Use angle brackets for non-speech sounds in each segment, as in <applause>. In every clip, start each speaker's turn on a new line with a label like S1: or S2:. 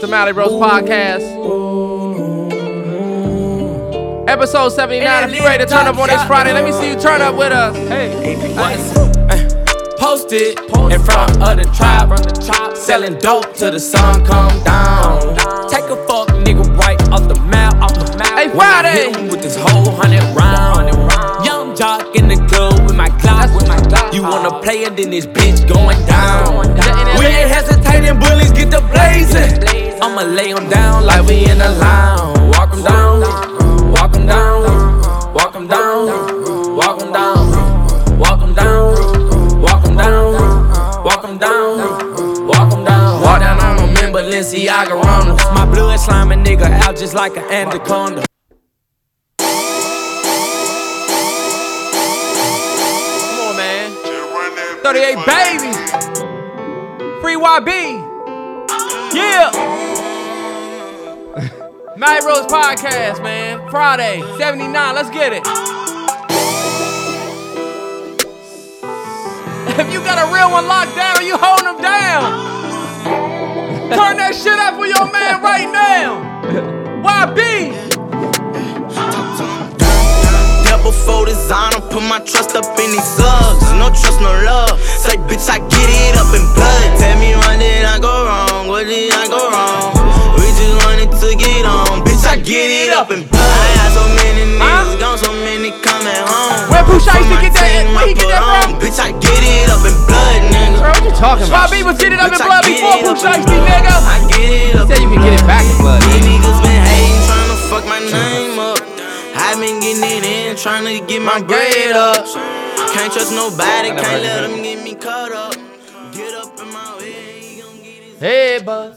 S1: the Mally Bros podcast. Episode 79. If you ready to turn up on this Friday, let me see you turn up with us. Hey.
S2: Posted in front of the tribe, selling dope till the sun come down. Take a fuck, nigga, right off the map, off the map.
S1: Hey,
S2: When I hit
S1: Friday.
S2: him with this whole hundred round. Young jock in the club with my clock. With my clock. You wanna play it, then this bitch going down. We ain't hesitating, bullies get the blazing. I'ma lay 'em down like we in a lounge. Walk 'em down, walk 'em down, walk 'em down, walk 'em down, walk 'em down, walk 'em down, walk 'em down, walk 'em down. Walk down on 'em in Balenciaga Ronald. My blood slime a nigga out just like an anaconda.
S1: Come on, man. 38
S3: 38
S1: baby. Free YB. Yeah. <laughs> Mally Rose podcast, man. Friday, 79. Let's get it. <laughs> If you got a real one locked down, you holding them down. Turn that shit up for your man right now. <laughs> YB.
S4: Never fold designer, put my trust up in these slugs. No trust, no love. Say, bitch, I get it up in blood. Tell me why did I go wrong? What did I go wrong? We just wanted to get on, bitch, I get it up in blood. I had so many niggas gone, so many coming home.
S1: Where Pusha used to get that-
S4: From my
S1: where he get
S4: team, I
S1: that from?
S4: put on, Bitch, I get it up in blood, nigga.
S1: what you talking about? YB was getting up in
S4: Bitch, I
S1: blood
S4: get
S1: before
S4: it up in
S1: Pusha
S4: blood.
S1: nigga.
S4: I get it up
S1: Said you
S4: in
S1: can get it back in blood,
S4: These niggas been hating, trying to fuck my name up. I've been getting it in, trying to get my bread up. Can't trust nobody, can't let them get me caught up. Get up in my way, you gon' get it.
S1: Hey, bud.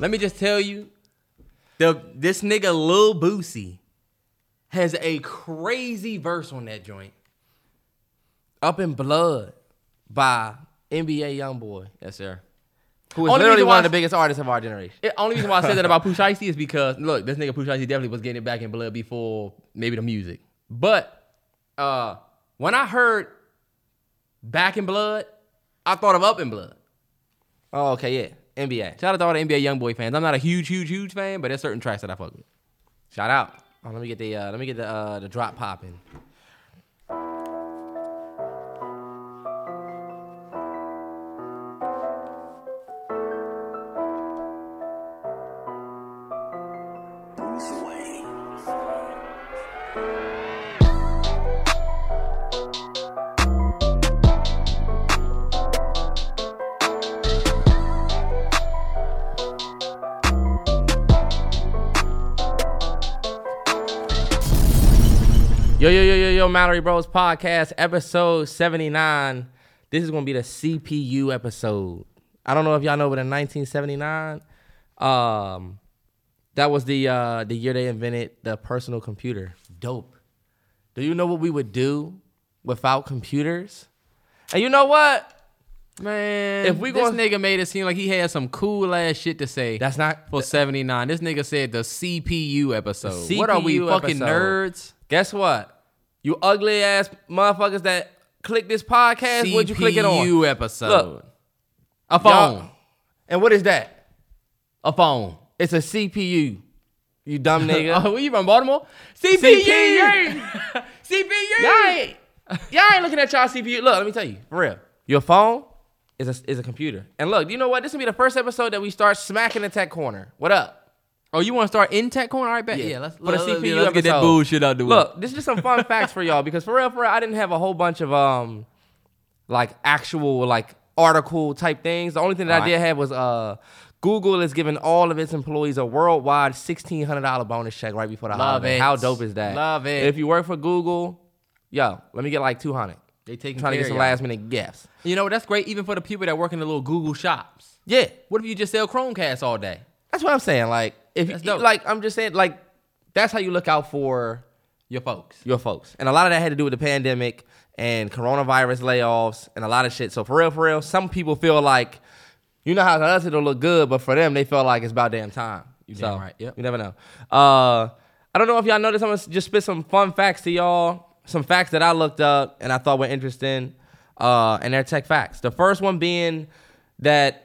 S1: Let me just tell you, the this nigga Lil Boosie has a crazy verse on that joint. Up in Blood by NBA Youngboy. Yes, sir.
S5: who is
S1: Only
S5: literally
S1: reason why
S5: one of the
S1: I-
S5: biggest artists of our generation.
S1: The only reason why I said that <laughs> about Pooh Shiesty is because look, this nigga Pooh Shiesty definitely was getting it back in blood before maybe the music. But uh when I heard Back in Blood, I thought of Up in Blood. Oh, okay, yeah. NBA. Shout out to all the NBA YoungBoy fans. I'm not a huge, huge, huge fan, but there's certain tracks that I fuck with. Shout out. Oh, let me get the uh, let me get the uh, the drop popping. Yo, yo, yo, yo, yo, Mallory Bros Podcast, episode 79. This is gonna be the CPU episode. I don't know if y'all know, but in 1979, um, that was the uh the year they invented the personal computer. Dope. Do you know what we would do without computers? And you know what?
S5: Man,
S1: If we
S5: this
S1: gonna-
S5: nigga made it seem like he had some cool ass shit to say.
S1: That's not
S5: for seventy nine. This nigga said the CPU episode.
S1: The
S5: what are we
S1: CPU
S5: fucking
S1: episode.
S5: nerds?
S1: guess what? You ugly ass motherfuckers that click this podcast, what'd you click it on?
S5: CPU episode.
S1: Look,
S5: a phone.
S1: Y'all- And what is that?
S5: A phone.
S1: It's a CPU. You dumb <laughs> nigga.
S5: Oh, you from Baltimore? CPU.
S1: CPU.
S5: CPU.
S1: y'all, ain't, y'all ain't looking at y'all CPU. Look, let me tell you, for real. Your phone is a, is a computer. And look, you know what? This will be the first episode that we start smacking the tech corner. What up?
S5: Oh, you want to start in tech corner? All right, bet.
S1: Yeah.
S5: Yeah, let's,
S1: For the
S5: let's,
S1: CPU
S5: let's get that
S1: episode.
S5: bullshit out the way.
S1: Look, this is just some fun facts for y'all because for real, for real, I didn't have a whole bunch of um, like actual like article type things. The only thing that I
S5: Alright.
S1: did have was uh, Google is giving all of its employees a worldwide sixteen hundred dollar bonus check right before the
S5: Love
S1: holiday.
S5: it.
S1: How dope is that?
S5: Love it.
S1: If you work for Google, yo, let me get like two hundred.
S5: they taking
S1: Trying to get
S5: care of
S1: some
S5: y'all.
S1: last minute gifts.
S5: You know that's great even for the people that work in the little Google shops.
S1: Yeah,
S5: What if you just sell Chromecast all day?
S1: that's what I'm saying. Like if
S5: That's
S1: you
S5: dope.
S1: like, I'm just saying like that's how you look out for
S5: Your folks.
S1: your folks. And a lot of that had to do with the pandemic and coronavirus layoffs and a lot of shit. So for real, for real, some people feel like you know how to us it'll look good, but for them they feel like it's about damn time. You so,
S5: damn right, yep.
S1: You never know. Uh, I don't know if y'all noticed. I'm gonna just spit some fun facts to y'all. Some facts that I looked up and I thought were interesting. Uh, and they're tech facts. The first one being that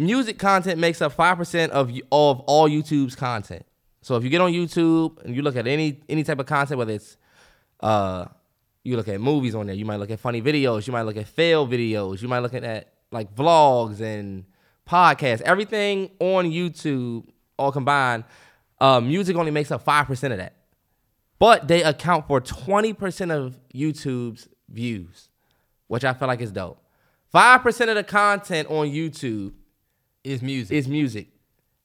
S1: music content makes up five percent of y- of all YouTube's content. So if you get on YouTube and you look at any any type of content, whether it's uh you look at movies on there, you might look at funny videos, you might look at fail videos, you might look at like vlogs and podcasts, everything on YouTube all combined. Uh, music only makes up five percent of that, but they account for twenty percent of YouTube's views, which I feel like is dope. Five percent of the content on YouTube
S5: Is music.
S1: is music.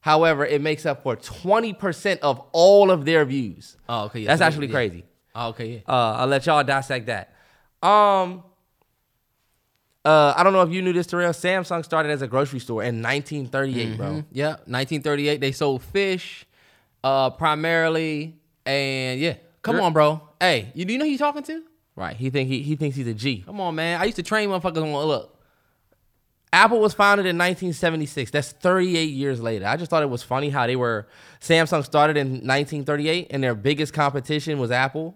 S1: However, it makes up for 20% of all of their views.
S5: Oh, okay, yeah,
S1: That's
S5: so that-
S1: actually
S5: yeah.
S1: crazy.
S5: oh, okay, yeah.
S1: Uh, I'll let y'all dissect that. Um, uh, I don't know if you knew this, Terrell. Samsung started as a grocery store in 1938, bro.
S5: Yeah, 1938. They sold fish, uh, primarily, and yeah. Come
S1: You're-
S5: on, bro. Hey, you do you know who you talking to?
S1: Right. He think he, he thinks he's a G.
S5: Come on, man. I used to train motherfuckers on look.
S1: Apple was founded in 1976. That's 38 years later. I just thought it was funny how they were. Samsung started in 1938, and their biggest competition was Apple.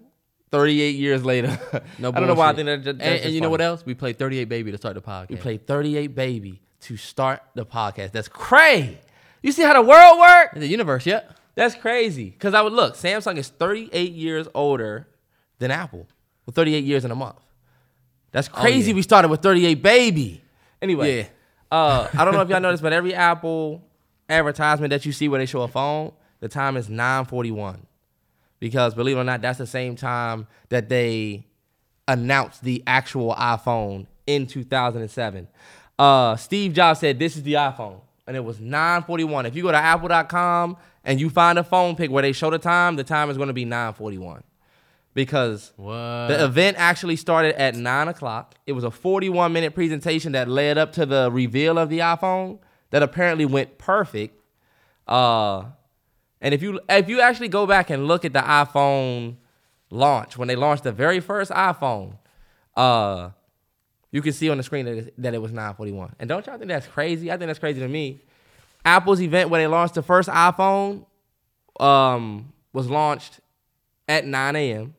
S1: 38 years later.
S5: <laughs> No,
S1: I don't know why I
S5: bullshit.
S1: think that. that- that's
S5: and,
S1: just
S5: and you know
S1: funny.
S5: what else? We played 38 Baby to start the podcast.
S1: We played 38 Baby to start the podcast. That's crazy. You see how the world works?
S5: the universe. Yeah.
S1: That's crazy. Because I would look, Samsung is 38 years older than Apple. Well, 38 years in a month. That's crazy.
S5: Oh, yeah.
S1: We started with 38 Baby. Anyway,
S5: Yeah.
S1: uh, I don't know if y'all <laughs> noticed, but every Apple advertisement that you see where they show a phone, the time is 941. Because believe it or not, that's the same time that they announced the actual iPhone in 2007. Uh, Steve Jobs said, "This is the iPhone," and it was 9:41. If you go to Apple.com and you find a phone pic where they show the time, the time is going to be 9:41 because the event actually started at nine o'clock. It was a 41 minute presentation that led up to the reveal of the iPhone that apparently went perfect. Uh, and if you if you actually go back and look at the iPhone launch when they launched the very first iPhone, uh, you can see on the screen that it, that it was 941. And don't y'all think that's crazy? I think that's crazy to me. Apple's event when they launched the first iPhone um, was launched at 9 a.m.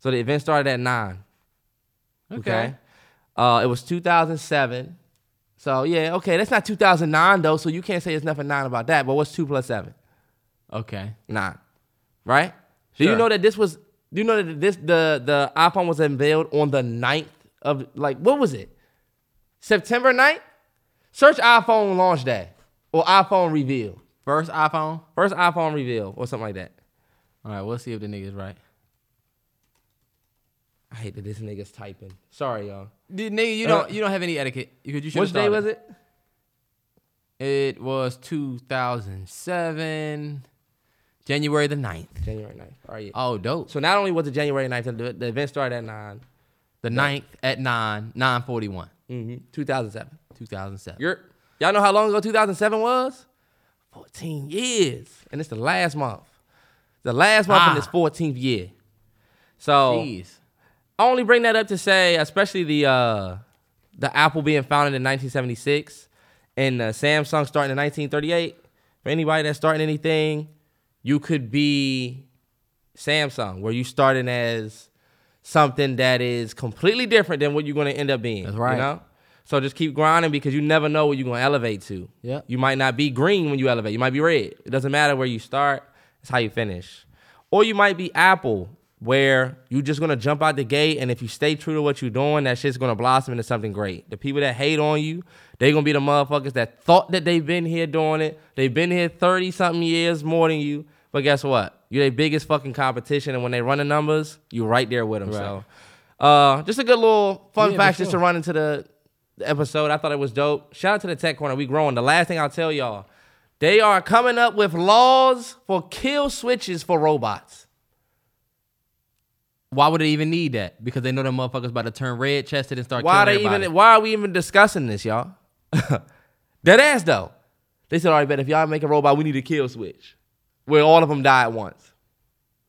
S1: So the event started at 9. Okay. Uh, it was 2007. So yeah, okay, that's not 2009 though, so you can't say it's nothing nine about that. But what's two plus seven?
S5: Okay.
S1: Nine, right? Do you
S5: Sure.
S1: know that this was? Do you know that this the the iPhone was unveiled on the 9th of like what was it? September 9th? Search iPhone launch day or iPhone reveal.
S5: First iPhone.
S1: First iPhone reveal or something like that.
S5: All right, we'll see if the nigga's right.
S1: I hate that this nigga's typing. Sorry, y'all.
S5: The nigga, you
S1: Uh,
S5: don't you don't have any etiquette. You could you should.
S1: Which day was it?
S5: It was 2007, January the 9th.
S1: January 9th. All right. Yeah.
S5: Oh, dope.
S1: So not only was it January 9th, the, the event started at 9,
S5: The 9th at 9, 941,
S1: hmm 2007.
S5: 2007.
S1: You're, y'all know how long ago 2007 was? 14 years. And it's the last month. The last month
S5: Ah.
S1: in this 14th year. So
S5: Jeez.
S1: I only bring that up to say, especially the uh, the Apple being founded in 1976 and uh, Samsung starting in 1938. For anybody that's starting anything, you could be Samsung, where you starting as something that is completely different than what you're going to end up being. That's
S5: right.
S1: You know? So just keep grinding because you never know what you're going to elevate to.
S5: Yeah.
S1: You might not be green when you elevate. You might be red. It doesn't matter where you start. It's how you finish. Or you might be Apple, where you're just gonna jump out the gate, and if you stay true to what you're doing, that shit's gonna blossom into something great. The people that hate on you, they gonna be the motherfuckers that thought that they've been here doing it. They've been here thirty something years more than you, but guess what? You're their biggest fucking competition, and when they run the numbers, you're right there with them. So, uh, just a good little fun
S5: Yeah, for
S1: fact just to
S5: sure.
S1: run into the the episode. I thought it was dope. Shout out to the Tech Corner. We growing. The last thing I'll tell y'all, they are coming up with laws for kill switches for robots.
S5: Why would they even need that? Because they know them motherfuckers about to turn red chested and start
S1: Why
S5: killing
S1: they
S5: everybody.
S1: even? Why are we even discussing this, y'all? <laughs> Dead ass though. They said, all right, but if y'all make a robot, we need a kill switch where all of them die at once.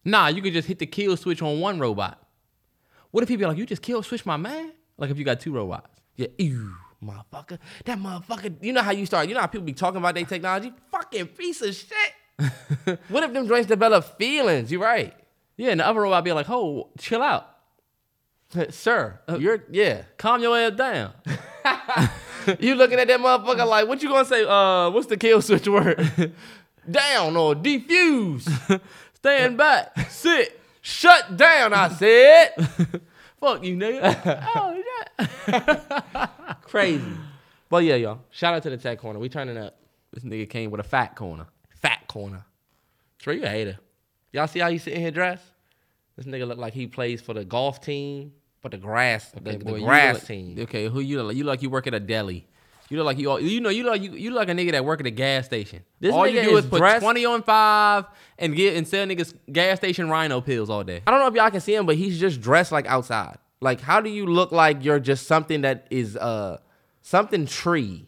S5: Nah, you could just hit the kill switch on one robot. What if he be like, you just kill switch my man? Like if you got two robots.
S1: Yeah, ew, motherfucker. That motherfucker. You know how you start. You know how people be talking about their technology. Fucking piece of
S5: <laughs>
S1: shit. what if them joints develop feelings? You're right,
S5: Yeah, and the other robot be like, oh, chill out.
S1: <laughs>
S5: Uh,
S1: sir. You're yeah. <laughs>
S5: Calm your ass down.
S1: you looking at that motherfucker like, what you gonna say? Uh, what's the kill switch <laughs>
S5: <laughs>
S1: word? down or defuse. Stand back. Sit. Shut down. I
S5: <laughs>
S1: said.
S5: Fuck you, nigga. <laughs> oh, yeah.
S1: <laughs> Crazy. But yeah, y'all. Shout out to the tech corner. We turning up.
S5: This nigga came with a fat corner.
S1: Fat corner. Trey, you a hater. Y'all see how he sitting here dressed? This nigga look like he plays for the golf team, but the grass, the, the
S5: boy, you
S1: grass
S5: look like-
S1: team.
S5: Okay, who you look like? You look like you work at a deli. You look like you all, you know you look like you, you look like a nigga that work at a gas station.
S1: This
S5: all
S1: nigga
S5: you do is,
S1: is
S5: put
S1: dressed-
S5: twenty on five and get and sell niggas gas station rhino pills all day.
S1: I don't know if y'all can see him, but he's just dressed like outside. Like, how do you look like you're just something that is uh something tree?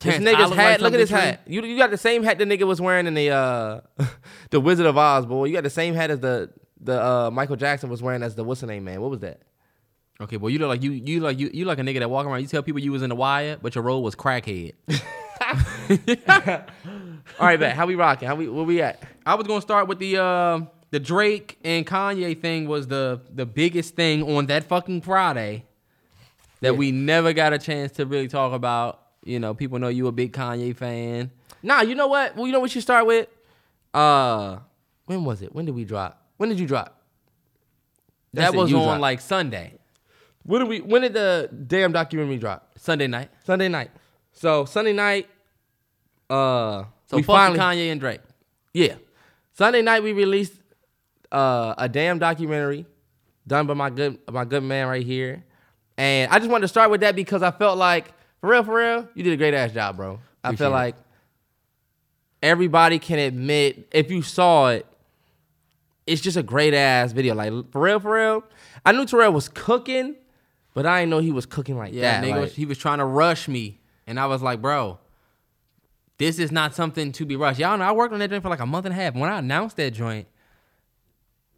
S1: This
S5: Terrence
S1: nigga's
S5: Oliver
S1: hat.
S5: like
S1: Look at
S5: something
S1: his
S5: tree?
S1: hat. You you got the same hat the nigga was wearing in the uh <laughs> the Wizard of Oz, boy. You got the same hat as the the uh Michael Jackson was wearing as the what's the name man? What was that?
S5: Okay, boy, you look like you you like you you like a nigga that walk around. You tell people you was in the wire, but your role was crackhead. <laughs>
S1: All right, bet. How we rocking? How we where we at?
S5: I was gonna start with the uh,
S1: um,
S5: the Drake and Kanye thing was the the biggest thing on that fucking Friday that
S1: Yeah.
S5: we never got a chance to really talk
S1: uh,
S5: about. You know, people know you a big Kanye fan.
S1: Nah, you know what? Well, you know what you start with? Uh when was it? When did we drop? When did you drop? That's it,
S5: that was
S1: you
S5: on
S1: drop.
S5: like Sunday,
S1: When did we when did the damn documentary drop?
S5: Sunday night.
S1: Sunday night. So Sunday night, uh,
S5: So
S1: we
S5: fuck
S1: finally,
S5: Kanye and Drake.
S1: yeah. Sunday night we released uh, a damn documentary done by my good my good man right here, and I just wanted to start with that because I felt like for real for real you did a great ass job, bro. I
S5: Appreciate
S1: feel
S5: it.
S1: like everybody can admit if you saw it, it's just a great ass video. Like for real for real, I knew Terrell was cooking, but I didn't know he was cooking like
S5: Yeah,
S1: that.
S5: nigga,
S1: like-
S5: was, he was trying to rush me, and I was like, bro, this is not something to be rushed. Y'all know I worked on that joint for like a month and a half. When I announced that joint,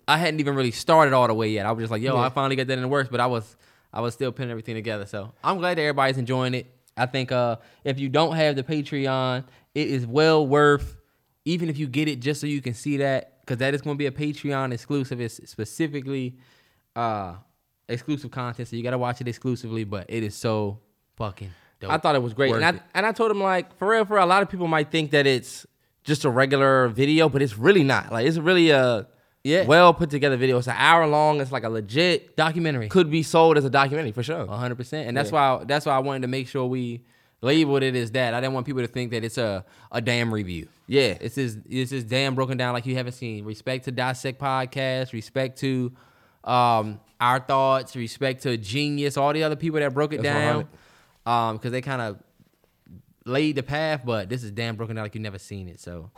S5: I hadn't even really started all the way yet. I was just like, yo,
S1: Yeah.
S5: I finally got that in the works, but I was I was still putting everything together. So I'm glad that everybody's enjoying it. I think uh, if you don't have the Patreon, it is well worth, even if you get it just so you can see that, because that is going to be a Patreon exclusive. It's specifically uh, exclusive content, so you got to watch it exclusively. But it is so fucking dope.
S1: I thought it was great.
S5: Worth
S1: And I,
S5: it.
S1: and I told him like for real, for real, a lot of people might think that it's just a regular video, but it's really not. Like it's really a
S5: Yeah.
S1: well put together video. It's an hour long. It's like a legit
S5: documentary.
S1: could be sold as a documentary for sure.
S5: hundred percent. And that's why that's why I wanted to make sure we labeled it as that. I didn't want people to think that it's a a damn review.
S1: Yeah.
S5: it's just it's just damn broken down like you haven't seen. Respect to Dissect Podcast. Respect to um our thoughts. Respect to Genius. All the other people that broke it
S1: That's
S5: down. Um, because they kind of laid the path, but this is damn broken down like you never seen it. So,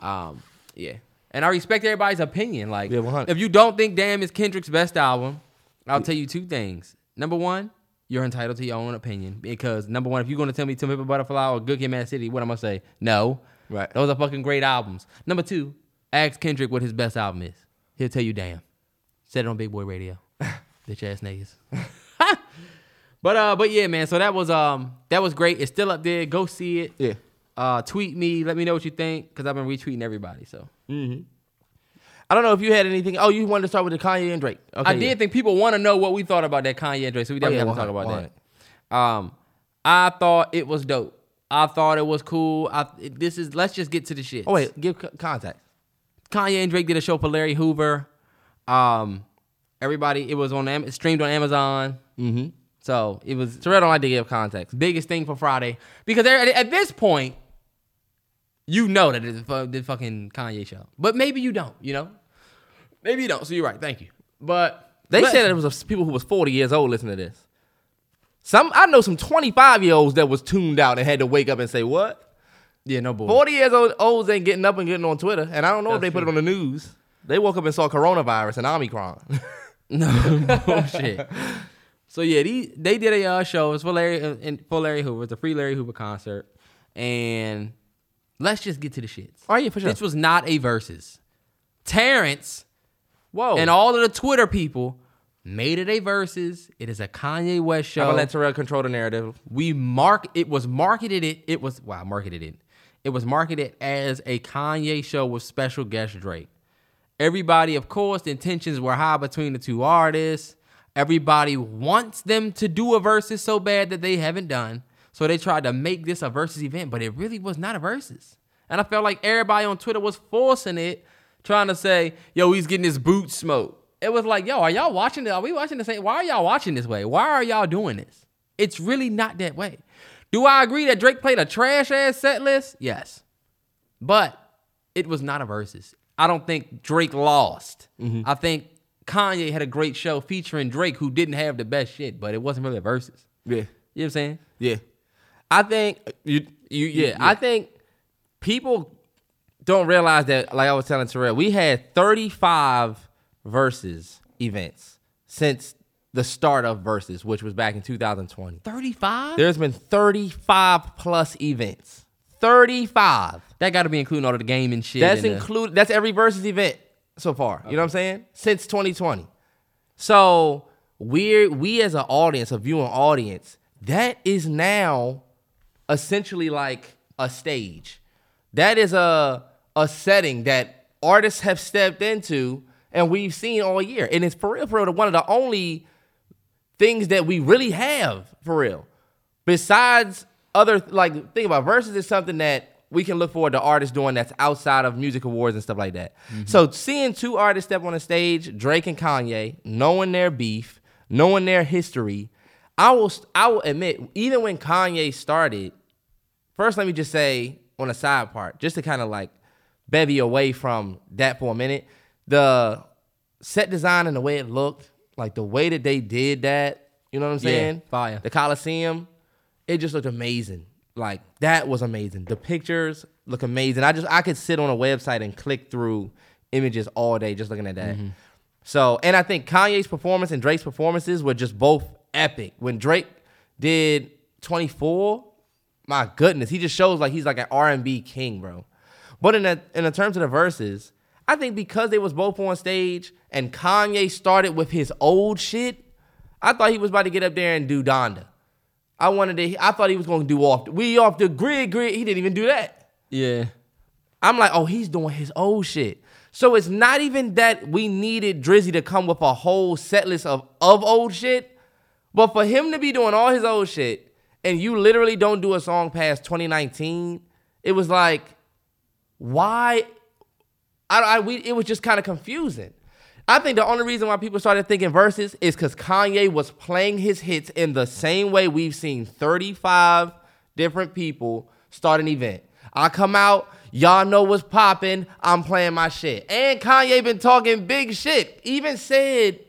S5: um, yeah. And I respect everybody's opinion. Like,
S1: Yeah, 100.
S5: if you don't think Damn is Kendrick's best album, I'll tell you two things. Number one, you're entitled to your own opinion because number one, if you're gonna tell me "Tim Pimp a Butterfly" or "Good Kid, Mad City," what am I gonna say? No,
S1: Right.
S5: Those are fucking great albums. Number two, ask Kendrick what his best album is. He'll tell you "Damn." Said it on Big Boy
S1: <laughs>
S5: Radio. Bitch ass niggas. <laughs> but uh, but yeah, man. So that was um, that was great. It's still up there. Go see it.
S1: Yeah.
S5: Uh, tweet me. Let me know what you think because I've been retweeting everybody. So
S1: I don't know if you had anything. Oh, you wanted to start with the Kanye and Drake. Okay,
S5: I did think people want to know what we thought about that Kanye and Drake, so we definitely
S1: Oh, yeah,
S5: have to talk
S1: 100,
S5: about that. Um, I thought it was dope. I thought it was cool. I, it- this is let's just get to the shit.
S1: Oh wait, give c- contact.
S5: Kanye and Drake did a show for Larry Hoover. Um, everybody, it was on Am- it streamed on Amazon. Mm-hmm. So it was
S1: Terrell don't like to give context.
S5: biggest thing for Friday because at, at this point, you know that it's fu- the fucking Kanye show, but maybe you don't. You know, maybe you don't. So you're right. Thank you. But
S1: They
S5: but-
S1: said that it was a s- people who was forty years old listening to this. Some I know some twenty five year olds that was tuned out and had to wake up and say what.
S5: yeah, no bull.
S1: 40 years old olds ain't getting up and getting on Twitter. And I don't know if
S5: That's
S1: they put it
S5: true.
S1: on the news. They woke up and saw coronavirus and Omicron.
S5: <laughs>
S1: <laughs>
S5: No bullshit. So yeah, these, they did a uh, show. It's for Larry uh, and for Larry Hoover. It's a free Larry Hoover concert, and let's just get to the shits.
S1: Oh, yeah, for sure.
S5: This was not a versus. Terrence
S1: Whoa.
S5: and all of the Twitter people made it a versus. It is a Kanye West
S1: I'm
S5: show.
S1: gonna let Terrell control the narrative.
S5: we mark it was marketed it it was wow marketed it it was marketed as a Kanye show with special guest Drake. Everybody, of course, the intentions were high between the two artists. Everybody wants them to do a versus so bad that they haven't done. So they tried to make this a versus event, but it really was not a versus. And I felt like everybody on Twitter was forcing it, trying to say, yo, he's getting his boot smoked. It was like, yo, are y'all watching this? Are we watching the same? Why are y'all watching this way? Why are y'all doing this? It's really not that way. Do I agree that Drake played a trash ass set list? Yes. But it was not a versus. I don't think Drake lost. I think Kanye had a great show featuring Drake, who didn't have the best shit, but it wasn't really a versus.
S1: Yeah.
S5: You know what I'm saying?
S1: Yeah. I think uh, you you yeah, I think people don't realize that like I was telling Terrell, we had 35 versus events since the start of versus, which was back in 2020.
S5: 35?
S1: There's been 35 plus events. 35.
S5: That got to be including all of the game and shit.
S1: That's
S5: and the-
S1: include. That's every versus event so far. You know what I'm saying? Since 2020. So we're we as an audience, a viewing audience, that is now essentially like a stage. That is a a setting that artists have stepped into, and we've seen all year. And it's for real, for real, one of the only things that we really have for real. Besides other like think about versus is something that we can look forward to artists doing that's outside of music awards and stuff like that. So seeing two artists step on a stage, Drake and Kanye, knowing their beef, knowing their history, I will I will admit even when Kanye started, first let me just say on a side part, just to kind of like bevy away from that for a minute, the set design and the way it looked, like the way that they did that, you know what I'm saying?
S5: fire.
S1: The Coliseum, it just looked amazing. Like that was amazing. The pictures look amazing. I just I could sit on a website and click through images all day just looking at that. So, and I think Kanye's performance and Drake's performances were just both epic. When Drake did 24, my goodness, he just shows like he's like an R and B king, bro. But in the in the terms of the verses, I think because they was both on stage and Kanye started with his old shit, I thought he was about to get up there and do Donda. I wanted to. I thought he was going to do off. We off the grid, grid. He didn't even do that.
S5: yeah.
S1: I'm like, oh, he's doing his old shit. So it's not even that we needed Drizzy to come with a whole set list of, of old shit, but for him to be doing all his old shit and you literally don't do a song past 2019, it was like, why? I, I we it was just kind of confusing. I think the only reason why people started thinking verses is because Kanye was playing his hits in the same way we've seen 35 different people start an event. I come out, y'all know what's popping. I'm playing my shit, and Kanye been talking big shit. Even said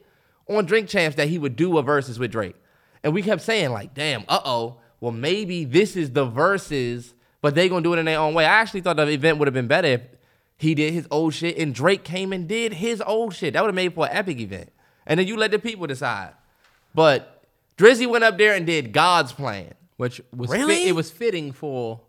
S1: on Drink Champs that he would do a verses with Drake. And we kept saying, like, damn, uh oh, well, maybe this is the verses, but they gonna do it in their own way. I actually thought the event would have been better if he did his old shit and Drake came and did his old shit. That would have made for an epic e- event. And then you let the people decide. But Drizzy went up there and did God's plan.
S5: Which was
S1: Really?
S5: fit- it was fitting for.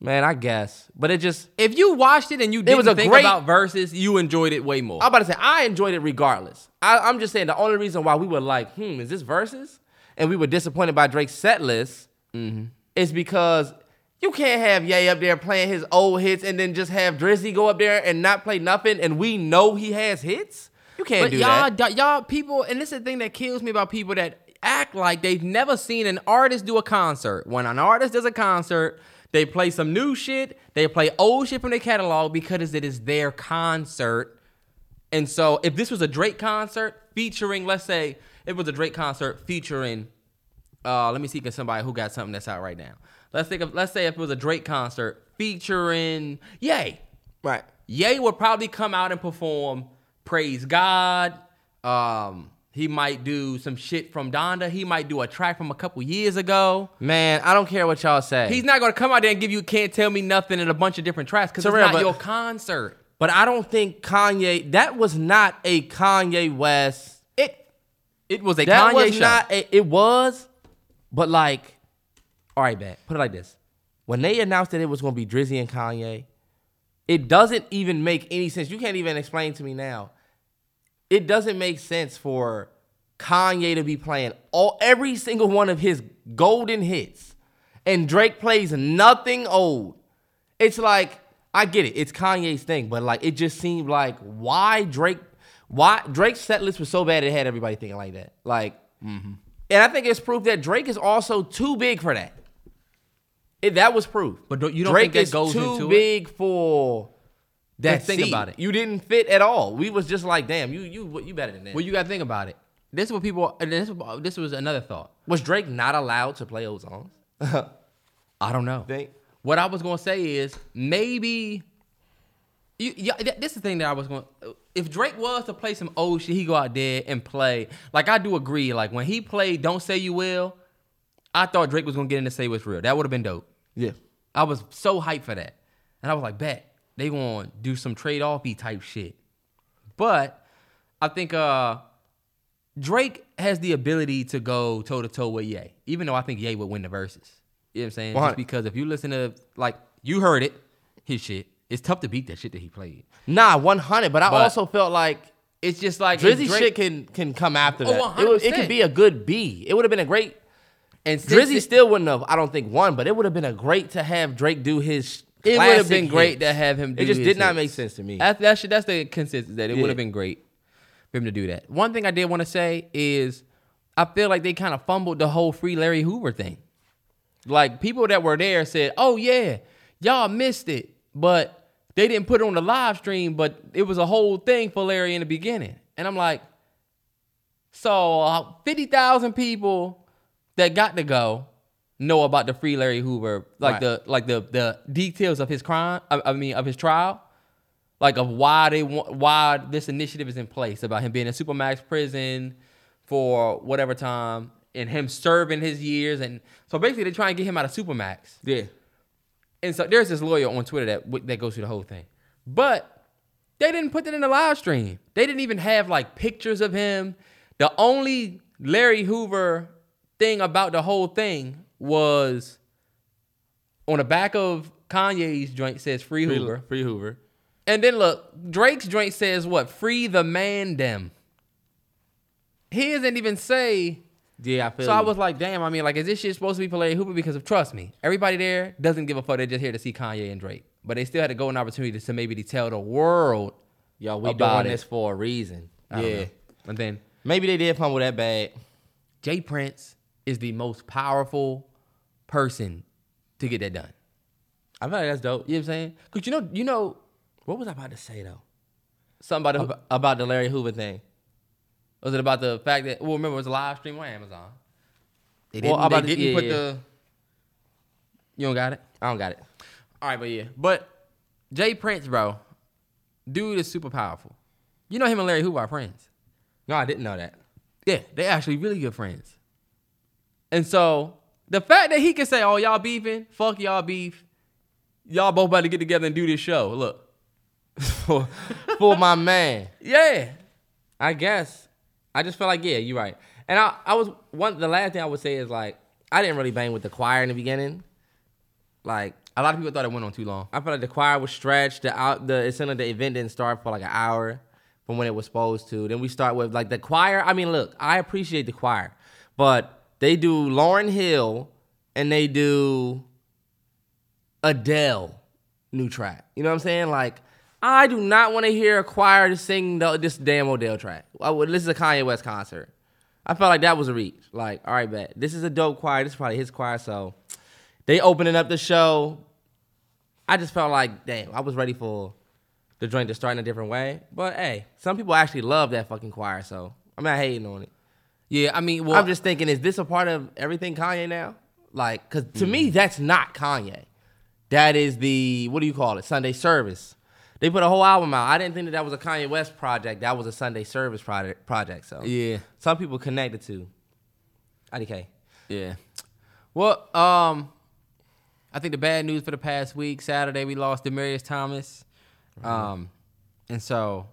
S1: Man, I guess. But it just,
S5: If you watched it and you didn't
S1: was a
S5: think
S1: great-
S5: about versus, you enjoyed it way more.
S1: I'm about to say I enjoyed it regardless. I, I'm just saying the only reason why we were like, hmm, is this verses? And we were disappointed by Drake's set list
S5: Mm-hmm.
S1: is because you can't have Ye up there playing his old hits and then just have Drizzy go up there and not play nothing. And we know he has hits. You can't
S5: But
S1: do
S5: y'all,
S1: that.
S5: d- y'all people, and this is the thing that kills me about people that act like they've never seen an artist do a concert. When an artist does a concert, they play some new shit, they play old shit from their catalog because it is their concert. And so, if this was a Drake concert featuring, let's say, if it was a Drake concert featuring, uh, let me see, cause somebody who got something that's out right now. Let's think of, let's say, if it was a Drake concert featuring Yay.
S1: Right.
S5: Ye will probably come out and perform Praise God. Um, he might do some shit from Donda. He might do a track from a couple years ago.
S1: Man, I don't care what y'all say.
S5: He's not gonna come out there and give you "Can't Tell Me Nothing" and a bunch of different tracks because it's
S1: Terrell,
S5: not
S1: but-
S5: your concert.
S1: But I don't think Kanye. That was not a Kanye West. It
S5: It was a
S1: that
S5: Kanye
S1: was
S5: show.
S1: not. A, it was, but like, all right, man. Put it like this: when they announced that it was going to be Drizzy and Kanye, it doesn't even make any sense. You can't even explain to me now. It doesn't make sense for Kanye to be playing all every single one of his golden hits, and Drake plays nothing old. It's like I get it. It's Kanye's thing, but like it just seemed like why Drake, why Drake's set list was so bad it had everybody thinking like that. Like, and I think it's proof that Drake is also too big for that. It, that was proof.
S5: But don't- you don't
S1: Drake
S5: think that
S1: is
S5: goes
S1: too
S5: into it?
S1: big for that.
S5: Just think
S1: seat.
S5: about it.
S1: You didn't fit at all. We was just like, damn, you you you better than that.
S5: Well, you gotta think about it. This is what people. And this this was another thought.
S1: was Drake not allowed to play old songs?
S5: <laughs> I don't know.
S1: Think-
S5: What I was gonna say is maybe. You, yeah, th- this is the thing that I was going. to If Drake was to play some old shit, he go out there and play. Like I do agree. Like when he played "Don't Say You Will," I thought Drake was gonna get in to say what's real. That would have been dope.
S1: Yeah.
S5: I was so hyped for that, and I was like, "Bet they gonna do some trade offy type shit." But I think uh, Drake has the ability to go toe to toe with Ye, even though I think Ye would win the verses. You know what I'm saying? Just
S1: 100.
S5: because if you listen to like you heard it, his shit, it's tough to beat that shit that he played.
S1: Nah, one hundred. But I
S5: But-
S1: also felt like
S5: It's just like if
S1: Drizzy
S5: Drake-
S1: shit can can come after
S5: Oh,
S1: that. It, would- it
S5: 100%.
S1: could be a good B. It would have been a great.
S5: and since
S1: Drizzy
S5: it-
S1: still wouldn't have. I don't think won, but it would have been a great to have Drake do his.
S5: It would
S1: classic
S5: have been great
S1: hits.
S5: to have him. Do
S1: It just
S5: his
S1: did not
S5: hits.
S1: make sense to me.
S5: That, that should, that's the consensus that it would
S1: Yeah.
S5: have been great for him to do that. One thing I did want to say is I feel like they kind of fumbled the whole free Larry Hoover thing. Like people that were there said, "Oh yeah, y'all missed it," but they didn't put it on the live stream. But it was a whole thing for Larry in the beginning, and I'm like, so uh, fifty thousand people that got to go know about the free Larry Hoover, like
S1: Right.
S5: the like the the details of his crime. I, I mean, of his trial, like of why they want why this initiative is in place about him being in supermax prison for whatever time and him serving his years and so basically they try and get him out of supermax
S1: yeah.
S5: and so there's this lawyer on twitter that w- that goes through the whole thing but they didn't put that in the live stream they didn't even have like pictures of him the only larry hoover thing about the whole thing was on the back of kanye's joint says free hoover
S1: Free Hoover.
S5: and then look, Drake's joint says what? Free the man dem. He doesn't even say.
S1: Yeah, I feel.
S5: So I
S1: you.
S5: was like, damn, I mean, like, is this shit supposed to be for Larry Hooper? Because of trust me, everybody there doesn't give a fuck. They're just here to see Kanye and Drake. But they still had a golden opportunity to maybe to tell the world.
S1: Yo, we
S5: about
S1: doing
S5: it.
S1: this for a reason.
S5: I don't know. And then
S1: Maybe they did fumble that bag.
S5: Jay Prince is the most powerful person to get that done.
S1: I feel like that's dope.
S5: You know what I'm saying? Because you know, you know
S1: What was I about to say though?
S5: somebody who,
S1: Ab- about the Larry Hoover thing.
S5: was it about the fact that well, remember it was a live stream on Amazon. They
S1: Well,
S5: didn't,
S1: about
S5: they
S1: the-
S5: didn't
S1: yeah,
S5: put
S1: yeah.
S5: the. You don't got it.
S1: I don't got it.
S5: All right, but yeah, but Jay Prince, bro, dude is super powerful. You know him and Larry Hoover are friends.
S1: No, I didn't know that.
S5: Yeah, they actually really good friends. And so the fact that he can say, "Oh, y'all beefing, fuck y'all beef, y'all both about to get together and do this show." Look,
S1: <laughs> for, for my man.
S5: yeah,
S1: I guess. I just feel like yeah, you're right. And I, I was one. The last thing I would say is like I didn't really bang with the choir in the beginning. Like
S5: a lot of people thought it went on too long.
S1: I felt like the choir was stretched. The out the it seemed like the event didn't start for like an hour from when it was supposed to. Then we start with like the choir. I mean, look, I appreciate the choir, but they do Lauren Hill and they do Adele new track. You know what I'm saying? Like I do not want to hear a choir to sing the, this damn Odell track. I would, this is a Kanye West concert. I felt like that was a reach. Like, all right, bet this is a dope choir. This is probably his choir. So they opening up the show. I just felt like, damn, I was ready for the joint to start in a different way. But hey, some people actually love that fucking choir, so I'm not hating on it.
S5: Yeah, I mean, well,
S1: I'm just thinking, is this a part of everything Kanye now? Like, cause to me,
S5: Mm.
S1: that's not Kanye. That is the what do you call it? Sunday service. They put a whole album out. I didn't think that that was a Kanye West project. That was a Sunday service project. Project. So
S5: yeah.
S1: some people connected to. IDK.
S5: Yeah. Well, um, I think the bad news for the past week, Saturday, we lost Demarius Thomas.
S1: Mm-hmm.
S5: Um, and so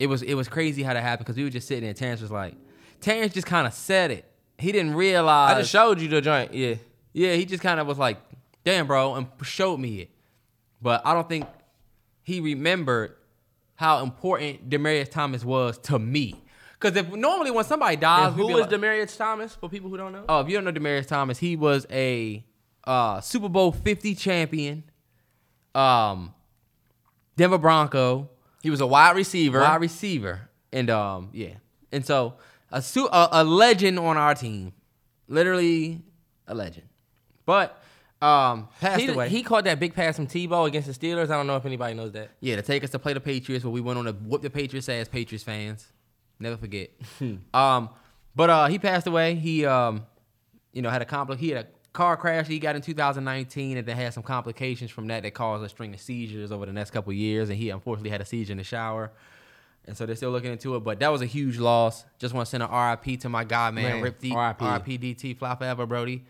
S5: it was it was crazy how that happened because we were just sitting there. Terrence was like, Terrence just kind of said it. He didn't realize.
S1: I just showed you the joint. Yeah.
S5: yeah, he just kind of was like, damn, bro, and showed me it. But I don't think he remembered how important Demarius Thomas was to me. Because if normally when somebody dies,
S1: And
S5: we
S1: who
S5: be
S1: is
S5: like-
S1: Demarius Thomas? For people who don't know.
S5: Oh, if you don't know Demarius Thomas, he was a uh, Super Bowl 50 champion, um, Denver Bronco,
S1: He was a wide receiver.
S5: wide receiver, and um, yeah, and so a, su- a a legend on our team, literally a legend. But Um, passed
S1: He,
S5: away.
S1: he caught that big pass from Tebow against the Steelers. I don't know if anybody knows that.
S5: Yeah, to take us to play the Patriots, where we went on to whoop the Patriots ass Patriots fans. Never forget. um, but uh, he passed away. He um, you know, had a compli- he had a car crash he got in 2019 and then had some complications from that that caused a string of seizures over the next couple of years, and he unfortunately had a seizure in the shower. And so they're still looking into it, but that was a huge loss. Just want to send an RIP to my guy, man.
S1: Man,
S5: Rip D-
S1: RIP.
S5: RIP DT, fly forever, Brody.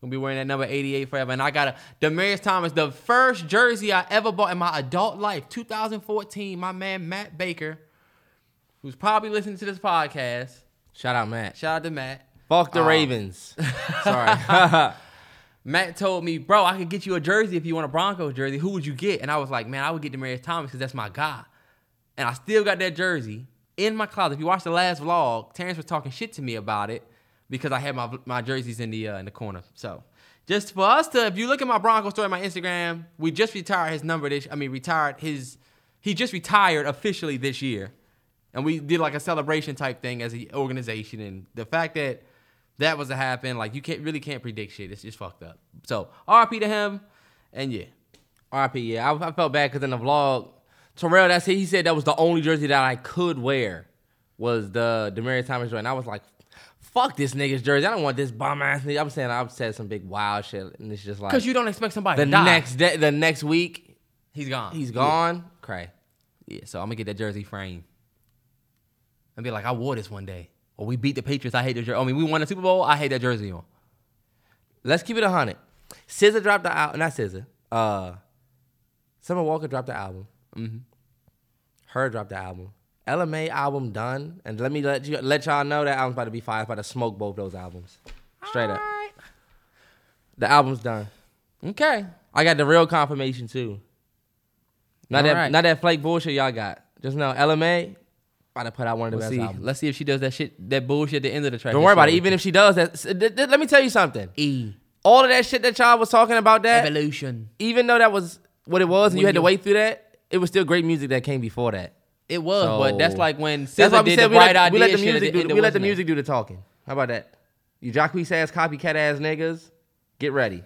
S5: Gonna be wearing that number 88 forever. And I got a Demarius Thomas, the first jersey I ever bought in my adult life, 2014. My man Matt Baker, who's probably listening to this podcast.
S1: Shout out Matt.
S5: Shout out to Matt.
S1: Fuck the
S5: Um,
S1: Ravens.
S5: Sorry. Matt told me, bro, I could get you a jersey if you want a Broncos jersey. Who would you get? And I was like, man, I would get Demarius Thomas because that's my guy. And I still got that jersey in my closet. If you watched the last vlog, Terrence was talking shit to me about it because I had my my jerseys in the uh, in the corner. So just for us to, if you look at my Broncos story on my Instagram, we just retired his number this. I mean, retired his. He just retired officially this year, and we did like a celebration type thing as an organization. And the fact that that was to happen, like you can't really can't predict shit. It's just fucked up. So RP to him, and yeah,
S1: RP, yeah. I, I felt bad because in the vlog, Terrell, that's it. He said that was the only jersey that I could wear was the Demarius Thomas jersey. And I was like, fuck this nigga's jersey. I don't want this bum ass nigga. I'm saying I've said some big wild shit. And it's just like,
S5: because you don't expect somebody
S1: the
S5: to die.
S1: next day, the next week,
S5: he's gone.
S1: he's gone. Cray.
S5: Yeah. yeah, so I'm gonna get that jersey frame and be like, I wore this one day, or we beat the Patriots. I hate the jersey. I mean, we won the Super Bowl. I hate that jersey on.
S1: Let's keep it 100. Scissor dropped the album. Not Scissor. Uh, Summer Walker dropped the album. Her dropped the album. LMA album done. And let me let you let y'all know that album's about to be fire. It's about to smoke both those albums. Straight up. The album's done.
S5: Okay,
S1: I got the real confirmation too. Not that
S5: Alright.
S1: not that flake bullshit y'all got. Just know LMA about to put out one of the
S5: let's
S1: best
S5: see.
S1: albums.
S5: Let's see if she does that shit, that bullshit at the end of the track.
S1: Don't worry about it. Even if she does that, s- th- th- let me tell you something.
S5: E
S1: All of that shit that y'all was talking about that
S5: evolution,
S1: even though that was what it was, and
S5: When
S1: you had to
S5: you-
S1: wait through that, it was still great music that came before that.
S5: it was, but that's
S1: So-
S5: like when SZA
S1: That's why we
S5: did the
S1: said we
S5: bright
S1: let, we
S5: idea
S1: let the
S5: shit at
S1: music do
S5: end
S1: the,
S5: of
S1: we let the
S5: Wasn't It?
S1: music do the talking. How about that? You jacquees ass copycat ass niggas, get ready.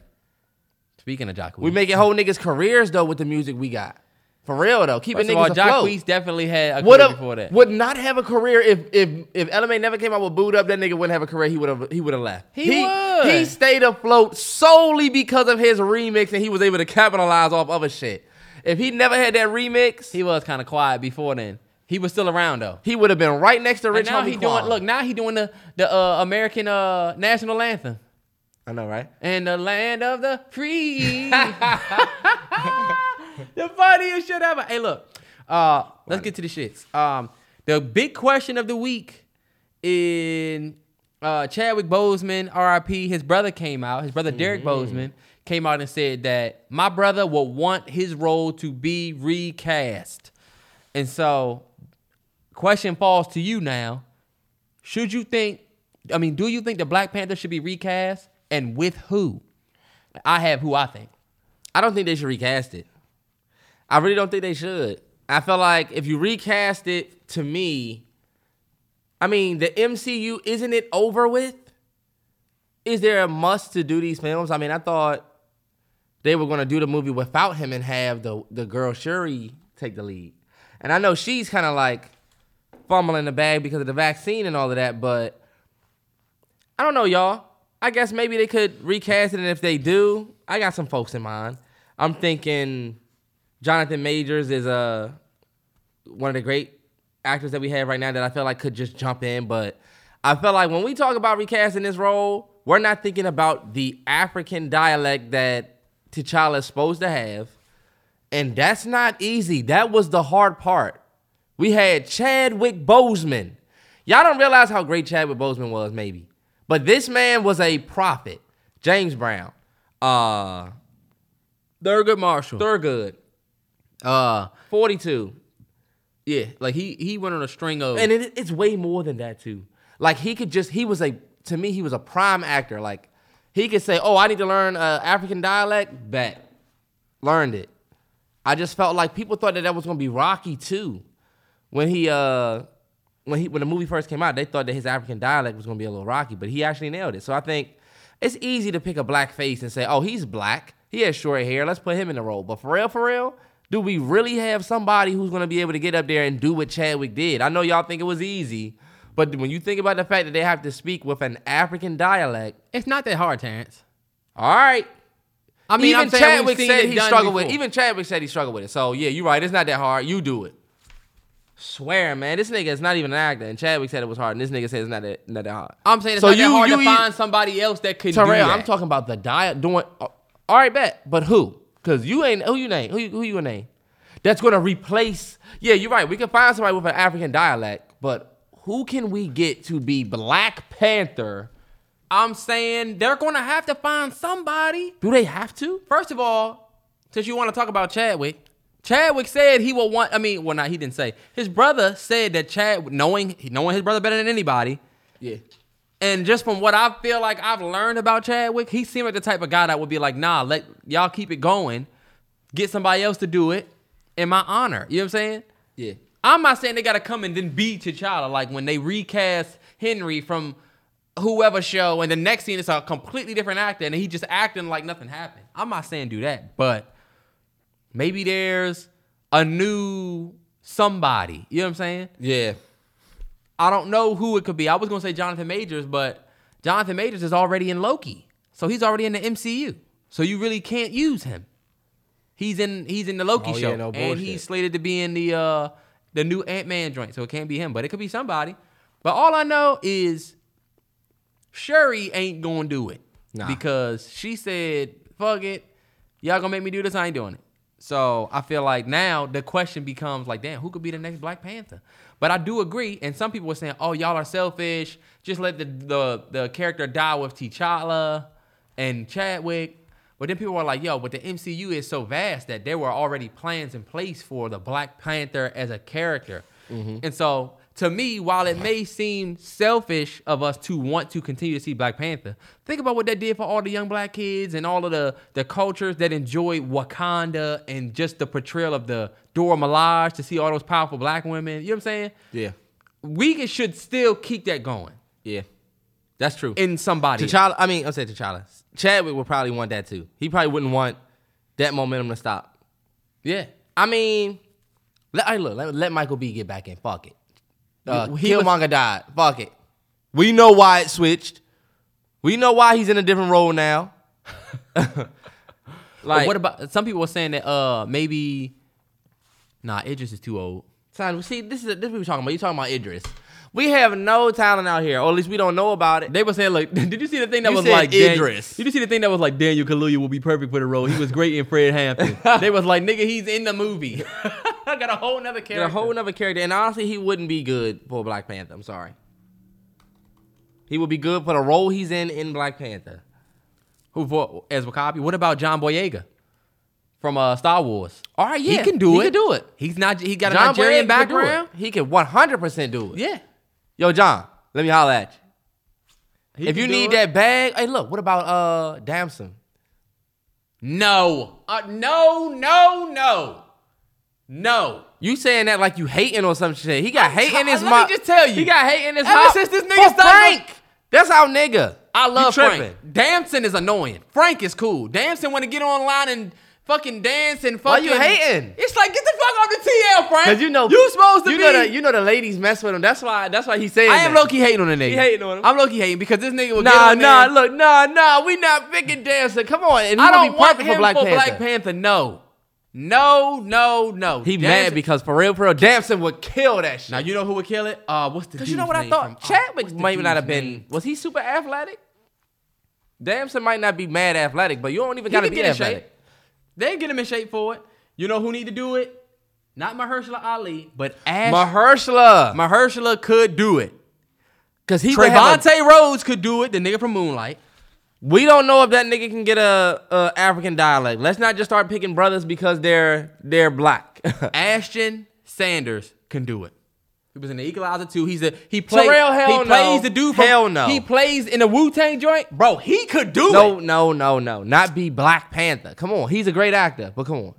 S5: Speaking of Jacquees,
S1: We making whole niggas careers though with the music we got. For real though, keeping
S5: First
S1: niggas
S5: of all,
S1: afloat.
S5: Jacquees definitely had a
S1: would
S5: career
S1: have
S5: before that.
S1: would not have a career if if if LMA never came out with boot up. That nigga wouldn't have a career. He would have he would have left.
S5: He would.
S1: he stayed afloat solely because of his remix, and he was able to capitalize off other shit. If he never had that remix,
S5: He was kind of quiet before then. He was still around though.
S1: He would have been right next to
S5: And
S1: Rich
S5: now
S1: Homie
S5: he
S1: Quan.
S5: doing. Look, now he doing the the uh, American uh, national anthem
S1: I know, right?
S5: and the land of the free. <laughs> the funniest shit ever. Hey, look. Uh, let's get to the shits. Um, the big question of the week in uh, Chadwick Bozeman, RIP. His brother came out. His brother Derek Bozeman came out and said that my brother would want his role to be recast. And so, question falls to you now. Should you think? I mean, do you think the Black Panther should be recast, and with who? I have who I think.
S1: I don't think they should recast it. I really don't think they should. I feel like if you recast it to me, I mean, the MCU isn't it over with? Is there a must to do these films? I mean, I thought they were gonna do the movie without him and have the the girl Shuri take the lead. And I know she's kind of like fumbling the bag because of the vaccine and all of that, but I don't know, y'all. I guess maybe they could recast it, and if they do, I got some folks in mind. I'm thinking Jonathan Majors is uh, one of the great actors that we have right now that I feel like could just jump in, but I feel like when we talk about recasting this role, we're not thinking about the African dialect that T'Challa is supposed to have, and that's not easy. That was the hard part. We had Chadwick Bozeman. Y'all don't realize how great Chadwick Bozeman was, maybe. But this man was a prophet. James Brown, uh,
S5: Thurgood Marshall.
S1: Thurgood,
S5: uh,
S1: 42.
S5: yeah, like he he went on a string of
S1: And it, it's way more than that, too. Like, he could just, he was a, to me, he was a prime actor. Like, he could say, oh, I need to learn uh, African dialect. Bet. Learned it. I just felt like people thought that that was going to be Rocky, too. When he, uh, when he when the movie first came out, they thought that his African dialect was gonna be a little rocky, but he actually nailed it. So I think It's easy to pick a black face and say, "Oh, he's black. He has short hair. Let's put him in the role." But for real, for real, do we really have somebody who's gonna be able to get up there and do what Chadwick did? I know y'all think it was easy, but when you think about the fact that they have to speak with an African dialect,
S5: It's not that hard, Terrence.
S1: all right.
S5: I mean,
S1: even
S5: I'm saying
S1: Chadwick
S5: we've seen
S1: said
S5: it
S1: he
S5: done
S1: struggled with.
S5: before.
S1: Even Chadwick said he struggled with it. So yeah, you're right. It's not that hard. You do it. Swear, man, this nigga is not even an actor, and Chadwick said it was hard, and this nigga said it's not that not that hard.
S5: I'm saying it's
S1: So
S5: not
S1: you-
S5: that hard
S1: you-
S5: to
S1: you-
S5: find somebody else that could do
S1: Terrell,
S5: that.
S1: I'm talking about the diet doing. uh, all right, bet, but who? Because you ain't who you name. Who you, who you gonna name? That's gonna replace. Yeah, you're right. We can find somebody with an African dialect, but who can we get to be Black Panther?
S5: I'm saying they're going to have to find somebody.
S1: Do they have to?
S5: First of all, since you want to talk about Chadwick, Chadwick said he will want. I mean, well, not he didn't say. His brother said that Chad, knowing knowing his brother better than anybody,
S1: Yeah.
S5: and just from what I feel like I've learned about Chadwick, he seemed like the type of guy that would be like, nah, let y'all keep it going, get somebody else to do it in my honor. You know what I'm saying?
S1: Yeah.
S5: I'm not saying they gotta come and then be T'Challa. Like when they recast Henry from whoever show, and the next scene is a completely different actor, and he just acting like nothing happened. I'm not saying do that, but maybe there's a new somebody. You know what I'm saying?
S1: Yeah.
S5: I don't know who it could be. I was gonna say Jonathan Majors, but Jonathan Majors is already in Loki, so he's already in the MCU. So you really can't use him. He's in he's in the Loki
S1: Oh, yeah,
S5: show,
S1: no
S5: and
S1: bullshit.
S5: he's slated to be in the uh the new Ant Man joint. So it can't be him, but it could be somebody. But all I know is Shuri ain't gonna do it
S1: Nah.
S5: because she said, "Fuck it, y'all gonna make me do this. I ain't doing it." So I feel like now the question becomes like, damn, who could be the next Black Panther? But I do agree, and some people were saying, "Oh, y'all are selfish. Just let the the, the character die with T'Challa and Chadwick." But then people were like, "Yo, but the MCU is so vast that there were already plans in place for the Black Panther as a character." And so, to me, while it may seem selfish of us to want to continue to see Black Panther, think about what that did for all the young black kids and all of the, the cultures that enjoyed Wakanda and just the portrayal of the Dora Milaje to see all those powerful black women. You know what I'm saying?
S1: Yeah.
S5: We can- should still keep that going
S1: Yeah. That's true.
S5: in somebody.
S1: T'Challa, I mean, I'm saying T'Challa. Chadwick would probably want that too. He probably wouldn't want that momentum to stop.
S5: yeah.
S1: I mean, let, I look, let, let Michael B get back in. Fuck it. Uh,
S5: He was-
S1: Killmonger died. Fuck it. We know why it switched. We know why he's in a different role now. like,
S5: what about some people were saying that uh maybe nah Idris is too old.
S1: son, see, this is this is what we're talking about. You're talking about Idris. We have no talent out here, or at least we don't know about it.
S5: They were saying like, <laughs> did you see the thing that
S1: You
S5: was
S1: said
S5: like Dan-
S1: Idris.
S5: Did you see the thing that was like Daniel Kaluuya will be perfect for the role? He was great in
S1: <laughs>
S5: Fred Hampton. they was like, nigga, he's in the movie. I got a whole nother
S1: They're
S5: character.
S1: a whole nother character, and honestly, he wouldn't be good for Black Panther. I'm sorry. He would be good for the role he's in in Black Panther.
S5: who for as Wakabi? What about John Boyega from uh, Star Wars?
S1: All right, yeah,
S5: he can do
S1: he can
S5: it.
S1: do it.
S5: He's not. He got a
S1: John
S5: Nigerian
S1: Boyega can do it.
S5: background.
S1: He can 100 percent do it.
S5: Yeah.
S1: Yo, John, let me holler at you.
S5: He
S1: if
S5: can
S1: you
S5: do
S1: need
S5: it.
S1: that bag, hey, look. What about uh Damson?
S5: no, uh, no, no, no, no.
S1: You saying that like you hating or some shit? He got hate in
S5: t-
S1: his
S5: let me
S1: mouth.
S5: just tell you,
S1: he got hate in his
S5: ever
S1: mouth.
S5: since this nigga
S1: For
S5: started-
S1: Frank, that's our nigga.
S5: I love
S1: You
S5: Frank.
S1: tripping.
S5: Damson is annoying. Frank is cool. Damson want to get online and fucking dance and
S1: Why
S5: fucking.
S1: you hating?
S5: It's like get the fuck off the TL, Frank.
S1: Cause you know
S5: you supposed to
S1: you
S5: be.
S1: Know the, you know the ladies mess with him. That's why. That's why he's saying.
S5: I am
S1: that.
S5: low key hating on the nigga.
S1: You hating on him.
S5: I'm low key hating because this nigga will get
S1: Nah,
S5: on
S1: nah,
S5: there.
S1: look, nah, nah. We not picking dancing. Come on, and he
S5: I
S1: gonna
S5: don't
S1: be
S5: want
S1: perfect
S5: him
S1: for Black Panther.
S5: Black Panther. No, no, no, no.
S1: He
S5: Damson-
S1: mad because for real, for real, Damson would kill that shit.
S5: now you know who would kill it. Uh, what's the?
S1: Cause you know
S5: dude's
S1: what I
S5: name
S1: thought?
S5: from- uh,
S1: Chadwick
S5: what's the
S1: might not
S5: dude's
S1: have been.
S5: name?
S1: Was he super athletic? Damson might not be mad athletic, but you don't even
S5: He
S1: gotta
S5: can
S1: be
S5: get in shape.
S1: athletic.
S5: They get him in shape for it. You know who need to do it? Not Mahershala Ali, but Ash.
S1: Mahershala,
S5: Mahershala could do it.
S1: because he would have a-
S5: Trevante Rhodes could do it. The nigga from Moonlight.
S1: we don't know if that nigga can get a, a African dialect. Let's not just start picking brothers because they're they're black. <laughs>
S5: Ashton Sanders can do it. He was in the Equalizer too. He's a he plays.
S1: Terrell, hell
S5: he
S1: no.
S5: plays the dude from.
S1: Hell no.
S5: He plays in the Wu Tang joint, bro. He could do
S1: no,
S5: it.
S1: no, no, no, not be Black Panther. Come on, he's a great actor, but come on,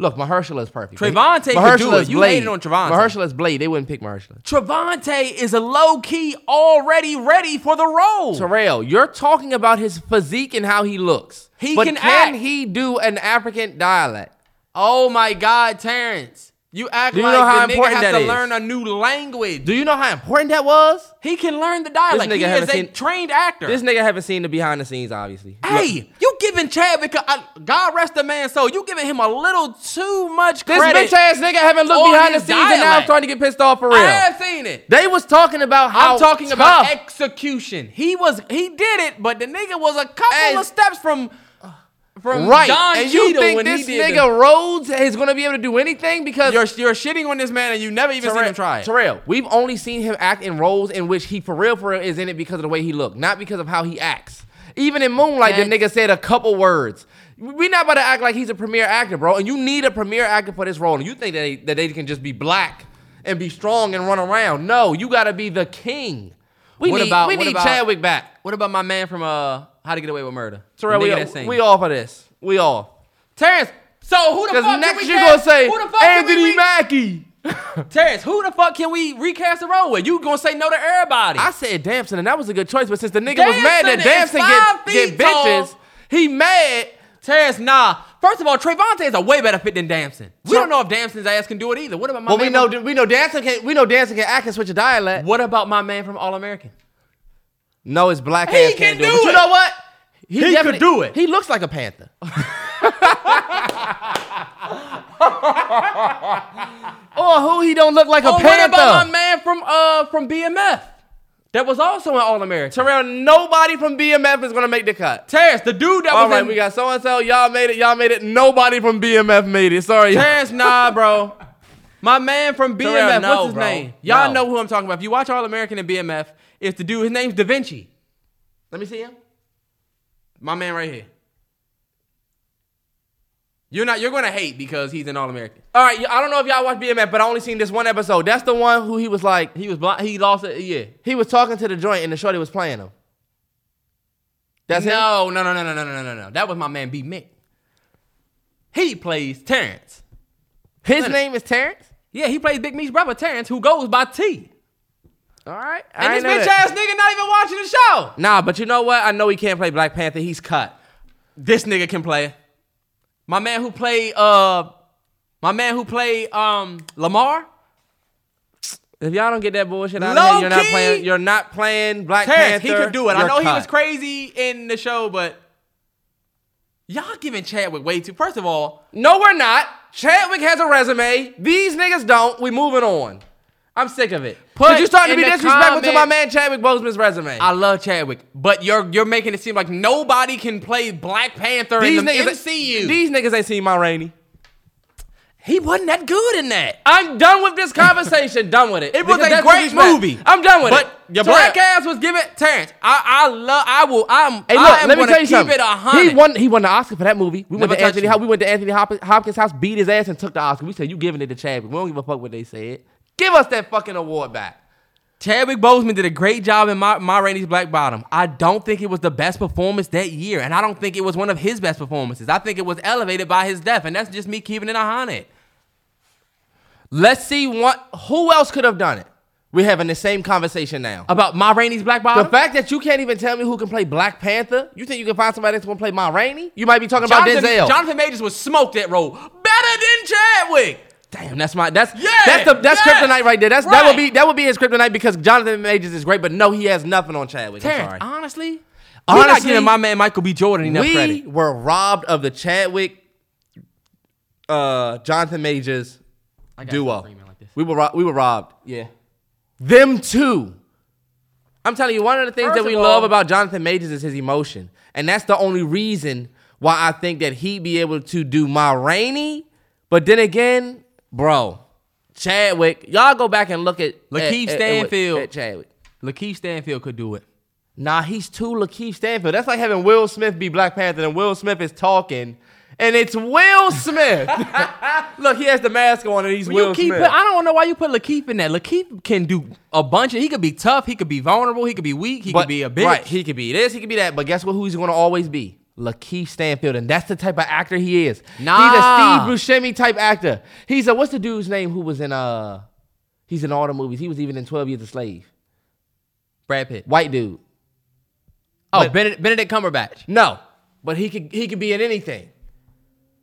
S1: Look, Mahershala's perfect.
S5: Trayvon Tate could do it. You
S1: Blade.
S5: hated on Trayvon Tate.
S1: Mahershala's Blade. They wouldn't pick Mahershala.
S5: Travante is a low key already ready for the role.
S1: Terrell, you're talking about his physique and how he looks.
S5: He
S1: but
S5: can
S1: can
S5: act.
S1: he do an African dialect?
S5: oh my God, Terrence. You act
S1: Do you
S5: like
S1: know how
S5: the nigga
S1: important
S5: has
S1: that
S5: to
S1: is?
S5: learn a new language.
S1: Do you know how important that was?
S5: he can learn the dialect.
S1: nigga
S5: He
S1: haven't
S5: is a
S1: seen-
S5: trained actor.
S1: This nigga haven't seen the behind the scenes, obviously. Look,
S5: hey, you giving Chadwick, a- a- God rest the man soul, you giving him a little too much
S1: this
S5: credit.
S1: bitch ass nigga haven't
S5: on
S1: looked behind the
S5: his
S1: scenes, and now I'm
S5: dialect.
S1: starting to get pissed off for real.
S5: I have seen it.
S1: They was talking about how
S5: I'm talking
S1: tough-
S5: about execution. He was he did it, but the nigga was a couple
S1: Hey.
S5: of steps from from
S1: right.
S5: Don
S1: and
S5: Cheadle
S1: you think
S5: when
S1: this
S5: he did
S1: nigga Rhodes is gonna be able to do anything because
S5: the, you're you're shitting on this man and you never even seen him try. it.
S1: Terrell, we've only seen him act in roles in which he for real for real is in it because of the way he looked, not because of how he acts. Even in Moonlight, the
S5: Thanks.
S1: nigga said a couple words. we not about to act like he's a premier actor, bro. And you need a premier actor for this role. And you think that they, that they can just be black and be strong and run around. No, you gotta be the king. We
S5: What
S1: need,
S5: about-
S1: we
S5: what
S1: need
S5: about-
S1: Chadwick back.
S5: What about my man from uh How to Get Away with Murder?
S1: Terrell,
S5: The
S1: we,
S5: nigga that sing.
S1: we all for this. We all. Terrence,
S5: So who the
S1: because
S5: fuck
S1: next
S5: can we
S1: you're gonna
S5: cast-
S1: say
S5: who the fuck can we
S1: Anthony
S5: re-
S1: Mackie.
S5: Terrence, who the fuck can we recast the role with? You gonna say no to everybody?
S1: I said Damson, and that was a good choice. But since the nigga was
S5: Damson
S1: mad that
S5: is
S1: Damson get,
S5: five feet
S1: get bitches,
S5: tall.
S1: he mad.
S5: Terrence, nah. First of all, Trayvonte is a way better fit than Damson. We
S1: So-
S5: don't know if Damson's ass can do it either. What about my
S1: Well,
S5: man?
S1: we know
S5: From,
S1: we know Damson can we know Damson can act and switch a dialect.
S5: what about my man from All American?
S1: No, it's black
S5: He
S1: ass can't
S5: can
S1: do,
S5: do
S1: it. But
S5: it.
S1: You know what? He,
S5: could
S1: definitely-
S5: do it.
S1: He looks like a panther. or who he don't look like a
S5: Oh, what
S1: panther?
S5: about my man from uh from BMF? That was also an All American.
S1: Terrell, nobody from BMF is gonna make the cut.
S5: Terrence, the dude that
S1: All
S5: was
S1: right,
S5: in
S1: we got so and so. Y'all made it. Y'all made it. Nobody from BMF made it. Sorry.
S5: <laughs> Terrence, nah, bro. My man from BMF,
S1: Terrell, no,
S5: what's his
S1: bro.
S5: name? Y'all
S1: No.
S5: know who I'm talking about. If you watch All American and BMF, it's the dude. His name's Da Vinci.
S1: Let me see him.
S5: My man right here. You're not. You're gonna hate because he's an All American.
S1: All right, I don't know if y'all watch BMF, but I only seen this one episode. That's the one who he was like,
S5: He was blind. He lost it. Yeah.
S1: he was talking to the joint and the shorty was playing him. That's him.
S5: no, no, no, no, no, no, no, no, no. That was my man B Mick. He plays Terrence.
S1: His name is Terrence.
S5: Yeah, he plays Big Me's brother Terrence, who goes by T.
S1: All right,
S5: And
S1: I ain't
S5: this
S1: know
S5: bitch
S1: that.
S5: ass nigga not even watching the show.
S1: Nah, but you know what? I know he can't play Black Panther. He's cut.
S5: This nigga can play. My man who played uh my man who played um Lamar.
S1: If y'all don't get that bullshit out of here, you're not
S5: Low-key.
S1: playing. You're not playing Black
S5: Terrence,
S1: Panther.
S5: he could do it. I
S1: You're
S5: know he was
S1: cut.
S5: crazy in the show, but y'all giving Chadwick way too. First of all,
S1: No, we're not. Chadwick has a resume. These niggas don't. We moving on. I'm sick of it.
S5: Put
S1: Cause you starting to
S5: in
S1: be
S5: the
S1: disrespectful to my
S5: comments-
S1: man Chadwick Boseman's resume.
S5: I love Chadwick, but you're you're making it seem like nobody can play Black Panther in the MCU.
S1: These niggas ain't seen my Rainey.
S5: he wasn't that good in that.
S1: I'm done with this conversation. done with it.
S5: It was
S1: Because
S5: a
S1: that's
S5: great
S1: what he's
S5: movie.
S1: back. I'm done with
S5: but
S1: it.
S5: But your
S1: Terrell-
S5: black ass was giving Terrence. I I love. I will. I'm.
S1: Hey,
S5: I
S1: look,
S5: am
S1: let me
S5: gonna
S1: tell you
S5: keep
S1: something.
S5: it a hundred.
S1: He won. He won the Oscar for that movie. We went
S5: Never
S1: to Anthony.
S5: touched
S1: Hop- We went to Anthony Hop- Hopkins' house, beat his ass, and took the Oscar. We said, "You giving it to Chadwick? We don't give a fuck what they said. Give us that fucking award back."
S5: Chadwick Boseman did a great job in my my Rainey's Black Bottom. I don't think it was the best performance that year, and I don't think it was one of his best performances. I think it was elevated by his death, and that's just me keeping it a hundred.
S1: Let's see what. Who else could have done it? We're having the same conversation now.
S5: About my Rainey's Black Bottom.
S1: The fact that you can't even tell me who can play Black Panther, you think you can find somebody that's gonna play Ma Rainey? You might be talking about
S5: Jonathan,
S1: Denzel.
S5: Jonathan Majors was smoked that role better than Chadwick.
S1: Damn, that's my that's
S5: Yeah,
S1: that's the that's
S5: yes,
S1: kryptonite right there. That's that
S5: right.
S1: would be that would be his kryptonite because Jonathan Majors is great, but no, he has nothing on Chadwick. I'm
S5: Terrence,
S1: sorry.
S5: honestly, we not
S1: Honestly,
S5: giving my man Michael B. Jordan enough
S1: we
S5: credit.
S1: were robbed of the Chadwick, uh, Jonathan Majors duo. we were ro- we were robbed.
S5: Yeah.
S1: Them two. I'm telling you, one of the things
S5: First
S1: that we
S5: of
S1: love
S5: all-
S1: about Jonathan Majors is his emotion, and that's the only reason why I think that he'd be able to do my Rainey. But then again, bro, Chadwick, y'all go back and look at
S5: Lakeith
S1: at- at- at-
S5: Stanfield.
S1: at Chadwick.
S5: Lakeith Stanfield could do it.
S1: Nah, he's too Lakeith Stanfield. That's like having Will Smith be Black Panther and Will Smith is talking. And it's Will Smith. <laughs> Look, he has the mask on and he's Will
S5: you keep
S1: Smith.
S5: put- I don't know why you put Lakeith in that. Lakeith can do a bunch of. He could be tough. He could be vulnerable. He could be weak. He could be a bitch.
S1: Right, he could be this, he could be that. But guess what? Who he's going to always be? Lakeith Stanfield, and that's the type of actor he is.
S5: Nah.
S1: he's a Steve Buscemi type actor. He's a what's the dude's name who was in uh, he's in all the movies. He was even in Twelve Years a Slave.
S5: Brad Pitt.
S1: White dude.
S5: Oh,
S1: But-
S5: Benedict, Benedict Cumberbatch.
S1: No, but he could he could be in anything.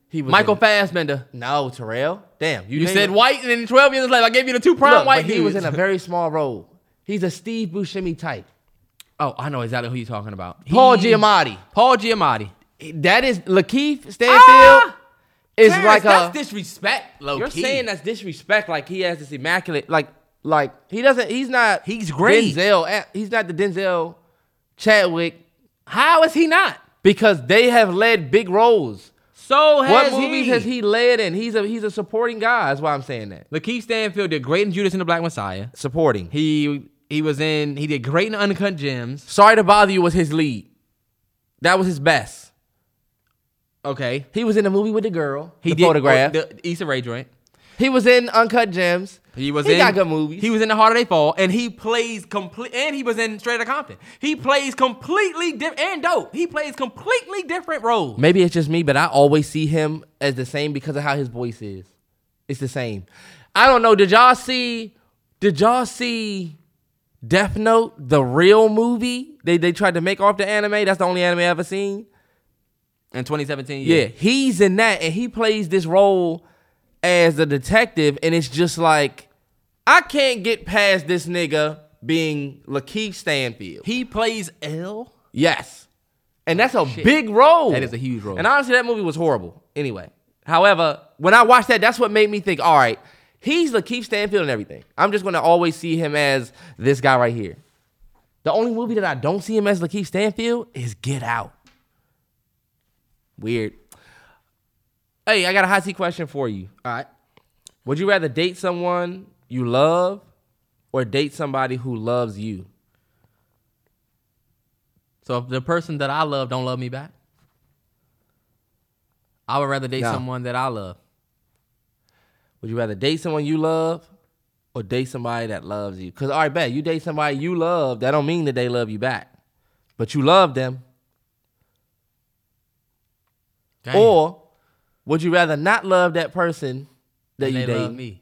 S1: He was
S5: Michael
S1: in-
S5: Fassbender.
S1: no, Terrell. Damn,
S5: You
S1: named
S5: said
S1: it.
S5: white and then 12 years later, I gave you the two prime
S1: Look, but
S5: white
S1: He was
S5: dudes.
S1: in <laughs> a very small role. He's a Steve Buscemi type.
S5: Oh, I know exactly who you're talking <laughs> about.
S1: Paul
S5: He-
S1: Giamatti.
S5: Paul Giamatti.
S1: That is Lakeith Stanfield.
S5: Ah!
S1: is
S5: Terrence,
S1: like a.
S5: that's disrespect, low
S1: You're
S5: key.
S1: saying that's disrespect. Like he has this immaculate. Like like he doesn't. He's not.
S5: He's great.
S1: Denzel. eh, He's not the Denzel Chadwick
S5: How is he not?
S1: because they have led big roles.
S5: So
S1: What
S5: has
S1: movies
S5: he.
S1: has he led in? He's a he's a supporting guy. That's why I'm saying that.
S5: Lakeith Stanfield did great in Judas and the Black Messiah.
S1: Supporting.
S5: He he was in. He did great in Uncut Gems.
S1: Sorry to bother you was his lead. That was his best.
S5: Okay,
S1: He was in the movie with the girl.
S5: he
S1: the
S5: did
S1: photograph.
S5: oh, the Issa Rae joint.
S1: he was in Uncut Gems.
S5: He was
S1: He
S5: in
S1: got good movies.
S5: He was in The Harder They Fall, and he plays complete. And he was in Straight Outta Compton. He plays completely different and dope. He plays completely different roles.
S1: Maybe it's just me, but I always see him as the same because of how his voice is. It's the same. I don't know. Did y'all see? Did y'all see Death Note, the real movie? They they tried to make off the anime. That's the only anime I ever seen.
S5: In 2017,
S1: Yeah, he's in that, and he plays this role as the detective, and it's just like I can't get past this nigga being Lakeith Stanfield.
S5: he plays L.
S1: Yes. And that's a big role.
S5: That is a huge role.
S1: And honestly, that movie was horrible. Anyway, however, when I watched that, that's what made me think, all right, he's Lakeith Stanfield and everything. I'm just going to always see him as this guy right here. The only movie that I don't see him as Lakeith Stanfield is Get Out. Weird. Hey, I got a hot seat question for you.
S5: All right.
S1: Would you rather date someone you love or date somebody who loves you?
S5: So if the person that I love don't love me back, I would rather date
S1: No.
S5: someone that I love.
S1: Would you rather date someone you love or date somebody that loves you? Because all right, bet you date somebody you love, that don't mean that they love you back, but you love them.
S5: Dang.
S1: Or would you rather not love that person that
S5: And
S1: you
S5: they
S1: date,
S5: love me.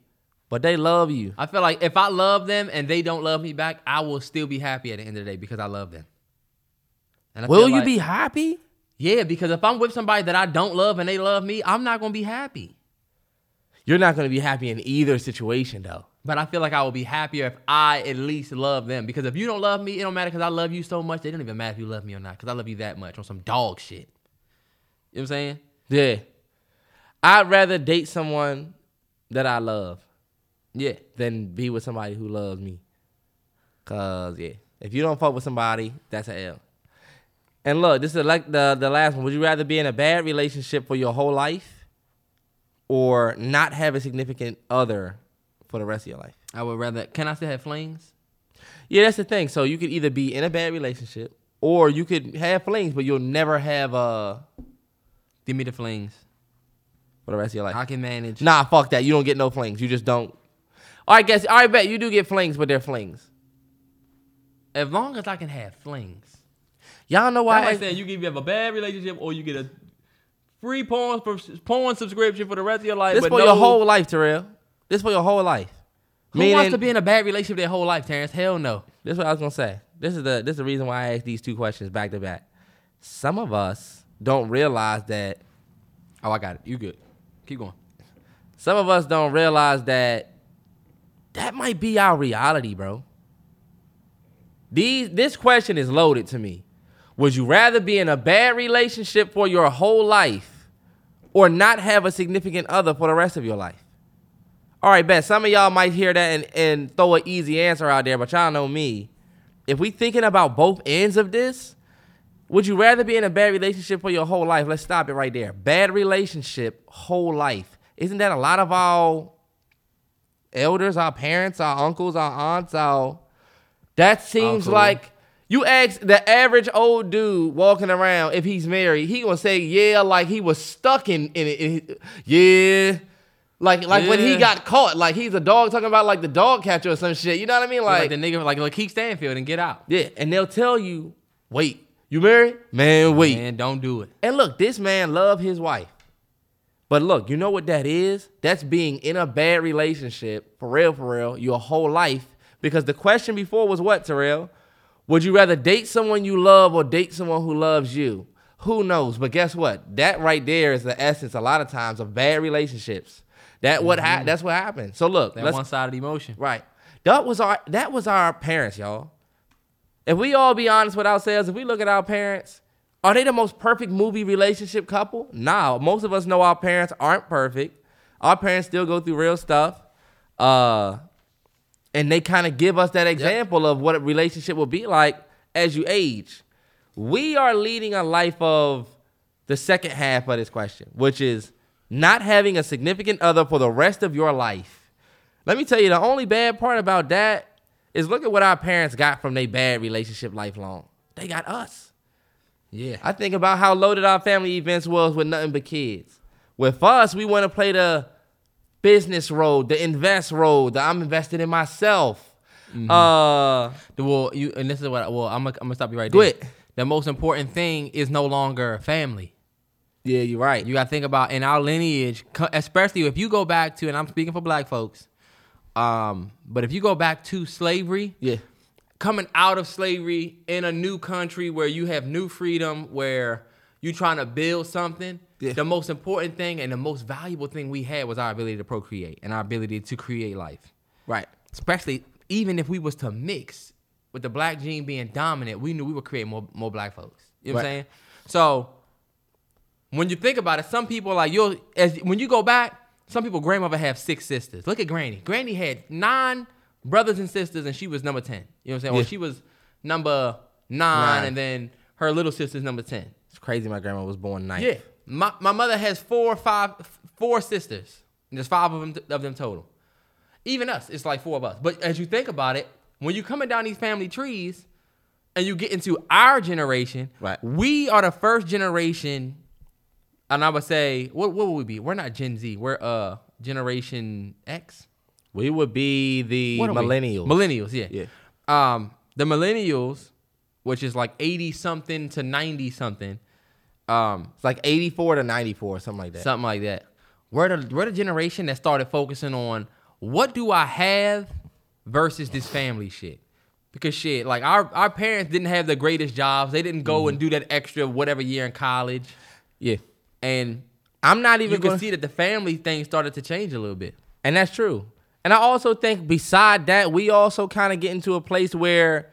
S1: but they love you?
S5: I feel like if I love them and they don't love me back, I will still be happy at the end of the day because I love them. And I
S1: Will
S5: feel
S1: you
S5: like-
S1: be happy?
S5: Yeah, because if I'm with somebody that I don't love and they love me, I'm not gonna be happy.
S1: You're not going to be happy in either situation, though.
S5: But I feel like I will be happier if I at least love them. Because if you don't love me, it don't matter because I love you so much. It don't even matter if you love me or not because I love you that much on some dog shit. You know what I'm saying?
S1: Yeah, I'd rather date someone that I love
S5: Yeah.
S1: than be with somebody who loves me. Cause yeah, if you don't fuck with somebody, that's an L. And look, this is like the the last one. Would you rather be in a bad relationship for your whole life, or not have a significant other for the rest of your life?
S5: I would rather. Can I still have flings?
S1: Yeah, that's the thing. So you could either be in a bad relationship, or you could have flings, but you'll never have uh
S5: Give me the flings.
S1: for the rest of your life.
S5: I can manage.
S1: Nah, fuck that. You don't get no flings. You just don't. All right, guess. All right, bet you do get flings, but they're flings.
S5: As long as I can have flings.
S1: Y'all know why?
S5: That's
S1: I
S5: like
S1: asked-
S5: saying you can either have a bad relationship or you get a free porn for porn subscription for the rest of your life.
S1: This
S5: but
S1: for
S5: no-
S1: your whole life, Terrell. This for your whole life.
S5: Who wants to be in a bad relationship their whole life, Terrence? Hell no.
S1: This is what I was gonna say. This is the this is the reason why I asked these two questions back to back. Some of us don't realize that.
S5: Oh, I got it. You good? Keep going.
S1: Some of us don't realize that that might be our reality, bro. These this question is loaded to me. Would you rather be in a bad relationship for your whole life or not have a significant other for the rest of your life? All right, bet. Some of y'all might hear that and, and throw an easy answer out there, but y'all know me. If we thinking about both ends of this, would you rather be in a bad relationship for your whole life? Let's stop it right there. Bad relationship, whole life. Isn't that a lot of our elders, our parents, our uncles, our aunts, our that seems
S5: Uncle.
S1: like you ask the average old dude walking around if he's married, he gonna say yeah, like he was stuck in in it. in it. yeah, like like when he
S5: Yeah.
S1: got caught, like he's a dog talking about like the dog catcher or some shit. You know what I mean? Like,
S5: Like, the nigga, like, like Keith Stanfield and get out.
S1: yeah, and they'll tell you, wait, You married? Man, wait.
S5: Man, don't do it.
S1: And look, this man love his wife. But look, you know what that is? That's being in a bad relationship, for real, for real, your whole life. Because the question before was what, Terrell? Would you rather date someone you love or date someone who loves you? Who knows? But guess what? That right there is the essence a lot of times of bad relationships. That what hap that's what happened. So look,
S5: Mm-hmm. That
S1: let's-
S5: one sided emotion.
S1: Right. That was our that was our parents, y'all. If we all be honest with ourselves, if we look at our parents, are they the most perfect movie relationship couple? Nah, most of us know our parents aren't perfect. Our parents still go through real stuff. Uh and they kind of give us that example of what a relationship will be like as you age. We are leading a life of the second half of this question, which is not having a significant other for the rest of your life. Let me tell you, the only bad part about that is look at what our parents got from their bad relationship lifelong. They got us.
S5: Yeah.
S1: I think about how loaded our family events was with nothing but kids. With us, we want to play the business role, the invest role, the I'm invested in myself. Uh,
S5: Mm-hmm. The- well, you and this is what. I, well, I'm gonna I'm gonna stop you right
S1: Do
S5: there.
S1: it.
S5: The most important thing is no longer family.
S1: yeah, you're right.
S5: You got to think about in our lineage, co- especially if you go back to, and I'm speaking for black folks, um, but if you go back to slavery,
S1: yeah,
S5: coming out of slavery in a new country where you have new freedom, where you're trying to build something,
S1: Yeah.
S5: the most important thing and the most valuable thing we had was our ability to procreate and our ability to create life.
S1: right.
S5: Especially even if we was to mix with the black gene being dominant, we knew we would create more more black folks. You know what I'm
S1: Right.
S5: saying? So when you think about it, some people like you'll as when you go back, some people grandmother have six sisters. Look at Granny. Granny had nine brothers and sisters, and she was number ten. You know what I'm saying? Well,
S1: Yeah.
S5: she was number nine,
S1: Nine.
S5: and then her little sister's number ten.
S1: It's crazy. My grandma was born ninth.
S5: Yeah, my my mother has four, five, four sisters. And there's five of them of them total. Even us, it's like four of us. But as you think about it, when you coming down these family trees, and you get into our generation,
S1: Right.
S5: We are the first generation, and I would say, what what would we be? We're not Gen Z. We're uh Generation X.
S1: we would be the
S5: What are we?
S1: millennials.
S5: Millennials, yeah.
S1: Yeah.
S5: Yeah. Um, the millennials, which is like eighty something to ninety something, um,
S1: it's like 84 to 94, something like that.
S5: something like that. We're the we're the generation that started focusing on what do I have versus this family shit. Because shit, like our our parents didn't have the greatest jobs. They didn't go and do that extra whatever year in college,
S1: yeah,
S5: and
S1: I'm not
S5: you
S1: even
S5: can
S1: going
S5: see that the family thing started to change a little bit.
S1: And that's true. And I also think beside that, we also kind of get into a place where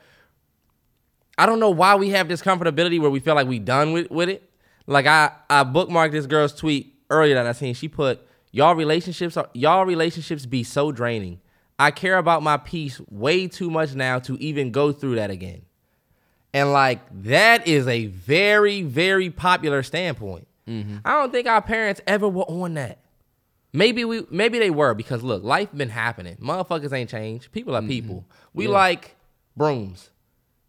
S1: I don't know why we have this comfortability where we feel like we done with, with it. Like I, I bookmarked this girl's tweet earlier that I seen. She put, Y'all relationships are y'all relationships be so draining. I care about my peace way too much now to even go through that again. And like that is a very, very popular standpoint. I don't think our parents ever were on that. Maybe we maybe they were because look, life been happening. Motherfuckers ain't changed. People are people. We like brooms.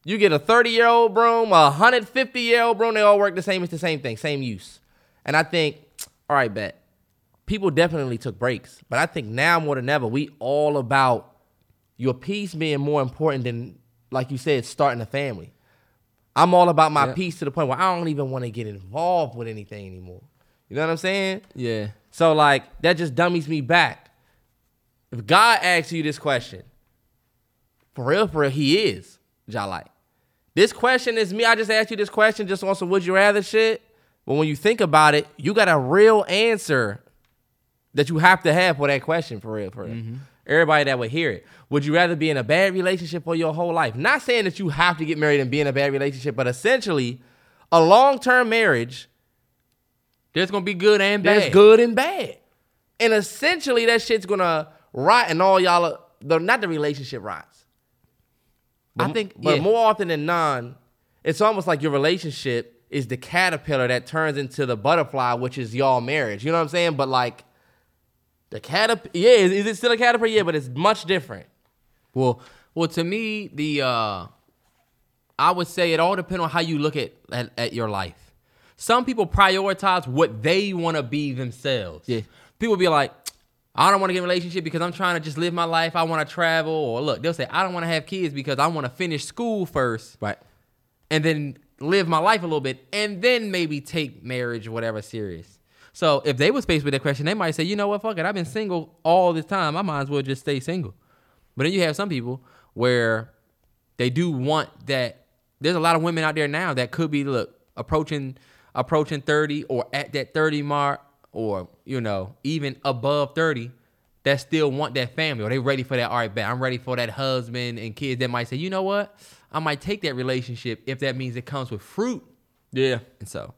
S1: You get a 30 year old broom, a 150 year old broom, they all work the same. It's the same thing, same use. And I think, all right, bet. People definitely took breaks. But I think now more than ever, we all about your peace being more important than, like you said, starting a family. I'm all about my
S5: Yeah.
S1: peace to the point where I don't even want to get involved with anything anymore. You know what I'm saying?
S5: Yeah,
S1: So like that just dummies me back. If God asks you this question, for real, for real, He is Jalai. This question is me. I just asked you this question just on some would you rather shit. But when you think about it, you got a real answer that you have to have for that question, for real, for real. Everybody that would hear it. Would you rather be in a bad relationship for your whole life? Not saying that you have to get married and be in a bad relationship, but essentially, a long term marriage
S5: there's gonna be good and bad.
S1: that's good and bad. And essentially, that shit's gonna rot and all y'all, are, the, not the relationship rots. But,
S5: I think,
S1: but
S5: yeah.
S1: more often than not, it's almost like your relationship is the caterpillar that turns into the butterfly, which is y'all marriage. You know what I'm saying? But like, the caterpillar, yeah, is, is it still a caterpillar? Yeah, but it's much different.
S5: Well, well, to me, the uh, I would say it all depends on how you look at at, at your life. Some people prioritize what they want to be themselves.
S1: Yeah.
S5: People be like, I don't want to get in a relationship because I'm trying to just live my life. I want to travel. Or look, they'll say, I don't want to have kids because I want to finish school first
S1: Right.
S5: and then live my life a little bit and then maybe take marriage or whatever serious. So if they was faced with that question, they might say, you know what, fuck it, I've been single all this time. I might as well just stay single. But then you have some people where they do want that. There's a lot of women out there now that could be look approaching approaching 30 or at that 30 mark or you know even above 30 that still want that family or they ready for that. All right, bet I'm ready for that husband and kids that might say, you know what, I might take that relationship if that means it comes with fruit.
S1: Yeah.
S5: And so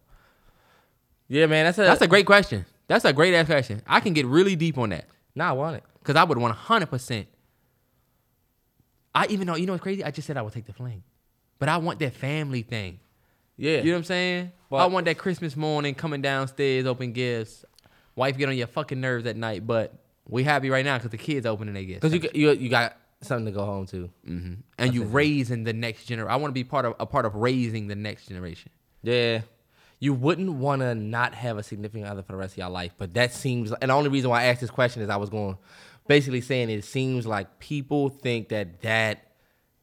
S1: Yeah, man. That's a
S5: that's a great question. That's a great ass question. I can get really deep on that
S1: nah, I want it.
S5: because I would 100%. I even know, you know what's crazy? I just said I would take the fling, but I want that family thing.
S1: Yeah.
S5: You know what I'm saying?
S1: But-
S5: I want that Christmas morning coming downstairs, open gifts. Wife get on your fucking nerves at night, but we happy right now because the kids opening their gifts.
S1: Cause you g- you you got something to go home to.
S5: and you raising the next generation. I want to be part of a part of raising the next generation.
S1: Yeah. You wouldn't want to not have a significant other for the rest of your life, but that seems. And the only reason why I asked this question is I was going, basically saying it seems like people think that that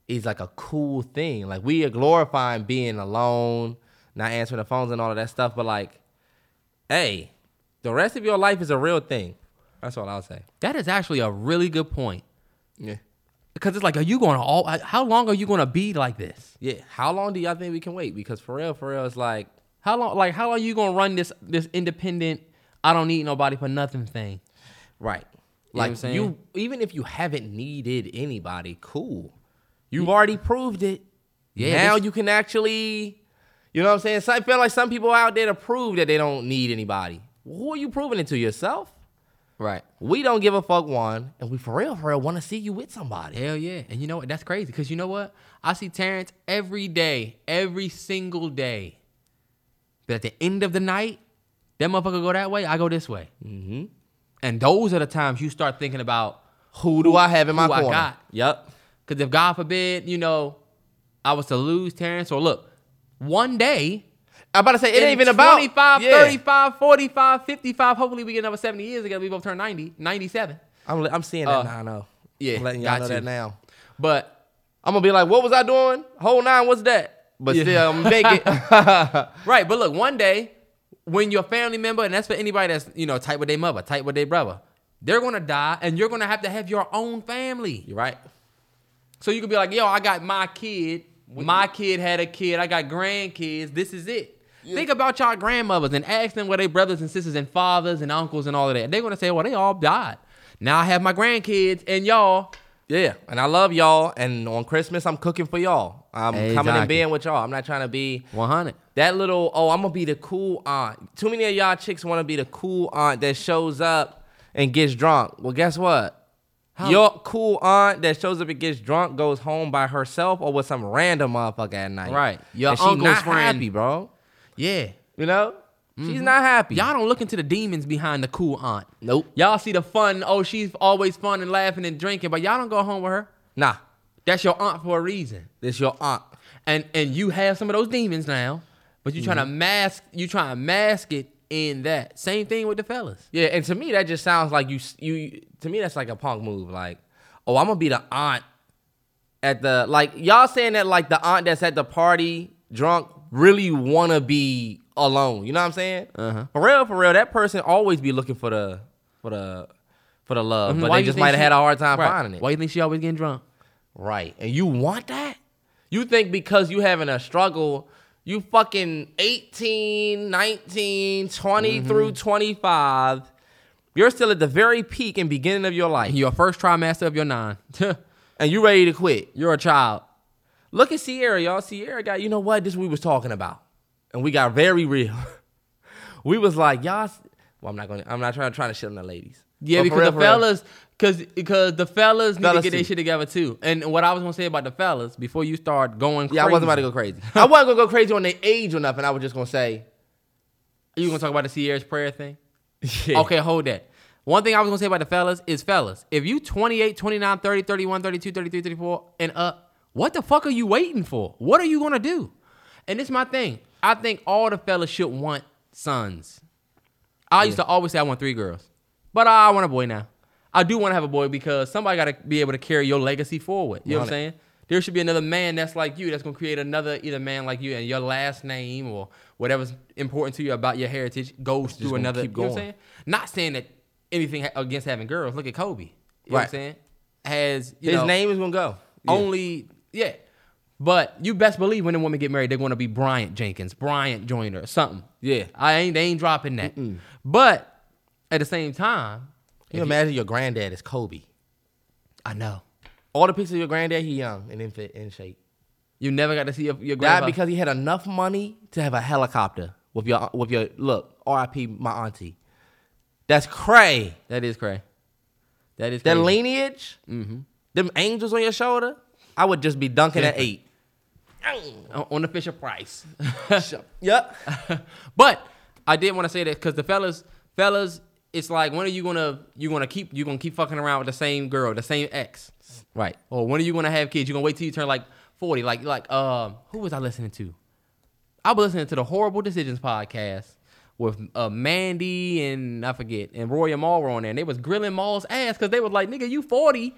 S1: is like a cool thing. Like we are glorifying being alone, not answering the phones and all of that stuff. But like, hey, the rest of your life is a real thing. That's all I'll say.
S5: That is actually a really good point
S1: Yeah.
S5: because it's like, are you going to all? uh, How long are you going to be like this?
S1: Yeah. How long do y'all think we can wait? Because for real, for real, it's like,
S5: How long? Like, how long you going to run this this independent? I don't need nobody for nothing thing.
S1: Right.
S5: know what
S1: Like
S5: I'm saying?
S1: you, even if you haven't needed anybody, cool. You've already proved it.
S5: Yeah,
S1: Now
S5: this-
S1: you can actually, you know what I'm saying? So I feel like some people out there to prove that they don't need anybody. Who are you proving it to yourself?
S5: Right.
S1: We don't give a fuck one, and we for real, for real, want to see you with somebody.
S5: Hell yeah. And you know what? That's crazy because you know what? I see Terrence every day, every single day. But at the end of the night, that motherfucker go that way, I go this way. Mm-hmm. And those are the times you start thinking about
S1: Who do I have in my
S5: who I
S1: corner?
S5: got.
S1: Yep.
S5: Because if God forbid, you know, I was to lose Terrence, or look, one day,
S1: I'm about to say it ain't even
S5: in
S1: about
S5: 25,
S1: Yeah.
S5: 35, 45, 55, hopefully we get another 70 years together. We both turn 90, 97.
S1: I'm, I'm seeing that
S5: Uh,
S1: now. I know.
S5: yeah,
S1: I'm letting y'all
S5: got
S1: know
S5: you.
S1: that now.
S5: But
S1: I'm gonna be like, what was I doing? Whole nine, what's that? But still, I'm <laughs> making.
S5: Right, but look, one day when your family member, and that's for anybody that's you know tight with their mother, tight with their brother, they're gonna die, and you're gonna have to have your own family.
S1: You're right.
S5: So you could be like, yo, I got my kid, my kid had a kid, I got grandkids. This is it. Think about y'all grandmothers and ask them where their brothers and sisters and fathers and uncles and all of that. They're gonna say, well, they all died. Now I have my grandkids and y'all.
S1: Yeah, and I love y'all. And on Christmas, I'm cooking for y'all. I'm coming
S5: Exactly.
S1: and being with y'all. I'm not trying to be
S5: 100.
S1: that little. Oh, I'm gonna be the cool aunt. Too many of y'all chicks want to be the cool aunt that shows up and gets drunk. Well, guess what? Your cool aunt that shows up and gets drunk goes home by herself or with some random motherfucker at night.
S5: Right. Your
S1: and
S5: uncle's
S1: not
S5: friend.
S1: happy, bro.
S5: Yeah.
S1: You know, she's not happy.
S5: Y'all don't look into the demons behind the cool aunt.
S1: Nope.
S5: Y'all see the fun. Oh, she's always fun and laughing and drinking, but y'all don't go home with her.
S1: nah,
S5: That's your aunt for a reason.
S1: this your aunt.
S5: And and you have some of those demons now, but you trying
S1: Mm-hmm.
S5: to mask. You trying to mask it in that. Same thing with the fellas.
S1: Yeah, and to me that just sounds like you you to me that's like a punk move. Like, oh, I'm gonna be the aunt at the like y'all saying that like the aunt that's at the party drunk really wanna be alone. You know what I'm saying? Uh-huh. For real, for real, that person always be looking for the for the for the love, but they
S5: Mm-hmm. you
S1: just
S5: think
S1: might have
S5: she-
S1: had a hard time
S5: Right.
S1: finding it.
S5: Why you think she always getting drunk?
S1: Right, and you want that? You think because you having a struggle. You fucking 18, 19, 20
S5: Mm-hmm.
S1: through 25, you're still at the very peak and beginning of your life,
S5: Your first trimester of your nine. <laughs>
S1: and you ready to quit.
S5: You're a child.
S1: Look at Sierra, y'all. Sierra got, you know what? This we was talking about, and we got very real. <laughs> we was like, y'all. s- Well, I'm not going. to I'm not trying to try to shit on the ladies.
S5: Yeah,
S1: But Oh, for
S5: because
S1: real,
S5: the
S1: for real,
S5: fellas, because because the fellas need
S1: Fellas
S5: to get their
S1: too.
S5: shit together too. And what I was gonna say about the fellas before you start going,
S1: Yeah, I wasn't about to
S5: crazy-
S1: go crazy. I wasn't gonna go crazy on their age or nothing. I was just gonna say,
S5: You gonna talk about the Sierra's prayer thing?
S1: yeah.
S5: Okay, hold that. One thing I was gonna say about the fellas is fellas, if you 28, 29, 30, 31, 32, 33, 34, and up, what the fuck are you waiting for? What are you gonna do? And this is my thing. I think all the fellas should want sons. I used to always say I want three girls, but I want a boy now. I do want to have a boy because somebody got to be able to carry your legacy forward. You know what
S1: Want it.
S5: I'm saying? there should be another man that's like you that's gonna create another either man like you, and your last name or whatever's important to you about your heritage goes through
S1: gonna
S5: another.
S1: keep
S5: You know what I'm
S1: going.
S5: saying? Not saying that anything ha- against having girls. Look at Kobe. You know what I'm
S1: Right.
S5: saying? Has you
S1: His
S5: know,
S1: name is gonna go.
S5: only yeah. But you best believe when the women get married, they're going to be Bryant Jenkins, Bryant Joyner, or something.
S1: Yeah.
S5: I ain't they ain't dropping that. But at the same time,
S1: Can you imagine your granddad is Kobe.
S5: I know
S1: All the pictures of your granddad, he young and in fit in shape.
S5: you never got to see your, your
S1: That
S5: grandpa.
S1: because he had enough money to have a helicopter with your with your look. R.I.P. My auntie. That's cray.
S5: that is cray. That is
S1: That
S5: crazy. Mm-hmm.
S1: lineage, them angels on your shoulder. I would just be dunking at eight.
S5: on on the Fisher <laughs> Price.
S1: Yep.
S5: <laughs> but I did want to say that because the fellas, fellas, it's like when are you gonna you gonna keep you gonna keep fucking around with the same girl, the same ex,
S1: Right.
S5: or when are you gonna have kids? You gonna wait till you turn like forty? Like like um, who was I listening to? I was listening to the Horrible Decisions podcast with uh, Mandy and I forget and Roy and Maul were on there, and they was grilling Maul's ass because they was like, "Nigga, you forty,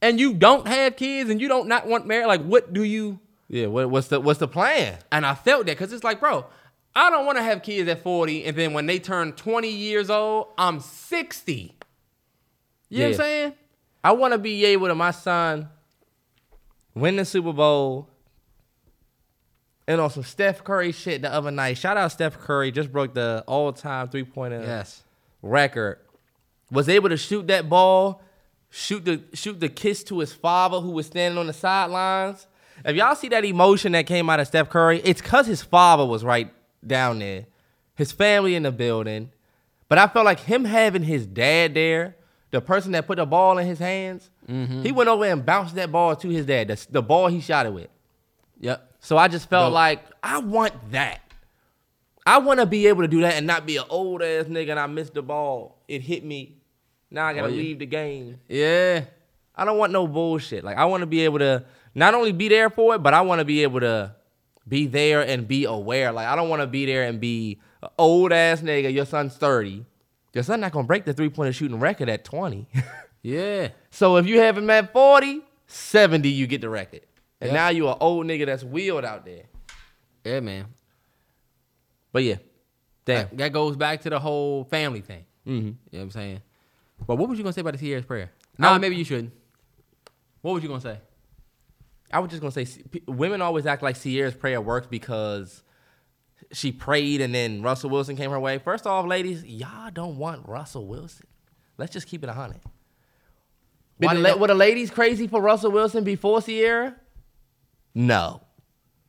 S5: and you don't have kids, and you don't not want marriage. Like, what do you?"
S1: Yeah. What, what's the what's the plan?
S5: And I felt that because it's like, bro, I don't want to have kids at 40, and then when they turn 20 years old, I'm 60. You know what
S1: Yeah.
S5: I'm saying?
S1: I want to be able to my son win the Super Bowl. And on some Steph Curry shit the other night. Shout out Steph Curry just broke the all time three pointer record. Was able to shoot that ball, shoot the shoot the kiss to his father who was standing on the sidelines. If y'all see that emotion that came out of Steph Curry, it's cause his father was right down there, his family in the building. But I felt like him having his dad there, the person that put the ball in his hands, he went over and bounced that ball to his dad, the, the ball he shot it with.
S5: Yep.
S1: So I just felt
S5: Dope.
S1: like I want that. I want to be able to do that and not be an old ass nigga and I missed the ball. It hit me. Now I gotta
S5: Oh, yeah.
S1: leave the game.
S5: Yeah.
S1: I don't want no bullshit. Like I want to be able to not only be there for it, but I want to be able to be there and be aware. Like I don't want to be there and be an old ass nigga. Your son's thirty. Your son not gonna break the three pointer shooting record at twenty. <laughs>
S5: Yeah.
S1: So if you have him at 40, 70, you get the record. And now you an old nigga that's wheeled out there.
S5: Yeah, man.
S1: But yeah, damn.
S5: That, that goes back to the whole family thing. Mm-hmm. You know what I'm saying? But what was you going to say about the Sierra's prayer? Nah, maybe you shouldn't. What was you going to say?
S1: I was just gonna say, see, p- women always act like Sierra's prayer works because she prayed and then Russell Wilson came her way. First off, ladies, y'all don't want Russell Wilson. Let's just keep it a hundred. Why
S5: they
S1: the la-
S5: don't-
S1: were the ladies crazy for Russell Wilson before Sierra? No.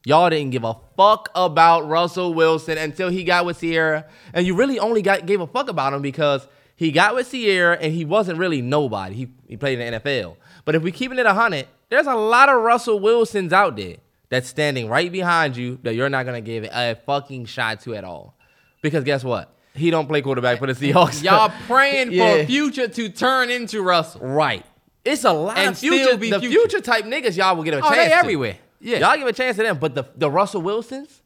S1: Y'all didn't give a fuck about Russell Wilson until he got with Sierra. And you really only got gave a fuck about him because he got with Sierra and he wasn't really nobody. He, he played in the NFL. But if we keeping it 100, there's a lot of Russell Wilsons out there that's standing right behind you that you're not going to give a fucking shot to at all. Because guess what? He don't play quarterback for the <laughs> Seahawks.
S5: Y'all praying
S1: Yeah.
S5: for future to turn into Russell.
S1: Right. It's a lot
S5: And
S1: of future,
S5: still be
S1: the
S5: future.
S1: future. type niggas y'all will get a
S5: Oh,
S1: chance.
S5: they
S1: to.
S5: everywhere. Yeah.
S1: Y'all give a chance to them. But the, the Russell Wilsons,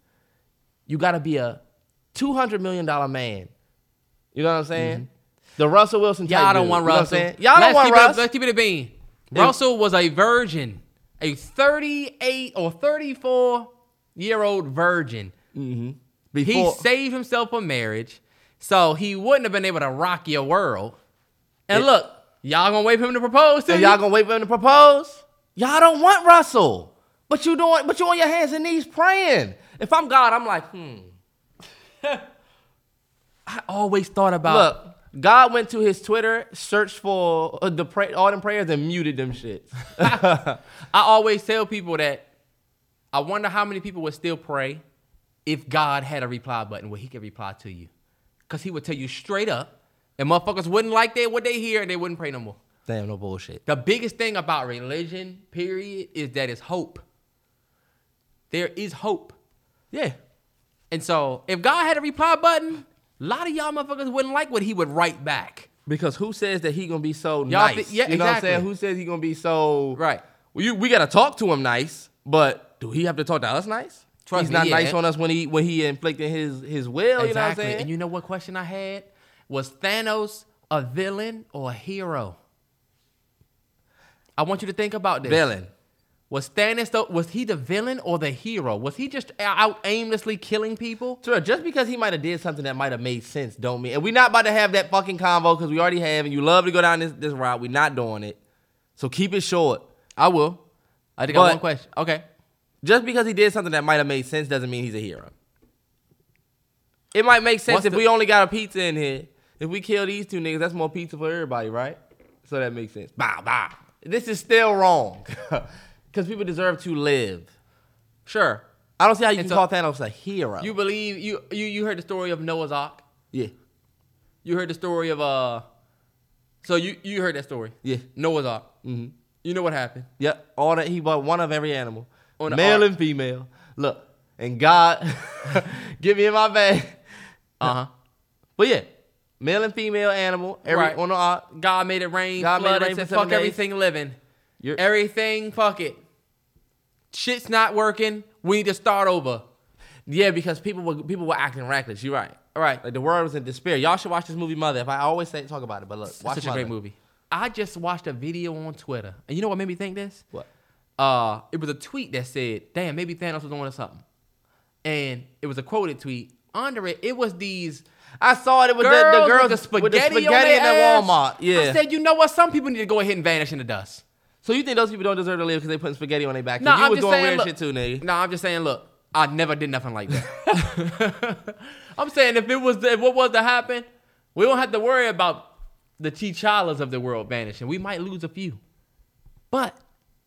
S1: you gotta be a two hundred million dollar man. You know what I'm saying? The Russell Wilson type.
S5: Mm-hmm. Y'all don't
S1: dude.
S5: want
S1: You know what I'm
S5: Russell.
S1: saying? Y'all
S5: Let's
S1: don't want
S5: keep it-
S1: Russ.
S5: let's keep it a bean. Russell was a virgin, a 38 or 34 year old virgin. He
S1: Before-
S5: saved himself a marriage, so he wouldn't have been able to rock your world. And
S1: It-
S5: look, y'all gonna wait for him to propose to
S1: and
S5: you?
S1: y'all gonna wait for him to propose? Y'all don't want Russell. But you doing but you on your hands and knees praying. If I'm God, I'm like, hmm.
S5: I always thought about.
S1: Look, God went to his Twitter, searched for uh, the pray- all them prayers, and muted them
S5: <laughs>
S1: shit.
S5: I always tell people that. I wonder how many people would still pray if God had a reply button where He could reply to you, because He would tell you straight up, and motherfuckers wouldn't like that what they hear, and they wouldn't pray no more.
S1: Damn, no bullshit.
S5: The biggest thing about religion, period, is that it's hope. There is hope.
S1: Yeah.
S5: And so, if God had a reply button, a lot of y'all motherfuckers wouldn't like what he would write back.
S1: Because who says that he gonna be so
S5: Y'all
S1: nice?
S5: thi- yeah,
S1: you know what I'm saying?
S5: exactly.
S1: Who says he gonna be so
S5: Right.
S1: Well, you, we gotta talk to him nice, but do he have to talk to us nice?
S5: Trust
S1: He's
S5: me,
S1: not
S5: yeah.
S1: nice on us when he when he inflicted his his will. Oh, You know what I'm saying?
S5: And you know what question I had? Was Thanos a villain or a hero? I want you to think about this.
S1: villain.
S5: Was Stannis though? Was he the villain or the hero? Was he just out aimlessly killing people?
S1: Terrell, just because he might have did something that might have made sense, don't mean. And we're not about to have that fucking convo because we already have, and you love to go down this this route. We're not doing it. So keep it short.
S5: I will. I think I
S1: But-
S5: have one question. Okay.
S1: Just because he did something that might have made sense doesn't mean he's a hero. It might make sense
S5: What's
S1: if
S5: the-
S1: we only got a pizza in here. If we kill these two niggas, that's more pizza for everybody, right? So that makes sense. Bah bah. This is still wrong <laughs> because people deserve to live.
S5: Sure.
S1: I don't see how you
S5: And
S1: can call
S5: so-
S1: Thanos a hero.
S5: You believe you you you heard the story of Noah's Ark?
S1: yeah,
S5: You heard the story of uh. So you you heard that story?
S1: Yeah.
S5: Noah's Ark. Mm-hmm. You know what happened?
S1: yep. All that he bought one of every animal,
S5: On the
S1: male
S5: ark.
S1: and female. Look, and God, <laughs> give me in my bag.
S5: Uh huh.
S1: But yeah, male and female animal. Every
S5: Right.
S1: on the ark.
S5: God made it rain,
S1: God
S5: God
S1: made it
S5: flood,
S1: rain
S5: and said,
S1: for seven
S5: fuck
S1: days.
S5: everything living.
S1: You're-
S5: everything, fuck it. Shit's not working. We need to start over.
S1: Yeah, because people were people were acting reckless. You're right.
S5: All right.
S1: Like the world was in despair. Y'all should watch this movie, Mother. If I always say talk about it, but look, watch
S5: such a great
S1: Mother.
S5: movie. I just watched a video on Twitter. And you know what made me think this?
S1: What?
S5: Uh, it was a tweet that said, damn, maybe Thanos was on to something. And it was a quoted tweet. Under it, it was these
S1: I saw it with the, the
S5: girls
S1: girl
S5: with the spaghetti, on
S1: in
S5: their
S1: that
S5: ass.
S1: Walmart. Yeah.
S5: I said, you know what? Some people need to go ahead and vanish in the dust.
S1: so you think those people don't deserve to live because they putting spaghetti on their back?
S5: No,
S1: you
S5: I'm
S1: was
S5: just
S1: doing
S5: saying,
S1: weird
S5: look,
S1: shit too, nigga.
S5: No, I'm just saying, look, I never did nothing like that. <laughs> I'm saying if it was if what was to happen, we don't have to worry about the T'Challas of the world vanishing. We might lose a few, but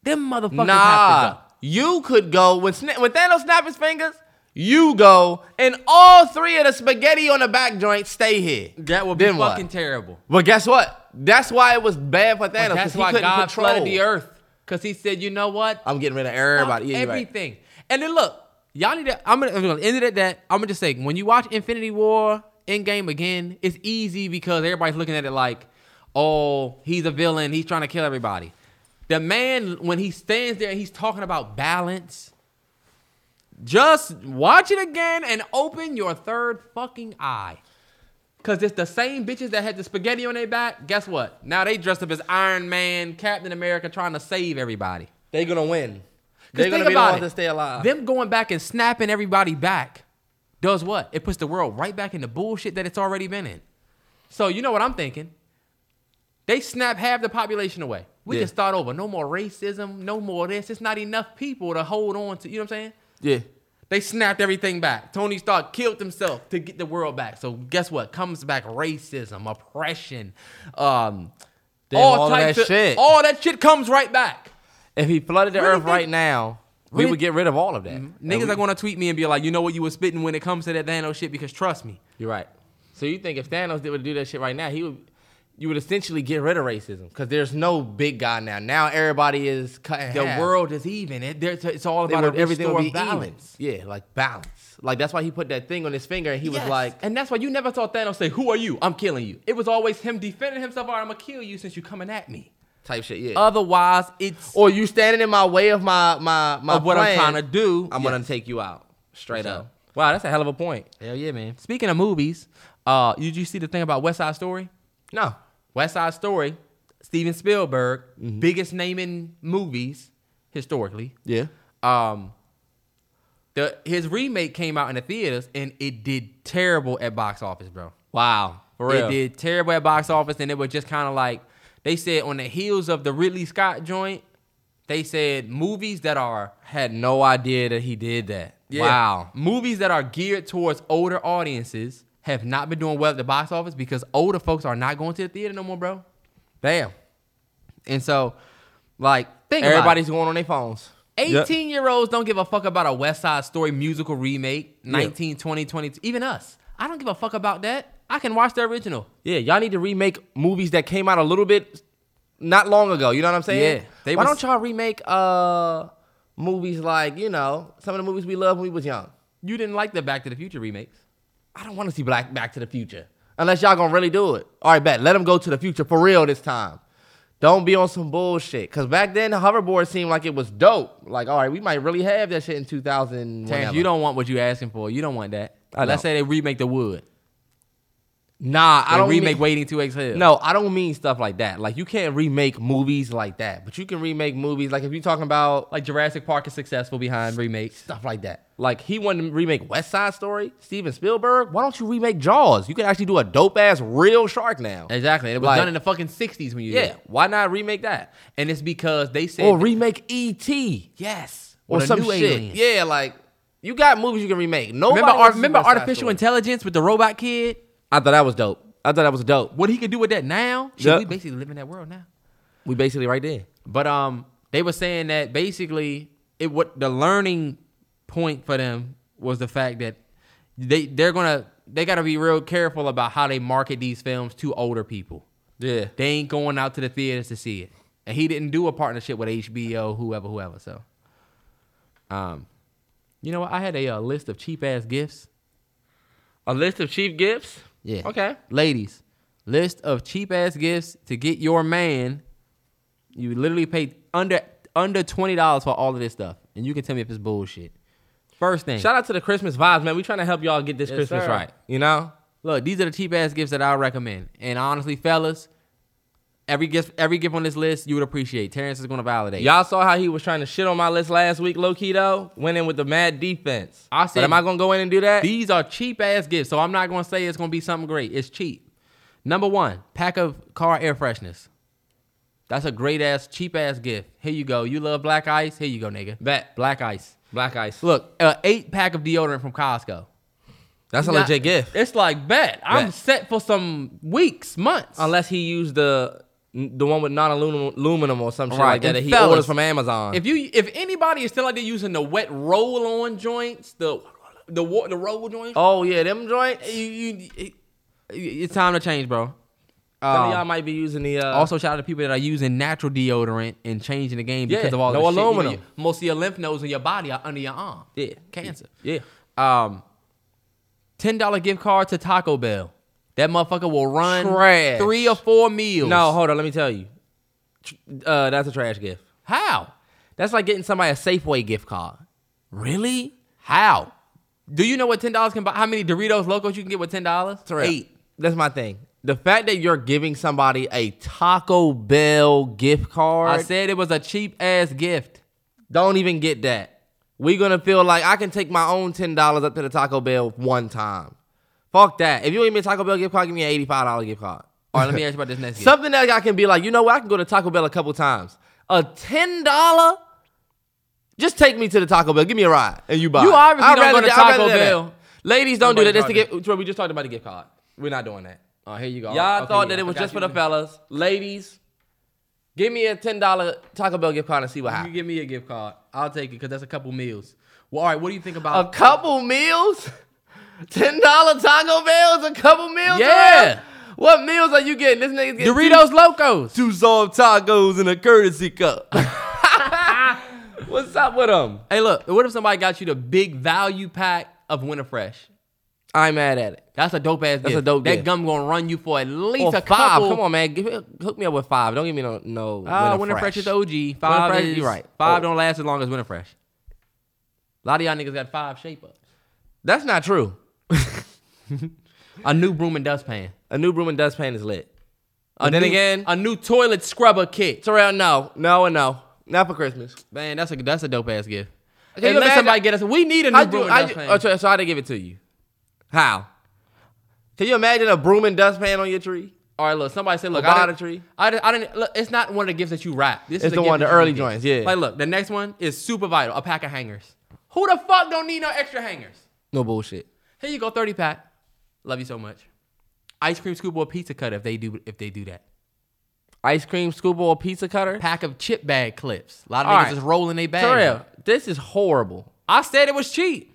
S5: them motherfuckers have
S1: Nah,
S5: to go.
S1: you could go when Sna- when Thanos snap his fingers. You go, and all three of the spaghetti on the back joint stay here.
S5: That would be
S1: Then what?
S5: fucking terrible.
S1: But guess what? That's why it was bad for Thanos. 'cause
S5: That's
S1: he
S5: why
S1: couldn't
S5: God
S1: control.
S5: flooded the earth because He said, you know what?
S1: I'm getting rid of
S5: Fuck
S1: everybody. Yeah, you're right.
S5: everything. And then look, y'all need to. I'm gonna, I'm gonna end it at that. I'm gonna just say when you watch Infinity War Endgame again, it's easy because everybody's looking at it like, oh, he's a villain. He's trying to kill everybody. The man when he stands there and he's talking about balance. Just watch it again and open your third fucking eye. Cause it's the same bitches that had the spaghetti on their back. Guess what? Now they dressed up as Iron Man, Captain America, trying to save everybody.
S1: They're gonna win.
S5: Because
S1: They're gonna
S5: think
S1: be the
S5: about
S1: ones
S5: it.
S1: that stay alive.
S5: Them going back and snapping everybody back does what? It puts the world right back in the bullshit that it's already been in. So you know what I'm thinking? They snap half the population away. We
S1: Yeah.
S5: can start over. No more racism. No more this. It's not enough people to hold on to. You know what I'm saying?
S1: yeah.
S5: They snapped everything back. Tony Stark killed himself to get the world back. So guess what? Comes back racism, oppression, um,
S1: Damn, all of that
S5: of
S1: shit.
S5: All that shit comes right back.
S1: If he flooded the
S5: Really
S1: earth
S5: think-
S1: right now, we
S5: really-
S1: would get rid of all of that. And
S5: Niggas
S1: we-
S5: are gonna tweet me and be like, you know what you were spitting when it comes to that Thanos shit because trust me.
S1: You're right. So you think if Thanos did would do that shit right now, he would you would essentially get rid of racism because there's no big guy now. Now everybody is cut in
S5: The
S1: half.
S5: world is even. It, there's- it's all
S1: They
S5: about
S1: would-
S5: a
S1: everything
S5: everything
S1: would be balance.
S5: balance.
S1: Yeah, like balance. Like that's why he put that thing on his finger and he was
S5: Yes.
S1: like,
S5: and that's why you never saw Thanos say, "Who are you? I'm killing you." It was always him defending himself. All right, I'm gonna kill you since you're coming at me.
S1: type shit. Yeah.
S5: Otherwise, it's
S1: or you standing in my way of my my my
S5: of what I'm
S1: plan,
S5: trying to do.
S1: I'm
S5: Yes.
S1: gonna take you out straight
S5: So-
S1: up.
S5: Wow, that's a hell of a point.
S1: Hell yeah, man.
S5: Speaking of movies, uh, did you see the thing about West Side Story?
S1: No,
S5: West Side Story, Steven Spielberg, biggest name in movies historically.
S1: yeah.
S5: Um, the his remake came out in the theaters and it did terrible at box office, bro.
S1: Wow, for real.
S5: It did terrible at box office, and it was just kind of like they said on the heels of the Ridley Scott joint. They said movies that are
S1: Had no idea that he did that.
S5: Wow. Movies that are geared towards older audiences have not been doing well at the box office because older folks are not going to the theater no more, bro.
S1: Damn.
S5: And so, like, think
S1: Everybody's
S5: everybody's
S1: going on their phones.
S5: 18 year olds don't give a fuck about a West Side Story musical remake, 19, 20, 20, even us. I don't give a fuck about that. I can watch the original.
S1: Yeah, y'all need to remake movies that came out a little bit not long ago. You know what I'm saying?
S5: Yeah, they
S1: Why
S5: was-
S1: don't y'all remake uh movies like, you know, some of the movies we loved when we was young?
S5: You didn't like the Back to the Future remakes.
S1: I don't want to see Black Back to the Future. Unless y'all gonna really do it. All right, bet. Let them go to the future for real this time. Don't be on some bullshit. Cause back then the hoverboard seemed like it was dope. Like, all right, we might really have that shit in 2000.
S5: Terrence,
S1: whenever.
S5: you don't want what you asking for. You don't want that.
S1: I
S5: Let's
S1: don't.
S5: say they remake The Wood.
S1: Nah, I
S5: I
S1: don't
S5: don't remake
S1: mean-
S5: Waiting to Exhale.
S1: No, I don't mean stuff like that. Like you can't remake movies like that, but you can remake movies like if you're talking about like
S5: like Jurassic Park is successful behind remakes.
S1: stuff like that. Like he wanted to remake West Side Story, Steven Spielberg. Why don't you remake Jaws? You can actually do a dope ass real shark now.
S5: Exactly. It was
S1: Like-
S5: done in the fucking '60s when you did
S1: Yeah,
S5: it.
S1: why not remake that
S5: and it's because they said
S1: or remake E.T.
S5: yes
S1: or
S5: with a
S1: some
S5: new
S1: shit?
S5: alien.
S1: Yeah, like you got movies you can remake. Nobody
S5: Remember,
S1: wants
S5: ar-
S1: to see
S5: remember
S1: West Side
S5: artificial
S1: Story.
S5: intelligence with the robot kid?
S1: I thought that was dope. I thought that was dope.
S5: What he could do with that now? Shit,
S1: Yeah.
S5: We basically live in that world now.
S1: We basically right there.
S5: But um, they were saying that basically it what the learning point for them was the fact that they they're gonna they gotta be real careful about how they market these films to older people.
S1: Yeah.
S5: They ain't going out to the theaters to see it. And he didn't do a partnership with HBO, whoever, whoever. So, um, you know what? I had a, uh list of cheap ass gifts.
S1: A list of cheap gifts.
S5: Yeah.
S1: Okay.
S5: Ladies, list of cheap ass gifts to get your man. You literally pay under under twenty dollars for all of this stuff, and you can tell me if it's bullshit. First thing,
S1: Shout out to the Christmas vibes, man. We trying to help y'all get this
S5: Yes,
S1: Christmas
S5: sir.
S1: right. You know?
S5: look, these are the cheap ass gifts that I recommend. And honestly, fellas, every gift every gift on this list you would appreciate. Terrence is gonna validate.
S1: Y'all saw how he was trying to shit on my list last week, low key though. Went in with the mad defense.
S5: I
S1: But
S5: said-
S1: am I gonna go in and do that?
S5: These are cheap ass gifts, so I'm not gonna say it's gonna be something great. It's cheap. Number one, pack of car air fresheners. That's a great ass, cheap ass gift. Here you go. You love black ice? Here you go, nigga.
S1: Bet.
S5: Black ice.
S1: Black ice. Look,
S5: Look, uh, eight pack of deodorant from Costco.
S1: that's a
S5: Not-
S1: legit gift.
S5: It's like bet. I'm
S1: Bet.
S5: set for some weeks, months.
S1: Unless he used the the one with non aluminum or some shit
S5: Right,
S1: like that
S5: and
S1: that he
S5: fellas,
S1: orders from Amazon.
S5: if you if anybody is still out there using the wet roll on joints, the the wa- the roll joints,
S1: oh yeah, them joints.
S5: you, you, it- it's time to change, bro.
S1: Some
S5: Um,
S1: of y'all might be using the uh,
S5: Also, shout out to people that are using natural deodorant and changing the game because
S1: Yeah,
S5: of all
S1: no
S5: the shit, you know,
S1: aluminum.
S5: your- most of your lymph nodes in your body are under your arm.
S1: Yeah.
S5: cancer.
S1: Yeah.
S5: Um, ten dollar gift card to Taco Bell. That motherfucker will run
S1: Trash.
S5: three or four meals.
S1: No, hold on, let me tell you. Tr- Uh, that's a trash gift.
S5: how?
S1: That's like getting somebody a Safeway gift card.
S5: Really? How? Do you know what ten dollars can buy? How many Doritos Locos you can get with ten dollars? Eight.
S1: That's my thing. The fact that you're giving somebody a Taco Bell gift card,
S5: I said it was a cheap
S1: <laughs>
S5: ass gift.
S1: don't even get that. We're gonna feel like I can take my own ten dollars up to the Taco Bell one time. Fuck that. If you give me a Taco Bell gift card, give me an eighty-five dollar gift card.
S5: All right, let me ask you about this next. gift.
S1: Something that I can be like, you know what? I can go to Taco Bell a couple times. A ten dollar. Just take me to the Taco Bell. Give me a ride, and you buy.
S5: You
S1: it.
S5: obviously
S1: I'd
S5: don't
S1: rather
S5: go to
S1: that- I'd rather
S5: Taco
S1: that.
S5: Bell.
S1: Ladies, don't do that.
S5: Nobody
S1: That's
S5: tried
S1: the gift. We just talked about the gift card. We're not doing that.
S5: Oh, here you go.
S1: Y'all
S5: Okay,
S1: thought
S5: yeah,
S1: that it was
S5: I got
S1: just
S5: you.
S1: for the fellas. Ladies, give me a ten dollar Taco Bell gift card and see what
S5: You
S1: happens.
S5: give me a gift card. I'll take it because that's a couple meals. Well, all right. What do you think
S1: A
S5: about?
S1: couple meals, <laughs> ten dollar Taco Bells, a couple meals.
S5: Yeah.
S1: Terrell? What meals are you getting? This nigga's getting
S5: Doritos Locos.
S1: two, two soft tacos and a courtesy
S5: <laughs>
S1: cup. <laughs> What's up with them?
S5: Hey, look. What if somebody got you the big value pack of Winterfresh?
S1: I'm mad at it.
S5: That's a dope ass.
S1: That's
S5: gift.
S1: a dope
S5: That
S1: gift.
S5: gum gonna run you for at least
S1: Or
S5: a
S1: five.
S5: couple.
S1: Come on, man. Give, hook me up with five. Don't give me no no.
S5: Ah,
S1: Winter Fresh.
S5: is OG. Five
S1: Fresh,
S5: is,
S1: you're right.
S5: Five
S1: Oh.
S5: don't last as long as Winter Fresh. A lot of y'all niggas got five shape ups.
S1: That's not true.
S5: A new broom and dustpan.
S1: A new broom and dustpan is lit.
S5: A
S1: But then
S5: new-
S1: again,
S5: a new toilet scrubber kit.
S1: Terrell, no, no, and no, not for Christmas.
S5: Man, that's a that's a dope ass gift.
S1: you
S5: Unless
S1: imagine-
S5: somebody get us, we need a new
S1: I
S5: broom
S1: do.
S5: and
S1: I do
S5: dustpan.
S1: oh, so- so I didn't give it to you. How? Can you imagine a broom and dustpan on your tree?
S5: All right, look. Somebody said, look,
S1: Lobotomy
S5: I didn't,
S1: tree.
S5: I didn't, I didn't. Look, it's not one of the gifts that you wrap. This
S1: It's
S5: is a
S1: the
S5: gift
S1: one, the
S5: that you
S1: early
S5: get.
S1: joints, yeah.
S5: Like, look, the next one is super vital. A pack of hangers. Who the fuck don't need no extra hangers?
S1: No bullshit.
S5: Here you go, thirty pack. Love you so much. Ice cream scoop or pizza cutter if they do if they do that.
S1: Ice cream scuba or pizza cutter?
S5: Pack of chip bag clips. A lot of
S1: All
S5: niggas
S1: right.
S5: is rolling their bag.
S1: Terrell, this is horrible.
S5: I said it was cheap.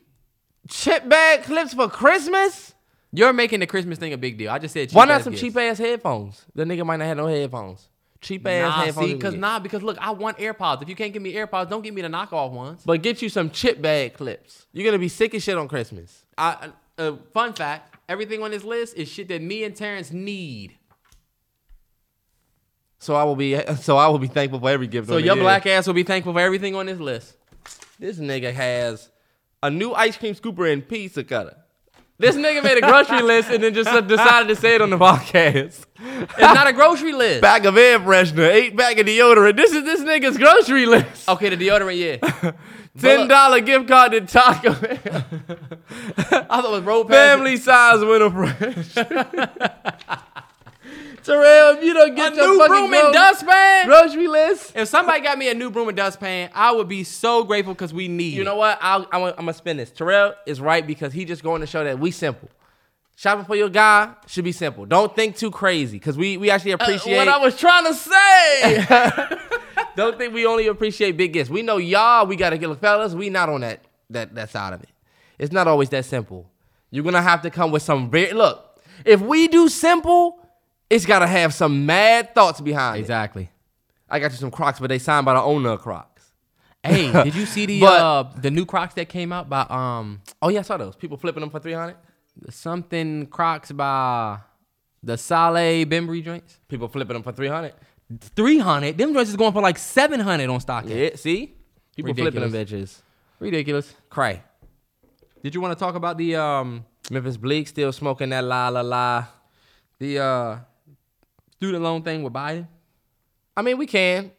S1: Chip bag clips for Christmas?
S5: You're making the Christmas thing a big deal. I just said cheap
S1: Why not
S5: ass
S1: some
S5: gifts.
S1: cheap ass headphones? The nigga might not have no headphones. Cheap ass
S5: Nah,
S1: headphones.
S5: see,
S1: you can
S5: because
S1: get.
S5: nah, because look, I want AirPods. If you can't give me AirPods, don't give me the knockoff ones.
S1: But get you some chip bag clips. You're gonna be sick as shit on Christmas.
S5: I, uh, fun fact: everything on this list is shit that me and Terrence need.
S1: So I will be. <laughs> So I will be thankful for every gift.
S5: So your black ass will be thankful for everything on this list.
S1: This nigga has a new ice cream scooper and pizza cutter. This nigga made a
S5: <laughs>
S1: grocery list and then just decided to say it on the podcast.
S5: It's not a grocery list.
S1: Pack of air freshener, eight pack of deodorant. This is this nigga's grocery list.
S5: Okay, the deodorant, yeah.
S1: Ten dollar <laughs> gift card to Taco Bell.
S5: I thought it was road
S1: Family
S5: Family.
S1: size winter
S5: <laughs>
S1: fresh. Terrell, if you don't
S5: A
S1: get your
S5: new
S1: fucking
S5: broom and
S1: gro-
S5: dustpan.
S1: grocery list.
S5: If somebody got me a new broom and dustpan, I would be so grateful because we need.
S1: You
S5: it.
S1: know what? I'll, I'm, gonna- I'm gonna spin this. Terrell is right because he just going to show that we simple. Shopping for your guy should be simple. Don't think too crazy because we we actually appreciate.
S5: Uh, what I was trying to say.
S1: <laughs>
S5: <laughs>
S1: Don't think we only appreciate big gifts. We know y'all. We gotta get the fellas. We not on that that that side of it. It's not always that simple. You're gonna have to come with some very look. If we do simple, it's gotta have some mad thoughts behind it.
S5: exactly.
S1: I got you some Crocs, but they signed by the owner of Crocs. <laughs>
S5: Hey, did you see the
S1: But-
S5: uh, the new Crocs that came out by um
S1: Oh yeah, I saw those people flipping them for three hundred.
S5: something Crocs by the Saleh Bimbery joints?
S1: People flipping them for three hundred.
S5: Three hundred. Them joints is going for like seven hundred on stock.
S1: Yeah, see, people flipping them bitches.
S5: Ridiculous.
S1: Cray.
S5: Did you want to talk about the um
S1: Memphis Bleak still smoking that la la la.
S5: the uh student loan thing with Biden?
S1: I mean, we can.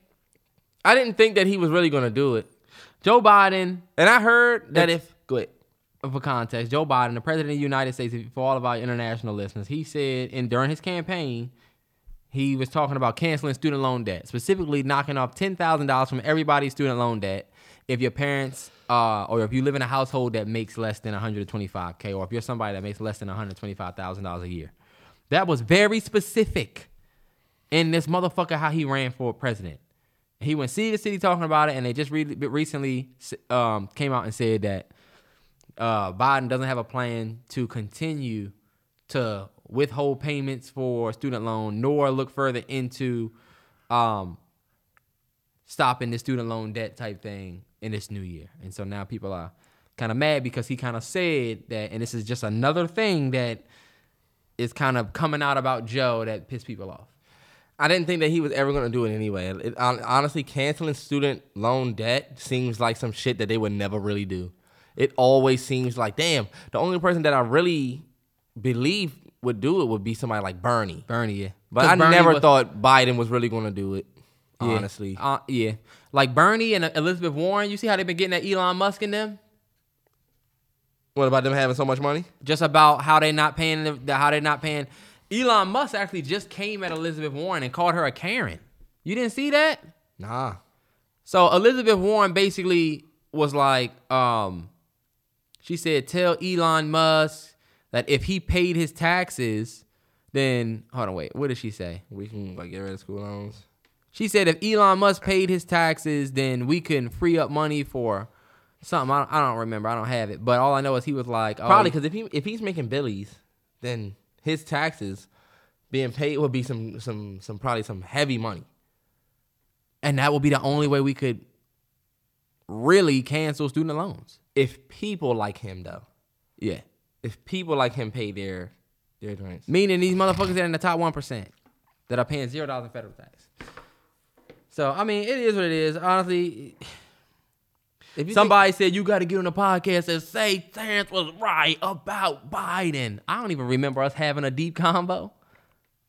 S1: I didn't think that he was really gonna do it,
S5: Joe Biden
S1: and I heard that
S5: It's-
S1: if go ahead.
S5: for context, Joe Biden, the president of the United States, for all of our international listeners, he said, and during his campaign, he was talking about canceling student loan debt, specifically knocking off ten thousand dollars from everybody's student loan debt if your parents uh, or if you live in a household that makes less than one hundred twenty-five k, or if you're somebody that makes less than one hundred twenty-five thousand dollars a year. That was very specific in this motherfucker how he ran for president. He went city to city talking about it, and they just re- recently um, came out and said that uh, Biden doesn't have a plan to continue to withhold payments for student loan, nor look further into um, stopping the student loan debt type thing in this new year. And so now people are kind of mad because he kind of said that, and this is just another thing that is kind of coming out about Joe that pissed people off.
S1: I didn't think that he was ever gonna do it anyway. It, hon- honestly, canceling student loan debt seems like some shit that they would never really do. It always seems like, damn, the only person that I really believe would do it would be somebody like Bernie.
S5: Bernie, yeah.
S1: But
S5: 'Cause
S1: I
S5: Bernie
S1: never
S5: was-
S1: thought Biden was really gonna do it.
S5: Yeah.
S1: Honestly,
S5: Uh, yeah. Like Bernie and uh, Elizabeth Warren, you see how they've been getting at Elon Musk and them?
S1: what about them having so much money?
S5: just about how they not paying the, the- how they not paying. Elon Musk actually just came at Elizabeth Warren and called her a Karen. You didn't see that?
S1: Nah.
S5: So Elizabeth Warren basically was like, um, she said, tell Elon Musk that if he paid his taxes, then hold on, wait, what did she say?
S1: We can like get rid of school loans.
S5: She said if Elon Musk paid his taxes, then we can free up money for something. I don't, I don't remember. I don't have it. But all I know is he was like, oh,
S1: Probably because if he if he's making billies, then his taxes being paid would be some some some probably some heavy money.
S5: and that would be the only way we could really cancel student loans.
S1: If people like him though,
S5: Yeah,
S1: if people like him pay their their grants,
S5: meaning these motherfuckers that are in the top one percent that are paying zero dollars in federal tax. So I mean, it is what it is. Honestly,
S1: if you
S5: somebody said you got to get on the podcast and say Terrence was right about Biden. I don't even remember us having a deep combo,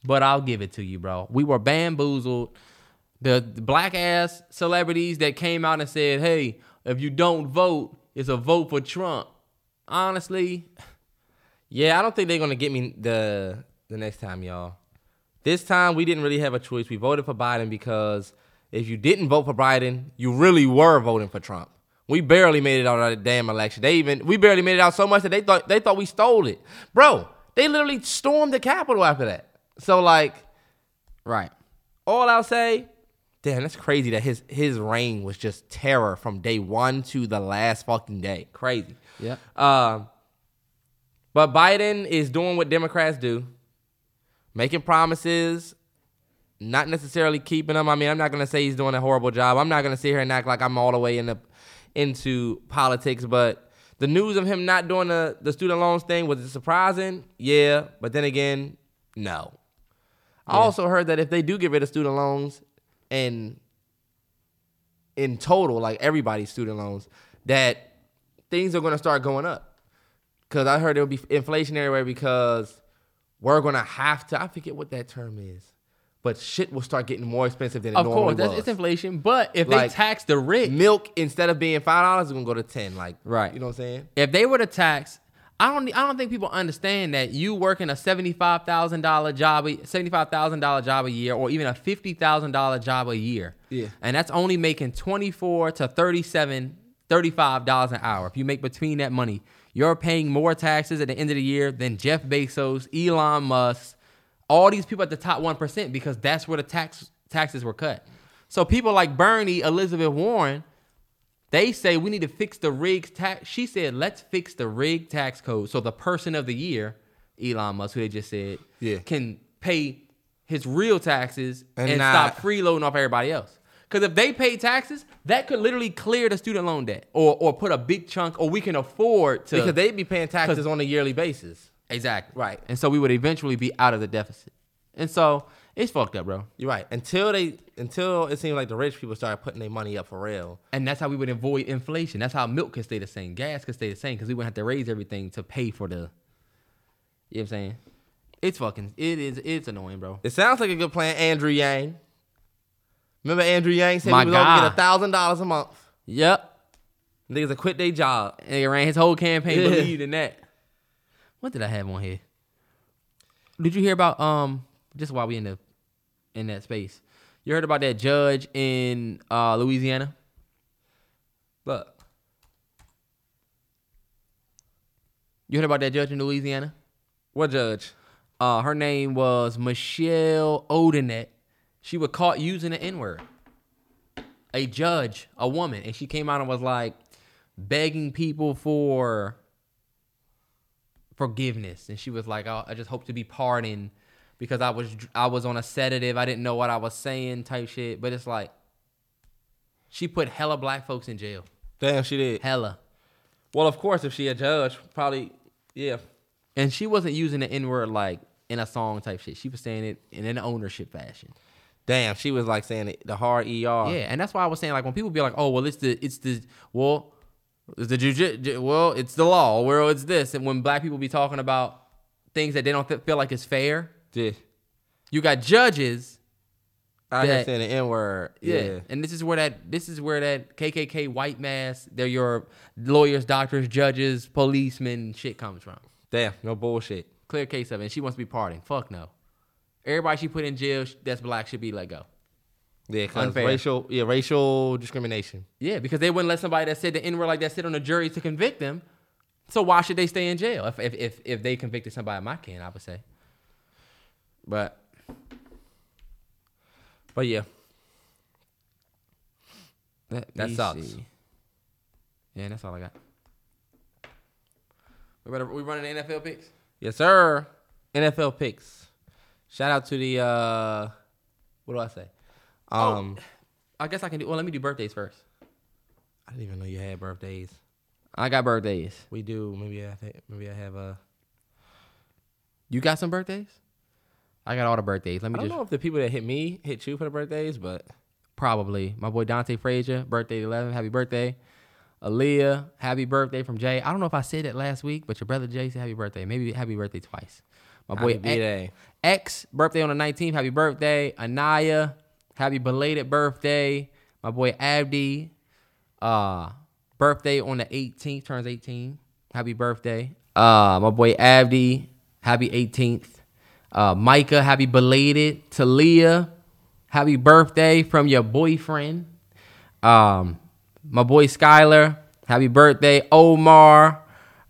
S5: but I'll give it to you, bro. We were bamboozled. The, the black ass celebrities that came out and said, "Hey, if you don't vote, it's a vote for Trump." Honestly,
S1: think, yeah, I don't think they're gonna get me the the next time, y'all. This time we didn't really have a choice. We voted for Biden because if you didn't vote for Biden, you really were voting for Trump. We barely made it out of the damn election. They even we barely made it out so much that they thought they thought we stole it, bro. They literally stormed the Capitol after that. So like,
S5: right?
S1: all I'll say, damn, that's crazy that his his reign was just terror from day one to the last fucking day. Crazy.
S5: Yeah.
S1: Um, but Biden is doing what Democrats do, making promises, not necessarily keeping them. I mean, I'm not gonna say he's doing a horrible job. I'm not gonna sit here and act like I'm all the way in the, into politics. But the news of him not doing the the student loans thing was it surprising? Yeah, but then again, no. I also heard that if they do get rid of student loans, and in total, like everybody's student loans, that things are going to start going up. Because I heard it would be inflation everywhere because we're gonna have to. I forget what that term is, but shit will start getting more expensive than it
S5: Of
S1: normally
S5: course, that's,
S1: was.
S5: it's inflation. But if
S1: Like-
S5: they tax the rich,
S1: Milk instead of being five dollars is gonna go to ten. Like
S5: Right.
S1: you know what I'm saying?
S5: if they were to tax, I don't I don't think people understand that you working a seventy five thousand dollar job seventy five thousand dollar job a year or even a fifty thousand dollar job a year.
S1: Yeah.
S5: And that's only making twenty four to 37 35 dollars an hour. If you make between that money, you're paying more taxes at the end of the year than Jeff Bezos, Elon Musk, all these people at the top one percent because that's where the tax taxes were cut. So people like Bernie, Elizabeth Warren, they say we need to fix the rig tax. She said, let's fix the rig tax code so the person of the year, Elon Musk, who they just said,
S1: Yeah.
S5: can pay his real taxes
S1: And
S5: and,
S1: not-
S5: stop freeloading off everybody else. Because if they pay taxes, that could literally clear the student loan debt or or put a big chunk, or we can afford to
S1: Because they'd be paying taxes on a yearly basis.
S5: exactly
S1: Right.
S5: and so we would eventually be out of the deficit. And so it's fucked up, bro.
S1: You're right. Until they until it seems like the rich people started putting their money up for real.
S5: And that's how we would avoid inflation. That's how milk could stay the same, gas could stay the same, because we wouldn't have to raise everything to pay for the. You know what I'm saying? It's fucking. It is. It's annoying, bro.
S1: It sounds like a good plan, Andrew Yang. Remember Andrew Yang said
S5: My
S1: he was gonna
S5: guy.
S1: get thousand dollars a month.
S5: Yep.
S1: Niggas that quit their job.
S5: And it ran his whole campaign
S1: Yeah.
S5: believed in that. What did I have on here? Did you hear about um? Just while we in the in that space, you heard about that judge in uh, Louisiana?
S1: Look.
S5: You heard about that judge in Louisiana?
S1: What judge?
S5: Uh, her name was Michelle Odinet. She was caught using the N word. A judge, a woman, and she came out and was like begging people for forgiveness, and she was like, "Oh, "I, I just hope to be pardoned because I was dr- I was on a sedative, I didn't know what I was saying, type shit." But it's like she put hella black folks in jail,
S1: Damn, she did.
S5: hella,
S1: Well, of course, if she a judge, probably yeah.
S5: and she wasn't using the N word like in a song type shit. She was saying it in an ownership fashion.
S1: Damn, she was like saying it, the hard ER.
S5: Yeah, and that's why I was saying like when people be like, "Oh, well, it's the it's the well, it's the juji- ju- well, it's the law, well, it's this," and when black people be talking about things that they don't th- feel like is fair,
S1: Yeah.
S5: you got judges.
S1: I hear
S5: That-
S1: saying the N word. Yeah.
S5: Yeah. and this is where that this is where that KKK white mass, they're your lawyers, doctors, judges, policemen, shit comes from.
S1: Damn, no bullshit.
S5: Clear case of it. And she wants to be pardoned. Fuck no. Everybody she put in jail sh- that's black should be let go.
S1: Yeah, 'cause
S5: Unfair.
S1: racial, yeah, racial discrimination.
S5: Yeah, because they wouldn't let somebody that said the N word like that sit on a jury to convict them. So why should they stay in jail if if if, if they convicted somebody of my kin, I would say. But
S1: But yeah,
S5: that
S1: me
S5: sucks.
S1: see.
S5: Yeah, that's all I got. We better we running the NFL picks.
S1: yes sir. NFL picks. Shout out to the uh, what do I say? Um,
S5: I guess I can do. Well, let me do birthdays first.
S1: I didn't even know you had birthdays.
S5: I got birthdays.
S1: We do. Maybe I think maybe I have a.
S5: You got some birthdays? I got all the birthdays.
S1: I
S5: Let me
S1: don't
S5: just
S1: know if the people that hit me hit you for the birthdays, but
S5: probably my boy Dante Frazier, birthday 11, happy birthday. Aaliyah, happy birthday from Jay. I don't know if I said it last week, but your brother Jay said happy birthday. Maybe happy birthday twice. My boy
S1: Happy birthday.
S5: X, birthday on the 19th, happy birthday. Anaya, happy belated birthday. My boy Abdi, uh, birthday on the 18th, turns 18. Happy birthday. Uh, my boy Abdi, happy 18th. Uh, Micah, happy belated. Talia, happy birthday from your boyfriend. Um, my boy Skylar, happy birthday. Omar,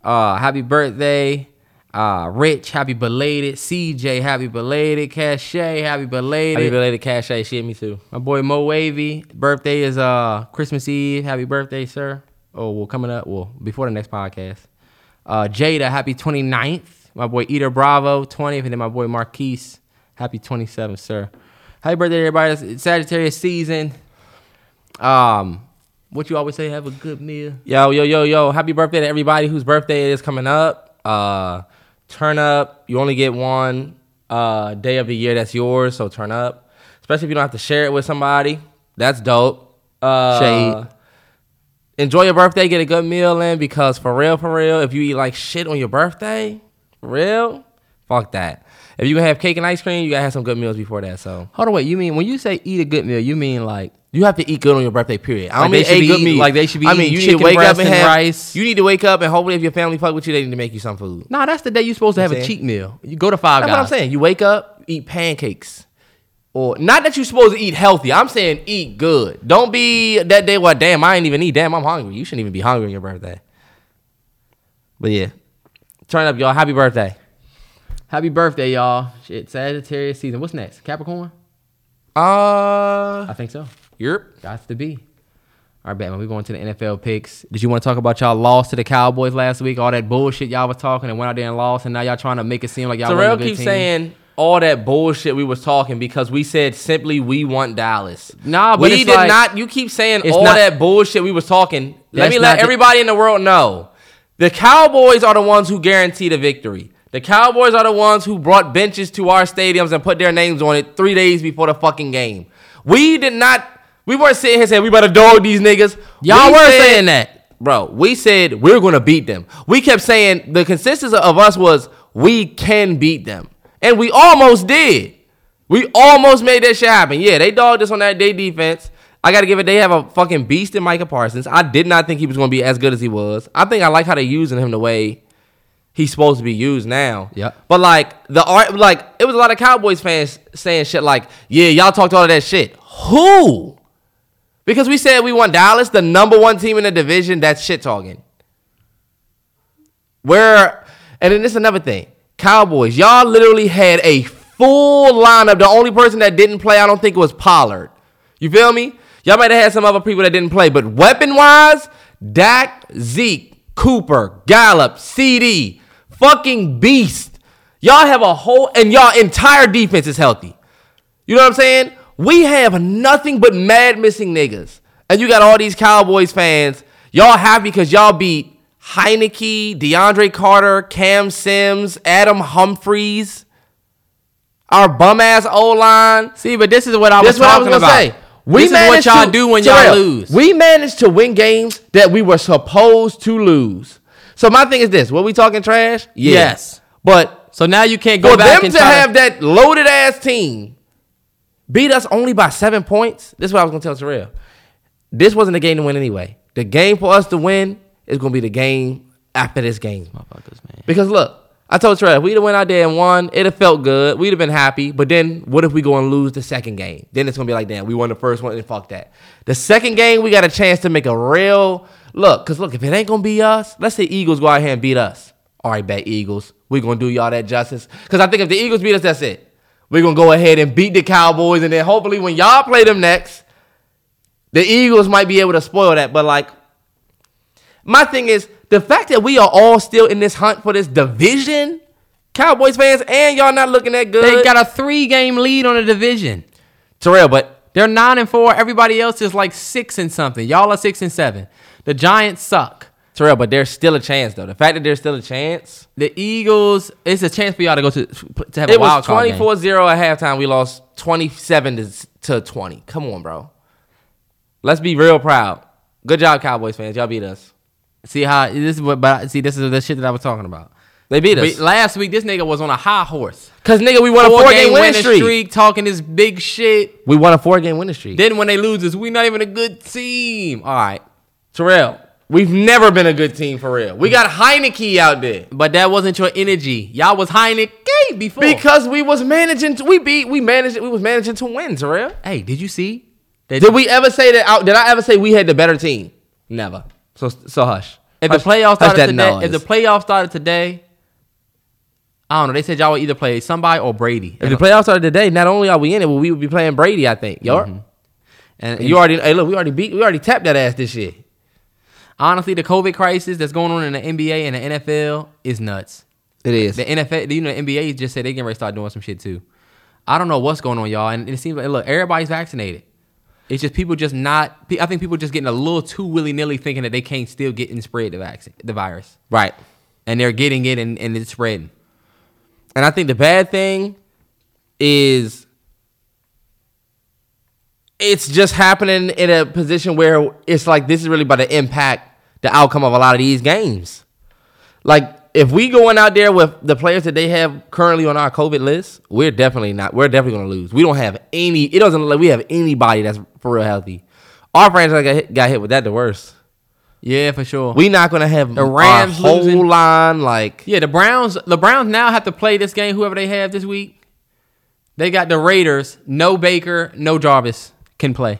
S5: uh, happy birthday. Uh, Rich, happy belated. CJ, happy belated. Cachet, happy belated.
S1: happy belated cachet. She hit me too.
S5: My boy Mo Wavy, birthday is uh Christmas Eve. Happy birthday, sir. Oh, well, coming up, well, before the next podcast. Uh, Jada, happy 29th. My boy Eater Bravo, 20th. And then my boy Marquise, happy 27th, sir. Happy birthday, to everybody. It's- It's Sagittarius season. Um, what you always say, have a good meal.
S1: Yo, yo, yo, yo. Happy birthday to everybody whose birthday is coming up. Uh turn up. You only get one uh day of the year that's yours, so turn up. Especially if you don't have to share it with somebody. That's dope. Uh
S5: Shade.
S1: enjoy your birthday, get a good meal in because for real, for real, if you eat like shit on your birthday, for real, fuck that. If you gonna have cake and ice cream, you gotta have some good meals before that. So
S5: Hold on, wait. You mean when you say eat a good meal, you mean like
S1: you have to eat good on your birthday period. I don't
S5: Like, they
S1: mean
S5: should
S1: a
S5: be
S1: good
S5: eating-
S1: meal.
S5: like, they should be
S1: I mean,
S5: eating
S1: you need to
S5: chicken
S1: wake up
S5: breast
S1: and
S5: and
S1: have
S5: rice.
S1: You need to wake up and hopefully if your family fuck with you, they need to make you some food.
S5: Nah, that's the day you're supposed to have a
S1: saying?
S5: cheat meal. You go to Five
S1: That's
S5: Guys.
S1: what I'm saying. You wake up, eat pancakes. Or not that you're supposed to eat healthy. I'm saying eat good. Don't be that day where damn I ain't even eat. Damn, I'm hungry. You shouldn't even be hungry on your birthday. But yeah. Turn up, y'all. Happy birthday.
S5: Happy birthday, y'all. Shit, Sagittarius season. What's next? Capricorn?
S1: Uh
S5: I think so.
S1: Europe.
S5: That's to be. All right, Batman, we're going to the NFL picks. Did you want to talk about y'all loss to the Cowboys last week? All that bullshit y'all was talking and went out there and lost, and now y'all trying to make it seem like y'all
S1: Terrell
S5: wasn't a good
S1: keeps
S5: team.
S1: saying all that bullshit we was talking because we said simply we want Dallas.
S5: Nah, but
S1: we
S5: it's
S1: did
S5: like-
S1: not. You keep saying
S5: it's
S1: all
S5: not-
S1: that bullshit we was talking. Let
S5: That's
S1: me let
S5: not the-
S1: everybody in the world know: the Cowboys are the ones who guarantee the victory. The Cowboys are the ones who brought benches to our stadiums and put their names on it three days before the fucking game. We did not. We weren't sitting here saying we better dog these niggas.
S5: Y'all
S1: We
S5: were
S1: said-
S5: saying that.
S1: bro. We said we're gonna beat them. We kept saying the consensus of us was we can beat them, and we almost did. We almost made that shit happen. Yeah, they dogged us on that day defense. I gotta give it. They have a fucking beast in Micah Parsons. I did not think he was gonna be as good as he was. I think I like how they're using him the way he's supposed to be used now.
S5: Yeah.
S1: But like the art, like it was a lot of Cowboys fans saying shit like, "Yeah, y'all talked all of that shit." Who? Because we said we want Dallas, the number one team in the division. That's shit talking. Where, and then this is another thing. Cowboys, y'all literally had a full lineup. The only person that didn't play, I don't think, was Pollard. You feel me? Y'all might have had some other people that didn't play, but weapon wise, Dak, Zeke, Cooper, Gallup, CD, fucking beast. Y'all have a whole, and y'all entire defense is healthy. You know what I'm saying? We have nothing but mad missing niggas. And you got all these Cowboys fans. Y'all happy because y'all beat Heineke, DeAndre Carter, Cam Sims, Adam Humphreys, our bum ass O line.
S5: See, but this is what I
S1: This
S5: was
S1: is what I was
S5: talking
S1: gonna
S5: about.
S1: say. We
S5: this is what
S1: managed
S5: y'all
S1: to-
S5: do when y'all
S1: Terrell,
S5: lose.
S1: We managed to win games that we were supposed to lose. So my thing is this: Were we talking trash? Yeah.
S5: Yes.
S1: but
S5: so now you can't go
S1: for
S5: back
S1: them
S5: and
S1: to
S5: try
S1: have that loaded ass team beat us only by seven points. This is what I was gonna tell Terrell. This wasn't a game to win anyway. The game for us to win is gonna be the game after this game.
S5: Motherfuckers, man.
S1: Because look, I told Trey, if we'd have went out there and won, it'd have felt good. We'd have been happy. But then what if we go and lose the second game? Then it's gonna be like, damn, we won the first one and fuck that. The second game, we got a chance to make a real look. Cause look, if it ain't gonna be us, let's say Eagles go out here and beat us. All right, bet Eagles. We're gonna do y'all that justice. Cause I think if the Eagles beat us, that's it. We're gonna go ahead and beat the Cowboys, and then hopefully when y'all play them next, the Eagles might be able to spoil that. But like, my thing is the fact that we are all still in this hunt for this division, Cowboys fans, and y'all not looking that good.
S5: They got a three-game lead on the division.
S1: Terrell, but
S5: They're nine and four. Everybody else is like six and something. Y'all are six and seven. The Giants suck.
S1: Terrell, but there's still a chance though. The fact that there's still a chance.
S5: The Eagles. It's a chance for y'all to go to to have a
S1: It
S5: wild
S1: was
S5: card game.
S1: 24 0 at halftime. We lost 27 to, to 20. Come on, bro. Let's be real proud. Good job, Cowboys fans. Y'all beat us.
S5: See how this is what, but see, this is the shit that I was talking about.
S1: They beat
S5: But
S1: us.
S5: last week, this nigga was on a high horse.
S1: Because, nigga, we won a
S5: Four,
S1: four
S5: game,
S1: game winning
S5: winning
S1: streak.
S5: talking this big shit.
S1: We won a four game winning streak.
S5: Then when they lose, is we not even a good team. All right,
S1: Terrell, we've never been a good team for real. We got Heineke out there.
S5: but that wasn't your energy. Y'all was Heineken before.
S1: Because we was managing, to, we beat, we managed, we was managing to win, Terrell.
S5: hey, did you see? That
S1: Did we ever say that? Out, did I ever say we had the better team? Never. So so hush.
S5: If
S1: Hush-
S5: the playoffs
S1: hush
S5: started today,
S1: noise.
S5: if the playoffs started today, I don't know. They said y'all would either play somebody or Brady.
S1: If the playoffs started today, not only are we in it, but we would be playing Brady. I think. Yo,
S5: and,
S1: you already. Hey, look, we already beat. We already tapped that ass this year.
S5: honestly, the COVID crisis that's going on in the NBA and the NFL is nuts.
S1: It is.
S5: The NFL, you know, the NBA just said they getting ready to start doing some shit too. I don't know what's going on, y'all. And it seems like look, everybody's vaccinated. It's just people just not. I think people just getting a little too willy nilly, thinking that they can't still get and spread the vaccine, the virus,
S1: right.
S5: and they're getting it and, and it's spreading.
S1: And I think the bad thing is it's just happening in a position where it's like this is really about to impact the outcome of a lot of these games. Like if we going out there with the players that they have currently on our COVID list, we're definitely not. We're definitely gonna lose. We don't have any. It doesn't look like we have anybody that's for real healthy. Our franchise got hit, got hit with that the worst.
S5: Yeah, for sure.
S1: We not gonna have the
S5: Rams
S1: whole
S5: losing.
S1: line like
S5: yeah, the Browns. The Browns now have to play this game. Whoever they have this week, they got the Raiders. No Baker, no Jarvis can play.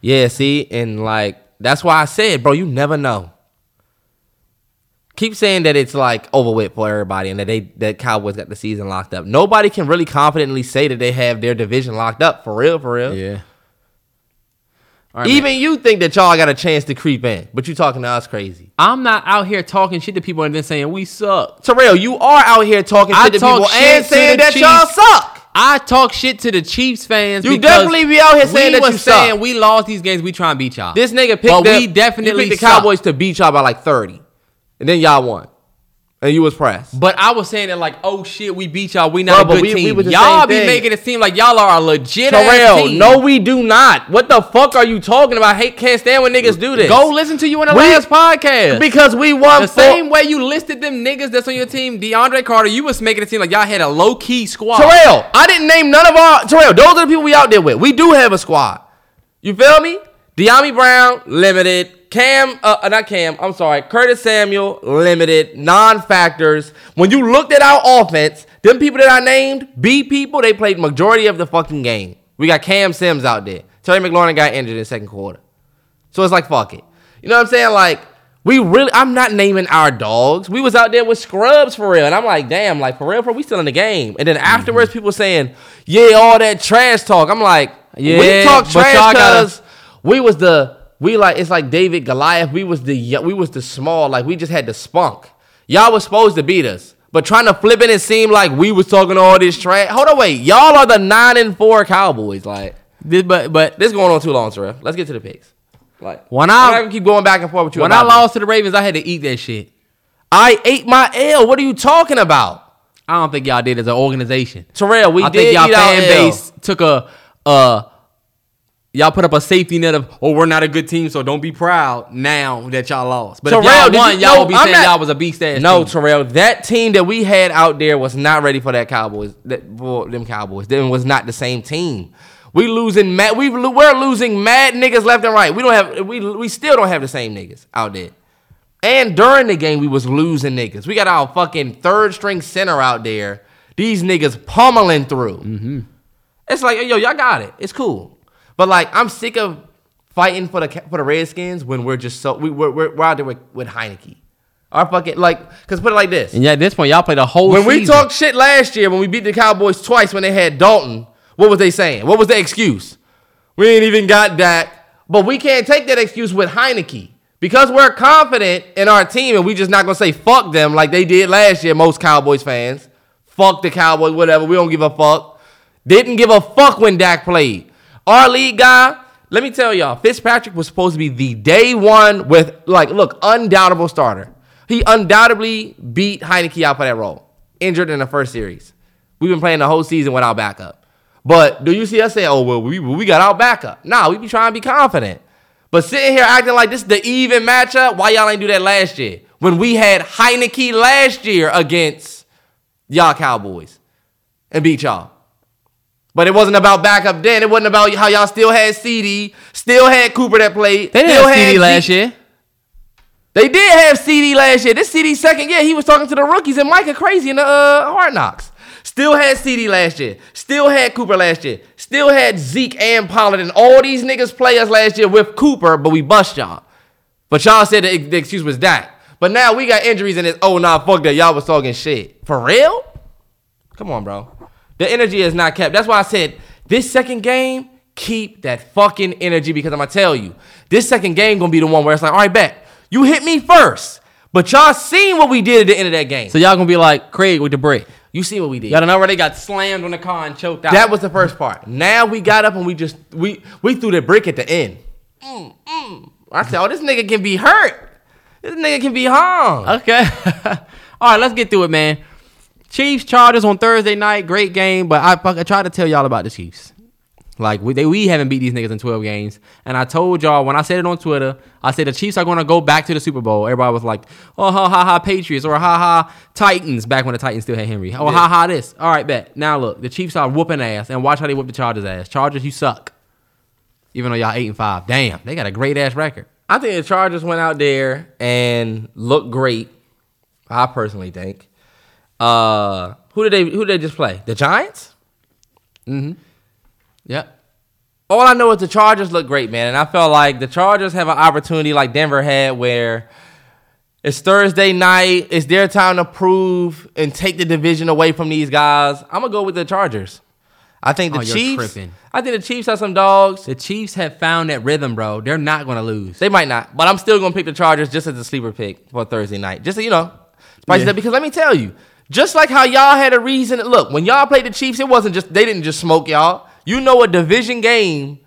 S1: yeah. See, and like that's why I said, bro, you never know. Keep saying that it's like over with for everybody, and that they that Cowboys got the season locked up. Nobody can really confidently say that they have their division locked up for real, for real.
S5: Yeah.
S1: Even you think that y'all got a chance to creep in, but you talking to us crazy. Uh,
S5: I'm not out here talking shit to people and then saying we suck.
S1: Terrell, you are out here talking
S5: I
S1: shit to
S5: talk
S1: people
S5: shit
S1: and
S5: to
S1: saying
S5: the
S1: that y'all
S5: Chiefs.
S1: suck.
S5: I talk shit to the Chiefs fans.
S1: You
S5: because
S1: definitely be out here saying
S5: we
S1: that
S5: was
S1: you
S5: saying
S1: suck.
S5: we lost these games. We try and beat y'all.
S1: This nigga picked
S5: But
S1: up-
S5: we definitely
S1: you picked the
S5: suck.
S1: Cowboys to beat y'all by like thirty, and then y'all won, and you was pressed.
S5: But I was saying that like, oh shit, we beat y'all. We not
S1: Bro, but
S5: a good
S1: we- we
S5: team.
S1: was the
S5: y'all
S1: same
S5: be
S1: thing.
S5: making it seem like y'all are a legit ass
S1: Terrell,
S5: team.
S1: no, we do not. What the fuck are you talking about? Hate can't stand when niggas do this.
S5: Go listen to you in the
S1: We-
S5: last podcast.
S1: because we won.
S5: the same way you listed them niggas that's on your team, DeAndre Carter, you was making it seem like y'all had a low key squad.
S1: Terrell, I didn't name none of our Terrell. Those are the people we out there with. We do have a squad. You feel me? Deami Brown, limited. Cam, uh, uh, not Cam. I'm sorry. Curtis Samuel, limited. Non-factors. When you looked at our offense, them people that I named, B people, they played majority of the fucking game. We got Cam Sims out there. Terry McLaurin got injured in the second quarter. So it's like fuck it. You know what I'm saying? Like we really, I'm not naming our dogs. We was out there with scrubs for real, and I'm like, damn, like for real, for we still in the game. And then afterwards,
S5: Mm-hmm.
S1: people saying, yeah, all that trash talk. I'm like, yeah, we
S5: Yeah,
S1: talk
S5: but
S1: trash
S5: y'all gotta-
S1: because we was the we like it's like David Goliath. We was the yo- we was the small, like we just had the spunk. Y'all was supposed to beat us. But trying to flip it and seem like we was talking all this trash. Hold on, wait. Y'all are the nine and four Cowboys. Like
S5: This- but but
S1: this going on too long, Terrell. Let's get to the picks. Like
S5: When
S1: I'm
S5: I-
S1: not gonna keep going back and forth with you.
S5: when I
S1: about
S5: lost to the Ravens, I had to eat that shit.
S1: this. I ate my L. What are you talking about,
S5: I don't think y'all did as an organization.
S1: Terrell? We
S5: I
S1: did
S5: think y'all
S1: eat our
S5: fan
S1: L.
S5: base took a uh y'all put up a safety net of oh we're not a good team so don't be proud now that y'all lost. But
S1: Terrell,
S5: if
S1: did
S5: y'all won,
S1: you-
S5: y'all
S1: no,
S5: would be
S1: I'm
S5: saying
S1: not-
S5: y'all was a beast ass.
S1: No,
S5: team.
S1: Terrell, that team that we had out there was not ready for that Cowboys. That for them Cowboys, them was not the same team. We losing mad. We lo- we're losing mad niggas left and right. We don't have. We we still don't have the same niggas out there. And during the game, we was losing niggas. We got our fucking third string center out there. These niggas pummeling through. It's like, yo, y'all got it. It's cool. But like, I'm sick of fighting for the Ca- for the Redskins when we're just so we we're, we're, we're out there with, with Heineke. Our fucking like, cause put it like this:
S5: and yeah, at this point y'all played a whole
S1: when we
S5: season.
S1: talked shit last year, when we beat the Cowboys twice, when they had Dalton, what was they saying? What was their excuse? We ain't even got Dak. But we can't take that excuse with Heineke because we're confident in our team, and we just not gonna say fuck them like they did last year. Most Cowboys fans, fuck the Cowboys, whatever. We don't give a fuck. Didn't give a fuck when Dak played. Our lead guy, let me tell y'all, Fitzpatrick was supposed to be the day one with like, look, undoubtable starter. He undoubtedly beat Heineke out for that role, injured in the first series. We've been playing the whole season without backup. But do you see us saying, oh, well, we, we got our backup? Nah, we be trying to be confident. But sitting here acting like this is the even matchup, why y'all ain't do that last year? When we had Heineke last year against y'all Cowboys and beat y'all. But it wasn't about backup then. It wasn't about how y'all still had CD, still had Cooper that played.
S5: they didn't
S1: still
S5: have CD
S1: Zeke.
S5: last year.
S1: They did have CD last year. This CD second year, he was talking to the rookies and Micah crazy in the uh, Hard Knocks. Still had CD last year. Still had Cooper last year. Still had Zeke and Pollard and all these niggas play us last year with Cooper, but we bust y'all. But y'all said the, the excuse was Dak. But now we got injuries and it's oh nah fuck that y'all was talking shit for real. Come on, bro. The energy is not kept. That's why I said this second game, keep that fucking energy because I'm gonna tell you, this second game gonna be the one where it's like, all right, bet you hit me first, but y'all seen what we did at the end of that game.
S5: So y'all gonna be like Craig with the brick.
S1: you seen what we did.
S5: Y'all don't know where they got slammed on the car and choked out.
S1: That was the first part. Now we got up and we just we we threw the brick at the end. I said, oh, this nigga can be hurt. This nigga can be harmed.
S5: Okay. <laughs> All right, let's get through it, man. Chiefs Chargers on Thursday night, great game, but I fuck, I tried to tell y'all about the Chiefs. Like we, they, we haven't beat these niggas in 12 games. And I told y'all when I said it on Twitter, I said the Chiefs are going to go back to the Super Bowl. Everybody was like, "Oh ha ha ha Patriots" or "Ha ha Titans" back when the Titans still had Henry. Oh ha ha this. All right, bet. Now look, the Chiefs are whooping ass, and watch how they whoop the Chargers ass. Chargers, you suck. Even though y'all eight and five, damn, they got a great ass record.
S1: I think the Chargers went out there and looked great. I personally think. Uh, who did they who did they just play? The Giants?
S5: Mm-hmm. Yep.
S1: All I know is the Chargers look great, man. And I felt like the Chargers have an opportunity like Denver had where it's Thursday night, it's their time to prove and take the division away from these guys. I'm gonna go with the Chargers. I think the
S5: Oh, you're
S1: Chiefs.
S5: tripping.
S1: I think the Chiefs have some dogs.
S5: The Chiefs have found that rhythm, bro. They're not going to lose.
S1: They might not, but I'm still gonna pick the Chargers just as a sleeper pick for Thursday night. Just so you know, spice it
S5: Yeah.
S1: up because let me tell you, just like how y'all had a reason. Look, when y'all played the Chiefs, it wasn't just they didn't just smoke y'all. You know, a division game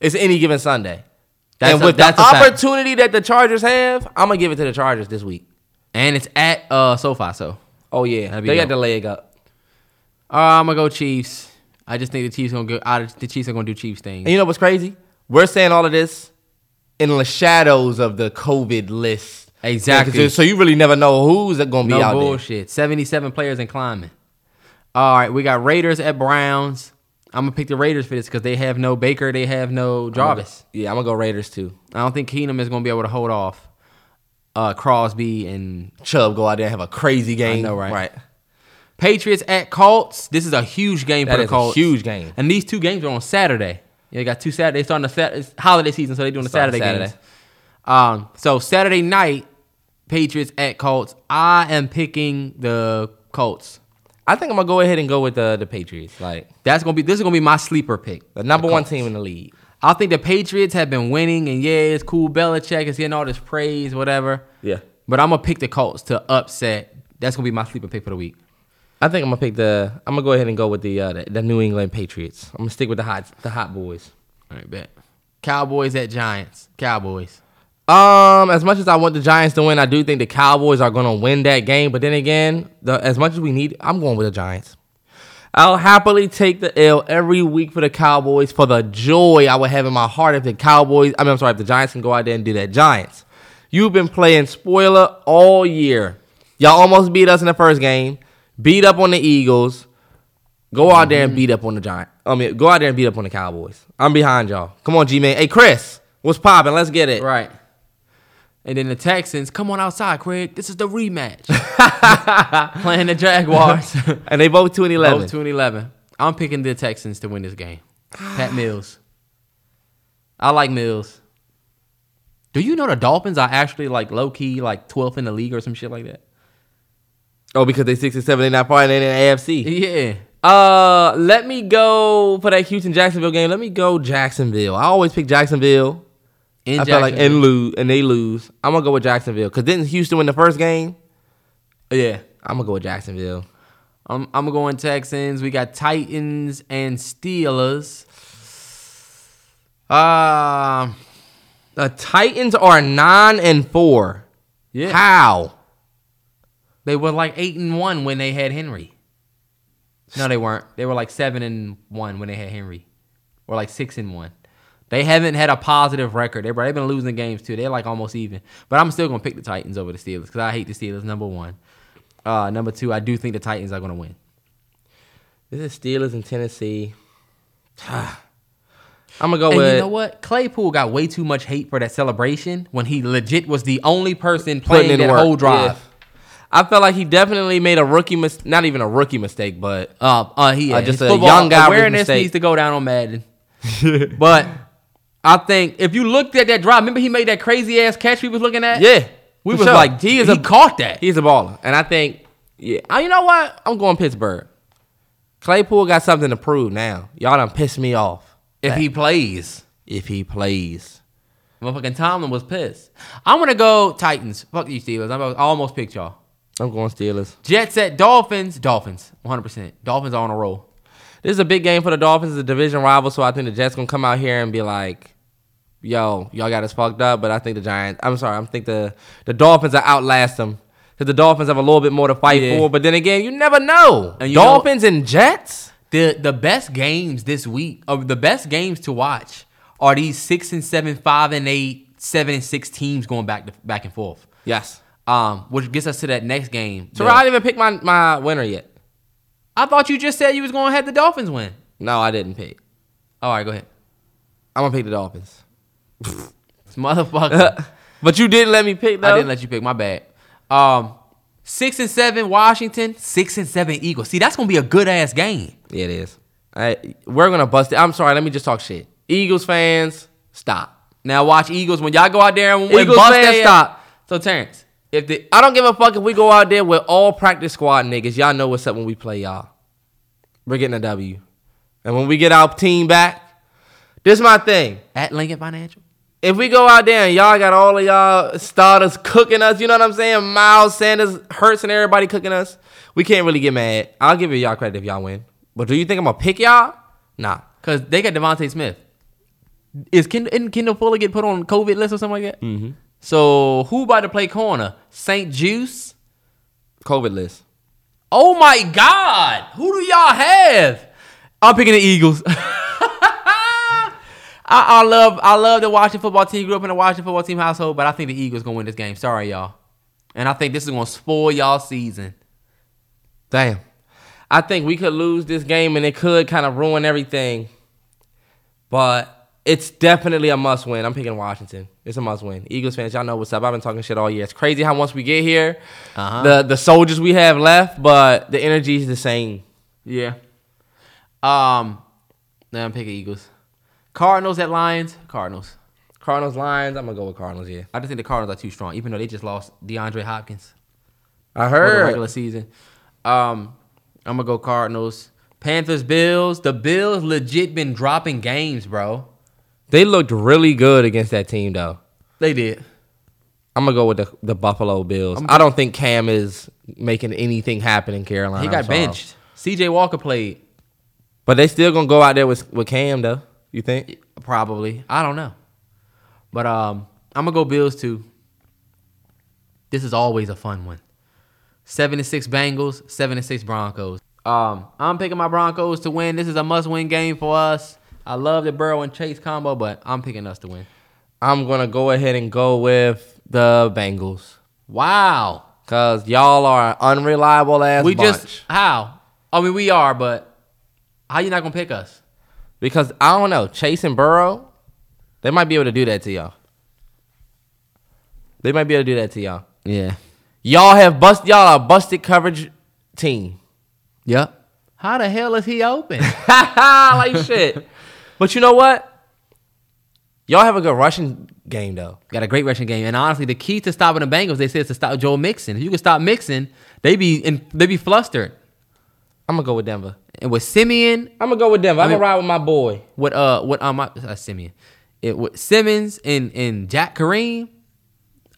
S1: is any given Sunday.
S5: That's
S1: and
S5: a-
S1: with
S5: that's
S1: the
S5: a fact.
S1: opportunity that the Chargers have, I'm gonna give it to the Chargers this week.
S5: And it's at uh, SoFi, so.
S1: Oh yeah,
S5: That'd be
S1: they got
S5: dope.
S1: the leg up.
S5: Uh, I'm gonna go Chiefs. I just think the Chiefs gonna go. I, the Chiefs are gonna do Chiefs
S1: And
S5: things.
S1: you know what's crazy? We're saying all of this in the shadows of the COVID list.
S5: Exactly.
S1: Yeah, 'cause- so you really never know who's gonna be
S5: No
S1: out there.
S5: bullshit. 77 players and climbing. All right, we got Raiders at Browns. I'm gonna pick the Raiders for this because they have no Baker, they have no Jarvis.
S1: Yeah, I'm gonna go Raiders too.
S5: I don't think Keenum is gonna be able to hold off uh, Crosby and
S1: Chubb go out there and have a crazy game.
S5: know, right? Patriots at Colts. This is a huge game
S1: That
S5: for the
S1: is a
S5: Colts.
S1: huge game.
S5: And these two games are on Saturday. Yeah, they got two Saturdays starting the Sat- it's holiday season, so they're doing the
S1: Starting
S5: Saturday,
S1: Saturday.
S5: games. Um, so Saturday night, Patriots at Colts. I am picking the Colts.
S1: I think I'm gonna go ahead and go with the the Patriots. Like
S5: That's gonna be this is gonna be my sleeper pick.
S1: the number
S5: The
S1: one
S5: Colts.
S1: team in the league.
S5: I think the Patriots have been winning, and yeah, it's cool. Belichick is getting all this praise, whatever.
S1: Yeah.
S5: But I'm gonna pick the Colts to upset. That's gonna be my sleeper pick for the week.
S1: I think I'm gonna pick the. I'm gonna go ahead and go with the uh, the, the New England Patriots. I'm gonna stick with the hot the hot boys.
S5: All right, bet. Cowboys at Giants. Cowboys.
S1: Um, as much as I want the Giants to win, I do think the Cowboys are gonna win that game. But then again, the, as much as we need, I'm going with the Giants. I'll happily take the L every week for the Cowboys for the joy I would have in my heart if the Cowboys, I mean, I'm sorry, if the Giants can go out there and do that. Giants, you've been playing spoiler all year. Y'all almost beat us in the first game, beat up on the Eagles. Go out there and beat up on the Giants. I mean, go out there and beat up on the Cowboys. I'm behind y'all. Come on, G Man. Hey, Chris, what's poppin'? Let's get it.
S5: Right. And then the Texans, come on outside, Craig. This is the <laughs> rematch. Playing the <laughs> Jaguars.
S1: And they both two and eleven.
S5: Both 2 and 11. I'm picking the Texans to win this game. <sighs> Pat Mills. I like Mills. Do you know the Dolphins are actually like low key, like 12th in the league or some shit like that?
S1: Oh, because they six and seven, they not playing in the AFC.
S5: Yeah.
S1: Uh, let me go for that Houston Jacksonville game. Let me go Jacksonville. I always pick Jacksonville.
S5: In
S1: I feel like
S5: Jacksonville.
S1: and lose and they lose. I'm gonna go with Jacksonville because didn't Houston win the first game?
S5: yeah.
S1: I'm gonna go with Jacksonville.
S5: I'm I'm going Texans. We got Titans and Steelers. Um,
S1: The Titans are nine and four.
S5: yeah.
S1: How?
S5: They were like eight and one when they had Henry. No, they weren't. They were like seven and one when they had Henry, or like six and one. They haven't had a positive record. They- They've been losing games too. They're like almost even. But I'm still gonna pick the Titans over the Steelers because I hate the Steelers. Number one. Uh, number two, I do think the Titans are gonna win.
S1: This is Steelers in <sighs> Tennessee. I'm gonna go
S5: And
S1: with.
S5: you know what? Claypool got way too much hate for that celebration when he legit was the only person
S1: putting
S5: playing
S1: in
S5: that
S1: work.
S5: whole drive.
S1: Yeah. I felt like he definitely made a rookie mis- not even a rookie mistake, but
S5: Uh, uh, he
S1: Uh,
S5: yeah,
S1: just
S5: his
S1: a
S5: football
S1: young guy with
S5: awareness
S1: mistake.
S5: needs to go down
S1: <laughs>
S5: on Madden. but I think if you looked at that drive, remember he made that crazy ass catch we was looking at.
S1: yeah,
S5: we
S1: for
S5: was
S1: sure.
S5: like, he is he caught that.
S1: He's a baller, and I think, yeah, Uh, you know what? I'm going Pittsburgh. Claypool got something to prove now. Y'all done pissed me off.
S5: if he plays,
S1: If he plays,
S5: motherfucking Tomlin was pissed. I'm gonna go Titans. Fuck you, Steelers. I'm, I almost picked y'all.
S1: I'm going Steelers.
S5: Jets at Dolphins. Dolphins, 100. percent Dolphins are on a roll.
S1: This is a big game for the Dolphins. It's a division rival, so I think the Jets gonna come out here and be like, "Yo, y'all got us fucked up." But I think the Giants. I'm sorry. I think the the Dolphins are outlast them. Cause the Dolphins have a little bit more to fight
S5: Yeah.
S1: for. But then again, you never know.
S5: And you
S1: Dolphins and Jets.
S5: the the best games this week, or the best games to watch, are these six and seven, five and eight, seven and six teams going back to, back and forth.
S1: Yes.
S5: Um, which gets us to that next game.
S1: So I didn't even pick my, my winner yet.
S5: I thought you just said you was going to have the Dolphins win.
S1: No, I didn't pick.
S5: All right, go ahead.
S1: I'm gonna pick the Dolphins.
S5: This <laughs> motherfucker.
S1: But you didn't let me pick though.
S5: I didn't let you pick. My bad. Um, six and seven Washington, six and seven Eagles. See, that's gonna be a good ass game.
S1: Yeah, it is. I, we're gonna bust it. I'm sorry. Let me just talk shit. Eagles fans, stop.
S5: Now watch Eagles when y'all go out there and, and
S1: Eagles
S5: bust
S1: fan.
S5: that stop. So Terrence, if the
S1: I don't give a fuck if we go out there with all practice squad niggas. Y'all know what's up when we play y'all. We're getting a W, and when we get our team back, this is my thing.
S5: at Lincoln Financial,
S1: If we go out there and y'all got all of y'all starters cooking us, you know what I'm saying? Miles Sanders, Hurts, and everybody cooking us. We can't really get mad. I'll give y'all credit if y'all win. But do you think I'm gonna pick y'all? Nah.
S5: because they got Devontae Smith. Is Kend- didn't Kendall Fuller get put on COVID list or something like that? Mm-hmm. So who about to play corner? Saint Juice.
S1: COVID list.
S5: Oh my God! Who do y'all have? I'm picking the Eagles. I, I love I love the Washington football team. Grew up in a Washington football team household, but I think the Eagles gonna win this game. Sorry, y'all. And I think this is gonna spoil y'all season.
S1: Damn. I think we could lose this game and it could kind of ruin everything. But it's definitely a must win. I'm picking Washington. It's a must win. Eagles fans, y'all know what's up. I've been talking shit all year. It's crazy how once we get here,
S5: Uh-huh.
S1: the the soldiers we have left, but the energy is the same.
S5: Yeah. Um. Now I'm picking Eagles. Cardinals at Lions. Cardinals.
S1: Cardinals Lions, I'm gonna go with Cardinals, yeah.
S5: I just think the Cardinals are too strong, even though they just lost DeAndre Hopkins
S1: I
S5: for the
S1: heard
S5: regular season. Um, I'm gonna go Cardinals. Panthers, Bills. The Bills legit been dropping games, bro.
S1: they looked really good against that team though.
S5: They did.
S1: I'm gonna go with the, the Buffalo Bills. I don't think Cam is making anything happen in Carolina.
S5: He
S1: I'm
S5: got
S1: sorry.
S5: benched. C.J. Walker played
S1: But they still gonna go out there with with Cam though. You think?
S5: probably. I don't know, but um, I'm gonna go Bills too. This is always a fun one. Seven to six Bengals. Seven to six Broncos. Um, I'm picking my Broncos to win. This is a must-win game for us. I love the Burrow and Chase combo, but I'm picking us to win.
S1: I'm gonna go ahead and go with the Bengals
S5: Wow.
S1: because y'all are an unreliable ass
S5: we
S1: bunch.
S5: just how? I mean, we are, but how you not gonna pick us?
S1: because I don't know Chase and Burrow, they might be able to do that to y'all. They might be able to do that to y'all.
S5: Yeah.
S1: Y'all have bust y'all are a busted coverage team.
S5: Yep. How the hell is he open?
S1: <laughs> like shit. But you know what? Y'all have a good rushing game though.
S5: <laughs> Got a great rushing game, and honestly, the key to stopping the Bengals, they say, is to stop Joe Mixon. If you can stop Mixon, they be in, they be flustered.
S1: I'm gonna go with Denver.
S5: And with Simeon,
S1: I'm gonna go with Denver. I'm
S5: mean-
S1: gonna ride with my boy.
S5: with uh, with um, uh, uh, Simeon, it with Simmons and and Jack Kareem,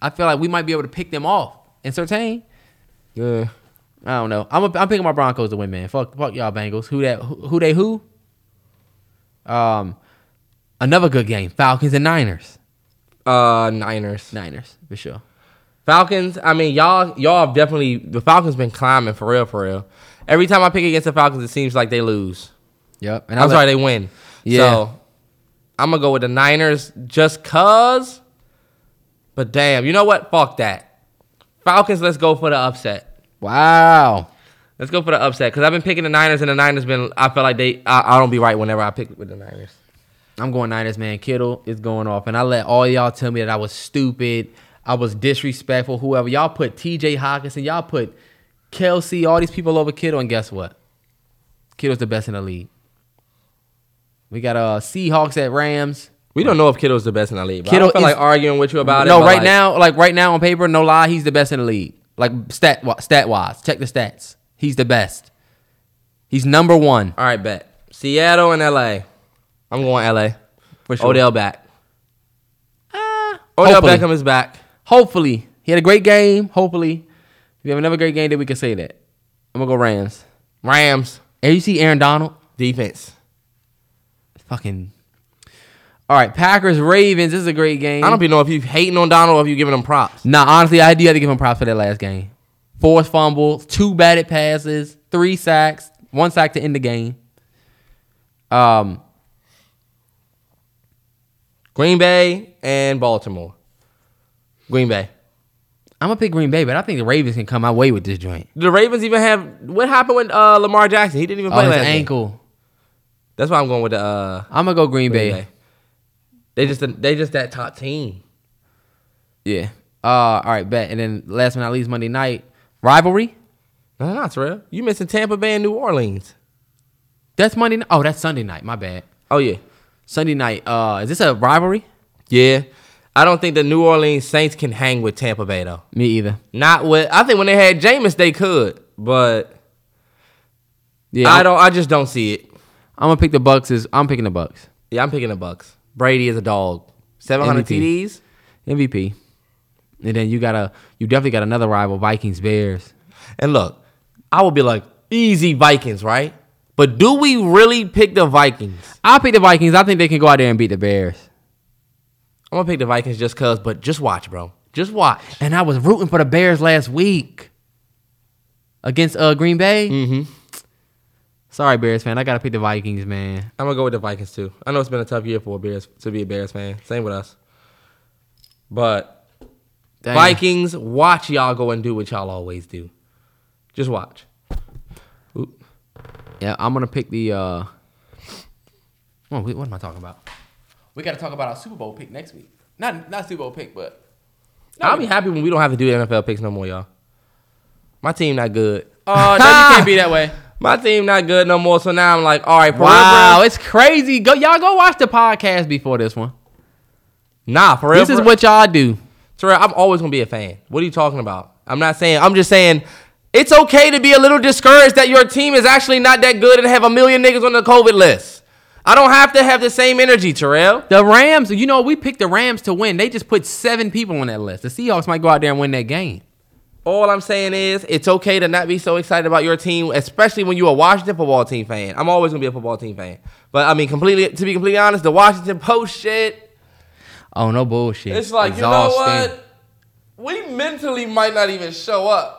S5: I feel like we might be able to pick them off. And Sertain,
S1: Yeah.
S5: I don't know. I'm a, I'm picking my Broncos to win, man. Fuck fuck y'all Bengals. Who that? Who, who they? Who? Um, another good game. Falcons and Niners.
S1: Uh, Niners.
S5: Niners for sure.
S1: Falcons. I mean, y'all, y'all have definitely the Falcons been climbing for real, for real. Every time I pick against the Falcons, it seems like they lose.
S5: Yep. And
S1: I'm sorry, they win.
S5: Yeah.
S1: So I'm gonna go with the Niners just cause. But damn, you know what? Fuck that. Falcons. Let's go for the upset.
S5: Wow.
S1: Let's go for the upset because I've been picking the Niners and the Niners been. I feel like they. I, I don't be right whenever I pick with the Niners.
S5: I'm going Niners, man. Kittle is going off. And I let all y'all tell me that I was stupid. I was disrespectful, whoever. Y'all put TJ Hawkinson, y'all put Kelsey, all these people over Kittle, and guess what? Kittle's the best in the league. We got uh Seahawks at Rams.
S1: We don't know if Kittle's the best in the league. But
S5: Kittle
S1: I don't feel
S5: is-
S1: like arguing with you about it.
S5: no,
S1: but,
S5: right
S1: like,
S5: now, like right now on paper, no lie, he's the best in the league. Like stat stat wise. Check the stats. He's the best. He's number one.
S1: All right, bet. Seattle and LA. I'm going LA.
S5: For sure. Ah,
S1: Odell back. Odell
S5: hopefully.
S1: Beckham is back.
S5: Hopefully. He had a great game. Hopefully. If you have another great game, then we can say that. I'm gonna go Rams.
S1: Rams
S5: And you see Aaron Donald?
S1: defense.
S5: Fucking all right, Packers, Ravens. This is a great game.
S1: I don't be know if you hating on Donald or if you giving him props.
S5: nah, honestly, I do have to give him props for that last game. Forced fumble, two batted passes, three sacks, one sack to end the game. Um,
S1: Green Bay and Baltimore. Green Bay.
S5: I'm gonna pick Green Bay, but I think the Ravens can come my way with this joint.
S1: Do The Ravens even have what happened with uh, Lamar Jackson? He didn't even
S5: Oh,
S1: play
S5: his
S1: last game.
S5: ankle.
S1: That's why I'm going with the uh,
S5: I'm gonna go
S1: Green
S5: Green, Bay.
S1: Bay. They just they just that top team.
S5: Yeah. Uh, all right, bet. And then last but not least, Monday night rivalry.
S1: No, not Terrell. You missing Tampa Bay and New Orleans.
S5: That's Monday. Night. Oh, that's Sunday night. My bad.
S1: Oh yeah,
S5: Sunday night. Uh, is this a rivalry?
S1: yeah. I don't think the New Orleans Saints can hang with Tampa Bay though.
S5: Me either.
S1: Not with. I think when they had Jameis, they could, but
S5: Yeah.
S1: I don't. I just don't see it.
S5: I'm gonna pick the Bucks. Is I'm picking the Bucks.
S1: Yeah, I'm picking the Bucks. Brady is a dog. Seven hundred
S5: MVP.
S1: TDs.
S5: MVP. And then you got a you definitely got another rival, Vikings Bears.
S1: And look, I would be like easy Vikings, right? But do we really pick the Vikings?
S5: I'll pick the Vikings. I think they can go out there and beat the Bears.
S1: I'm gonna pick the Vikings just cause. But just watch, bro. Just watch.
S5: And I was rooting for the Bears last week against uh Green Bay. Mm-hmm. Sorry, Bears fan. I gotta pick the Vikings, man.
S1: I'm gonna go with the Vikings too. I know it's been a tough year for Bears to be a Bears fan. Same with us. But
S5: Dang.
S1: Vikings, watch y'all go and do what y'all always do. Just watch. Oop.
S5: Yeah, I'm gonna pick the. uh oh, wait, What am I talking about? We gotta talk about our Super Bowl pick next week. Not not Super Bowl pick, but
S1: I'll be happy when we don't have to do NFL picks no more, y'all. My team not good. Oh, no, you can't be that way. <laughs> My team not good no more. So now I'm like, all right, for real,
S5: wow,
S1: for real.
S5: it's crazy. Go y'all go watch the podcast before this one.
S1: Nah, for real.
S5: This is
S1: for-
S5: what y'all do.
S1: Terrell, I'm always gonna be a fan. What are you talking about? I'm not saying. I'm just saying. It's okay to be a little discouraged that your team is actually not that good and have a million niggas on the COVID list. I don't have to have the same energy, Terrell.
S5: The Rams, you know, we picked the Rams to win. They just put seven people on that list. The Seahawks might go out there and win that game.
S1: All I'm saying is it's okay to not be so excited about your team, especially when you're a Washington football team fan. I'm always gonna be a football team fan. But I mean, completely to be completely honest, the Washington Post shit,
S5: Oh no bullshit.
S1: it's like,
S5: Exhausting.
S1: you know what? We mentally might not even show up.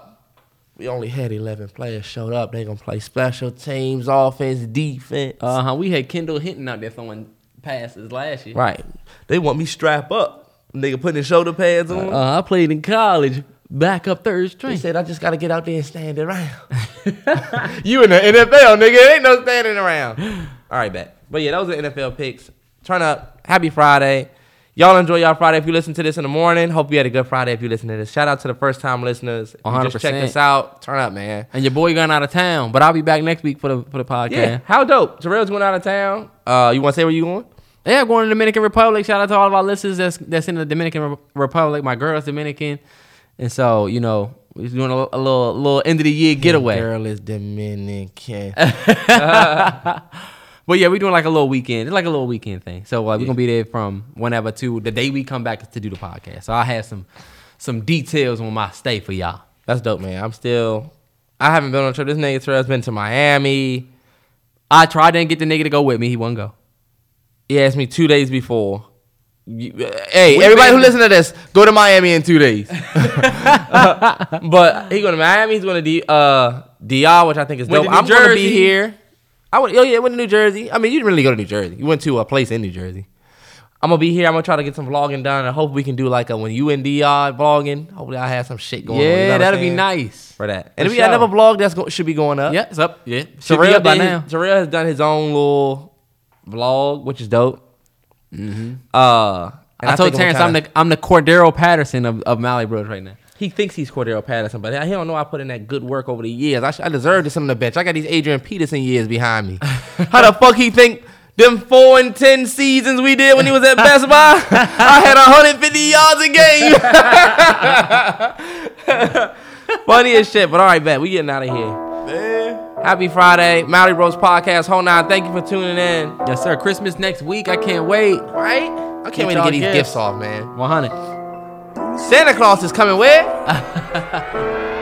S1: We only had 11 players showed up. They're gonna play special teams, offense, defense.
S5: Uh huh. We had Kendall Hinton out there throwing passes last year.
S1: right. They want me strap up. Nigga putting his shoulder pads on.
S5: Uh, I played in college, back up third
S1: He
S5: string.
S1: said, I just gotta get out there and stand around. <laughs> you in the NFL, nigga. It ain't no standing around. All right, bet. But yeah, those are NFL picks. Turn up. Happy Friday. Y'all enjoy y'all Friday if you listen to this in the morning. Hope you had a good Friday if you listen to this. Shout out to the first time listeners. If you just check
S5: 100%.
S1: this out, turn up, man.
S5: and your boy gone out of town, but I'll be back next week for the for the podcast.
S1: Yeah. How dope. Terrell's going out of town. Uh, you wanna say where you going?
S5: Yeah, going to the Dominican Republic. Shout out to all of our listeners that's that's in the Dominican Re- Republic. My girl's Dominican, and so you know we're doing a, a little little end of the year getaway.
S1: Girl is Dominican.
S5: But yeah, we're doing like a little weekend. It's like a little weekend thing. So uh, we're gonna be there from whenever to the day we come back to do the podcast. So I have some some details on my stay for y'all.
S1: <laughs> That's dope, man. I'm still I haven't been on a trip. This nigga Terrell's been to Miami.
S5: I tried to get the nigga to go with me. He won't go.
S1: He asked me two days before. You- hey,
S5: We
S1: everybody who
S5: been-
S1: listen to this, go to Miami in two
S5: <laughs>
S1: days. <laughs> but he going to Miami. He's going to D, uh, DR, which I think is
S5: Went
S1: dope.
S5: to New
S1: I'm going to be
S5: Jersey.
S1: here. I went. Oh yeah, went to New Jersey. I mean, you didn't really go to New Jersey. You went to a place in New Jersey. I'm gonna be here. I'm gonna try to get some vlogging done. I hope we can do like a when you and DR vlogging. Hopefully, I have some shit going. on, you know what
S5: yeah,
S1: I'm
S5: that'll be
S1: saying?
S5: nice.
S1: for that. And
S5: For
S1: we got
S5: sure.
S1: another vlog that's go- should be going up.
S5: Yeah, it's up. Yeah, should
S1: Terrell
S5: be up by
S1: did his-
S5: now.
S1: Terrell has done his own little vlog, which is dope. Uh, and
S5: Mm-hmm. I told
S1: think gonna
S5: Terrence I'm
S1: kinda-
S5: the I'm the Cordero Patterson of, of Mally Bros right now.
S1: He thinks he's Cordero Patterson, but he don't know I put in that good work over the years. I, sh- I deserve to sit on the bench. I got these Adrian Peterson years behind me. How the fuck he think them four and ten seasons we did when he was at Best Buy? I had 150 yards a game. <laughs> Funny as shit, but all right, bet we getting out of here. Happy Friday, Mallory Rose Podcast. Hold on, thank you for tuning in.
S5: Yes, sir. Christmas next week. I can't wait.
S1: Right? I can't wait to
S5: y'all
S1: get these
S5: gifts.
S1: gifts off, man.
S5: 100.
S1: Santa Claus is coming where?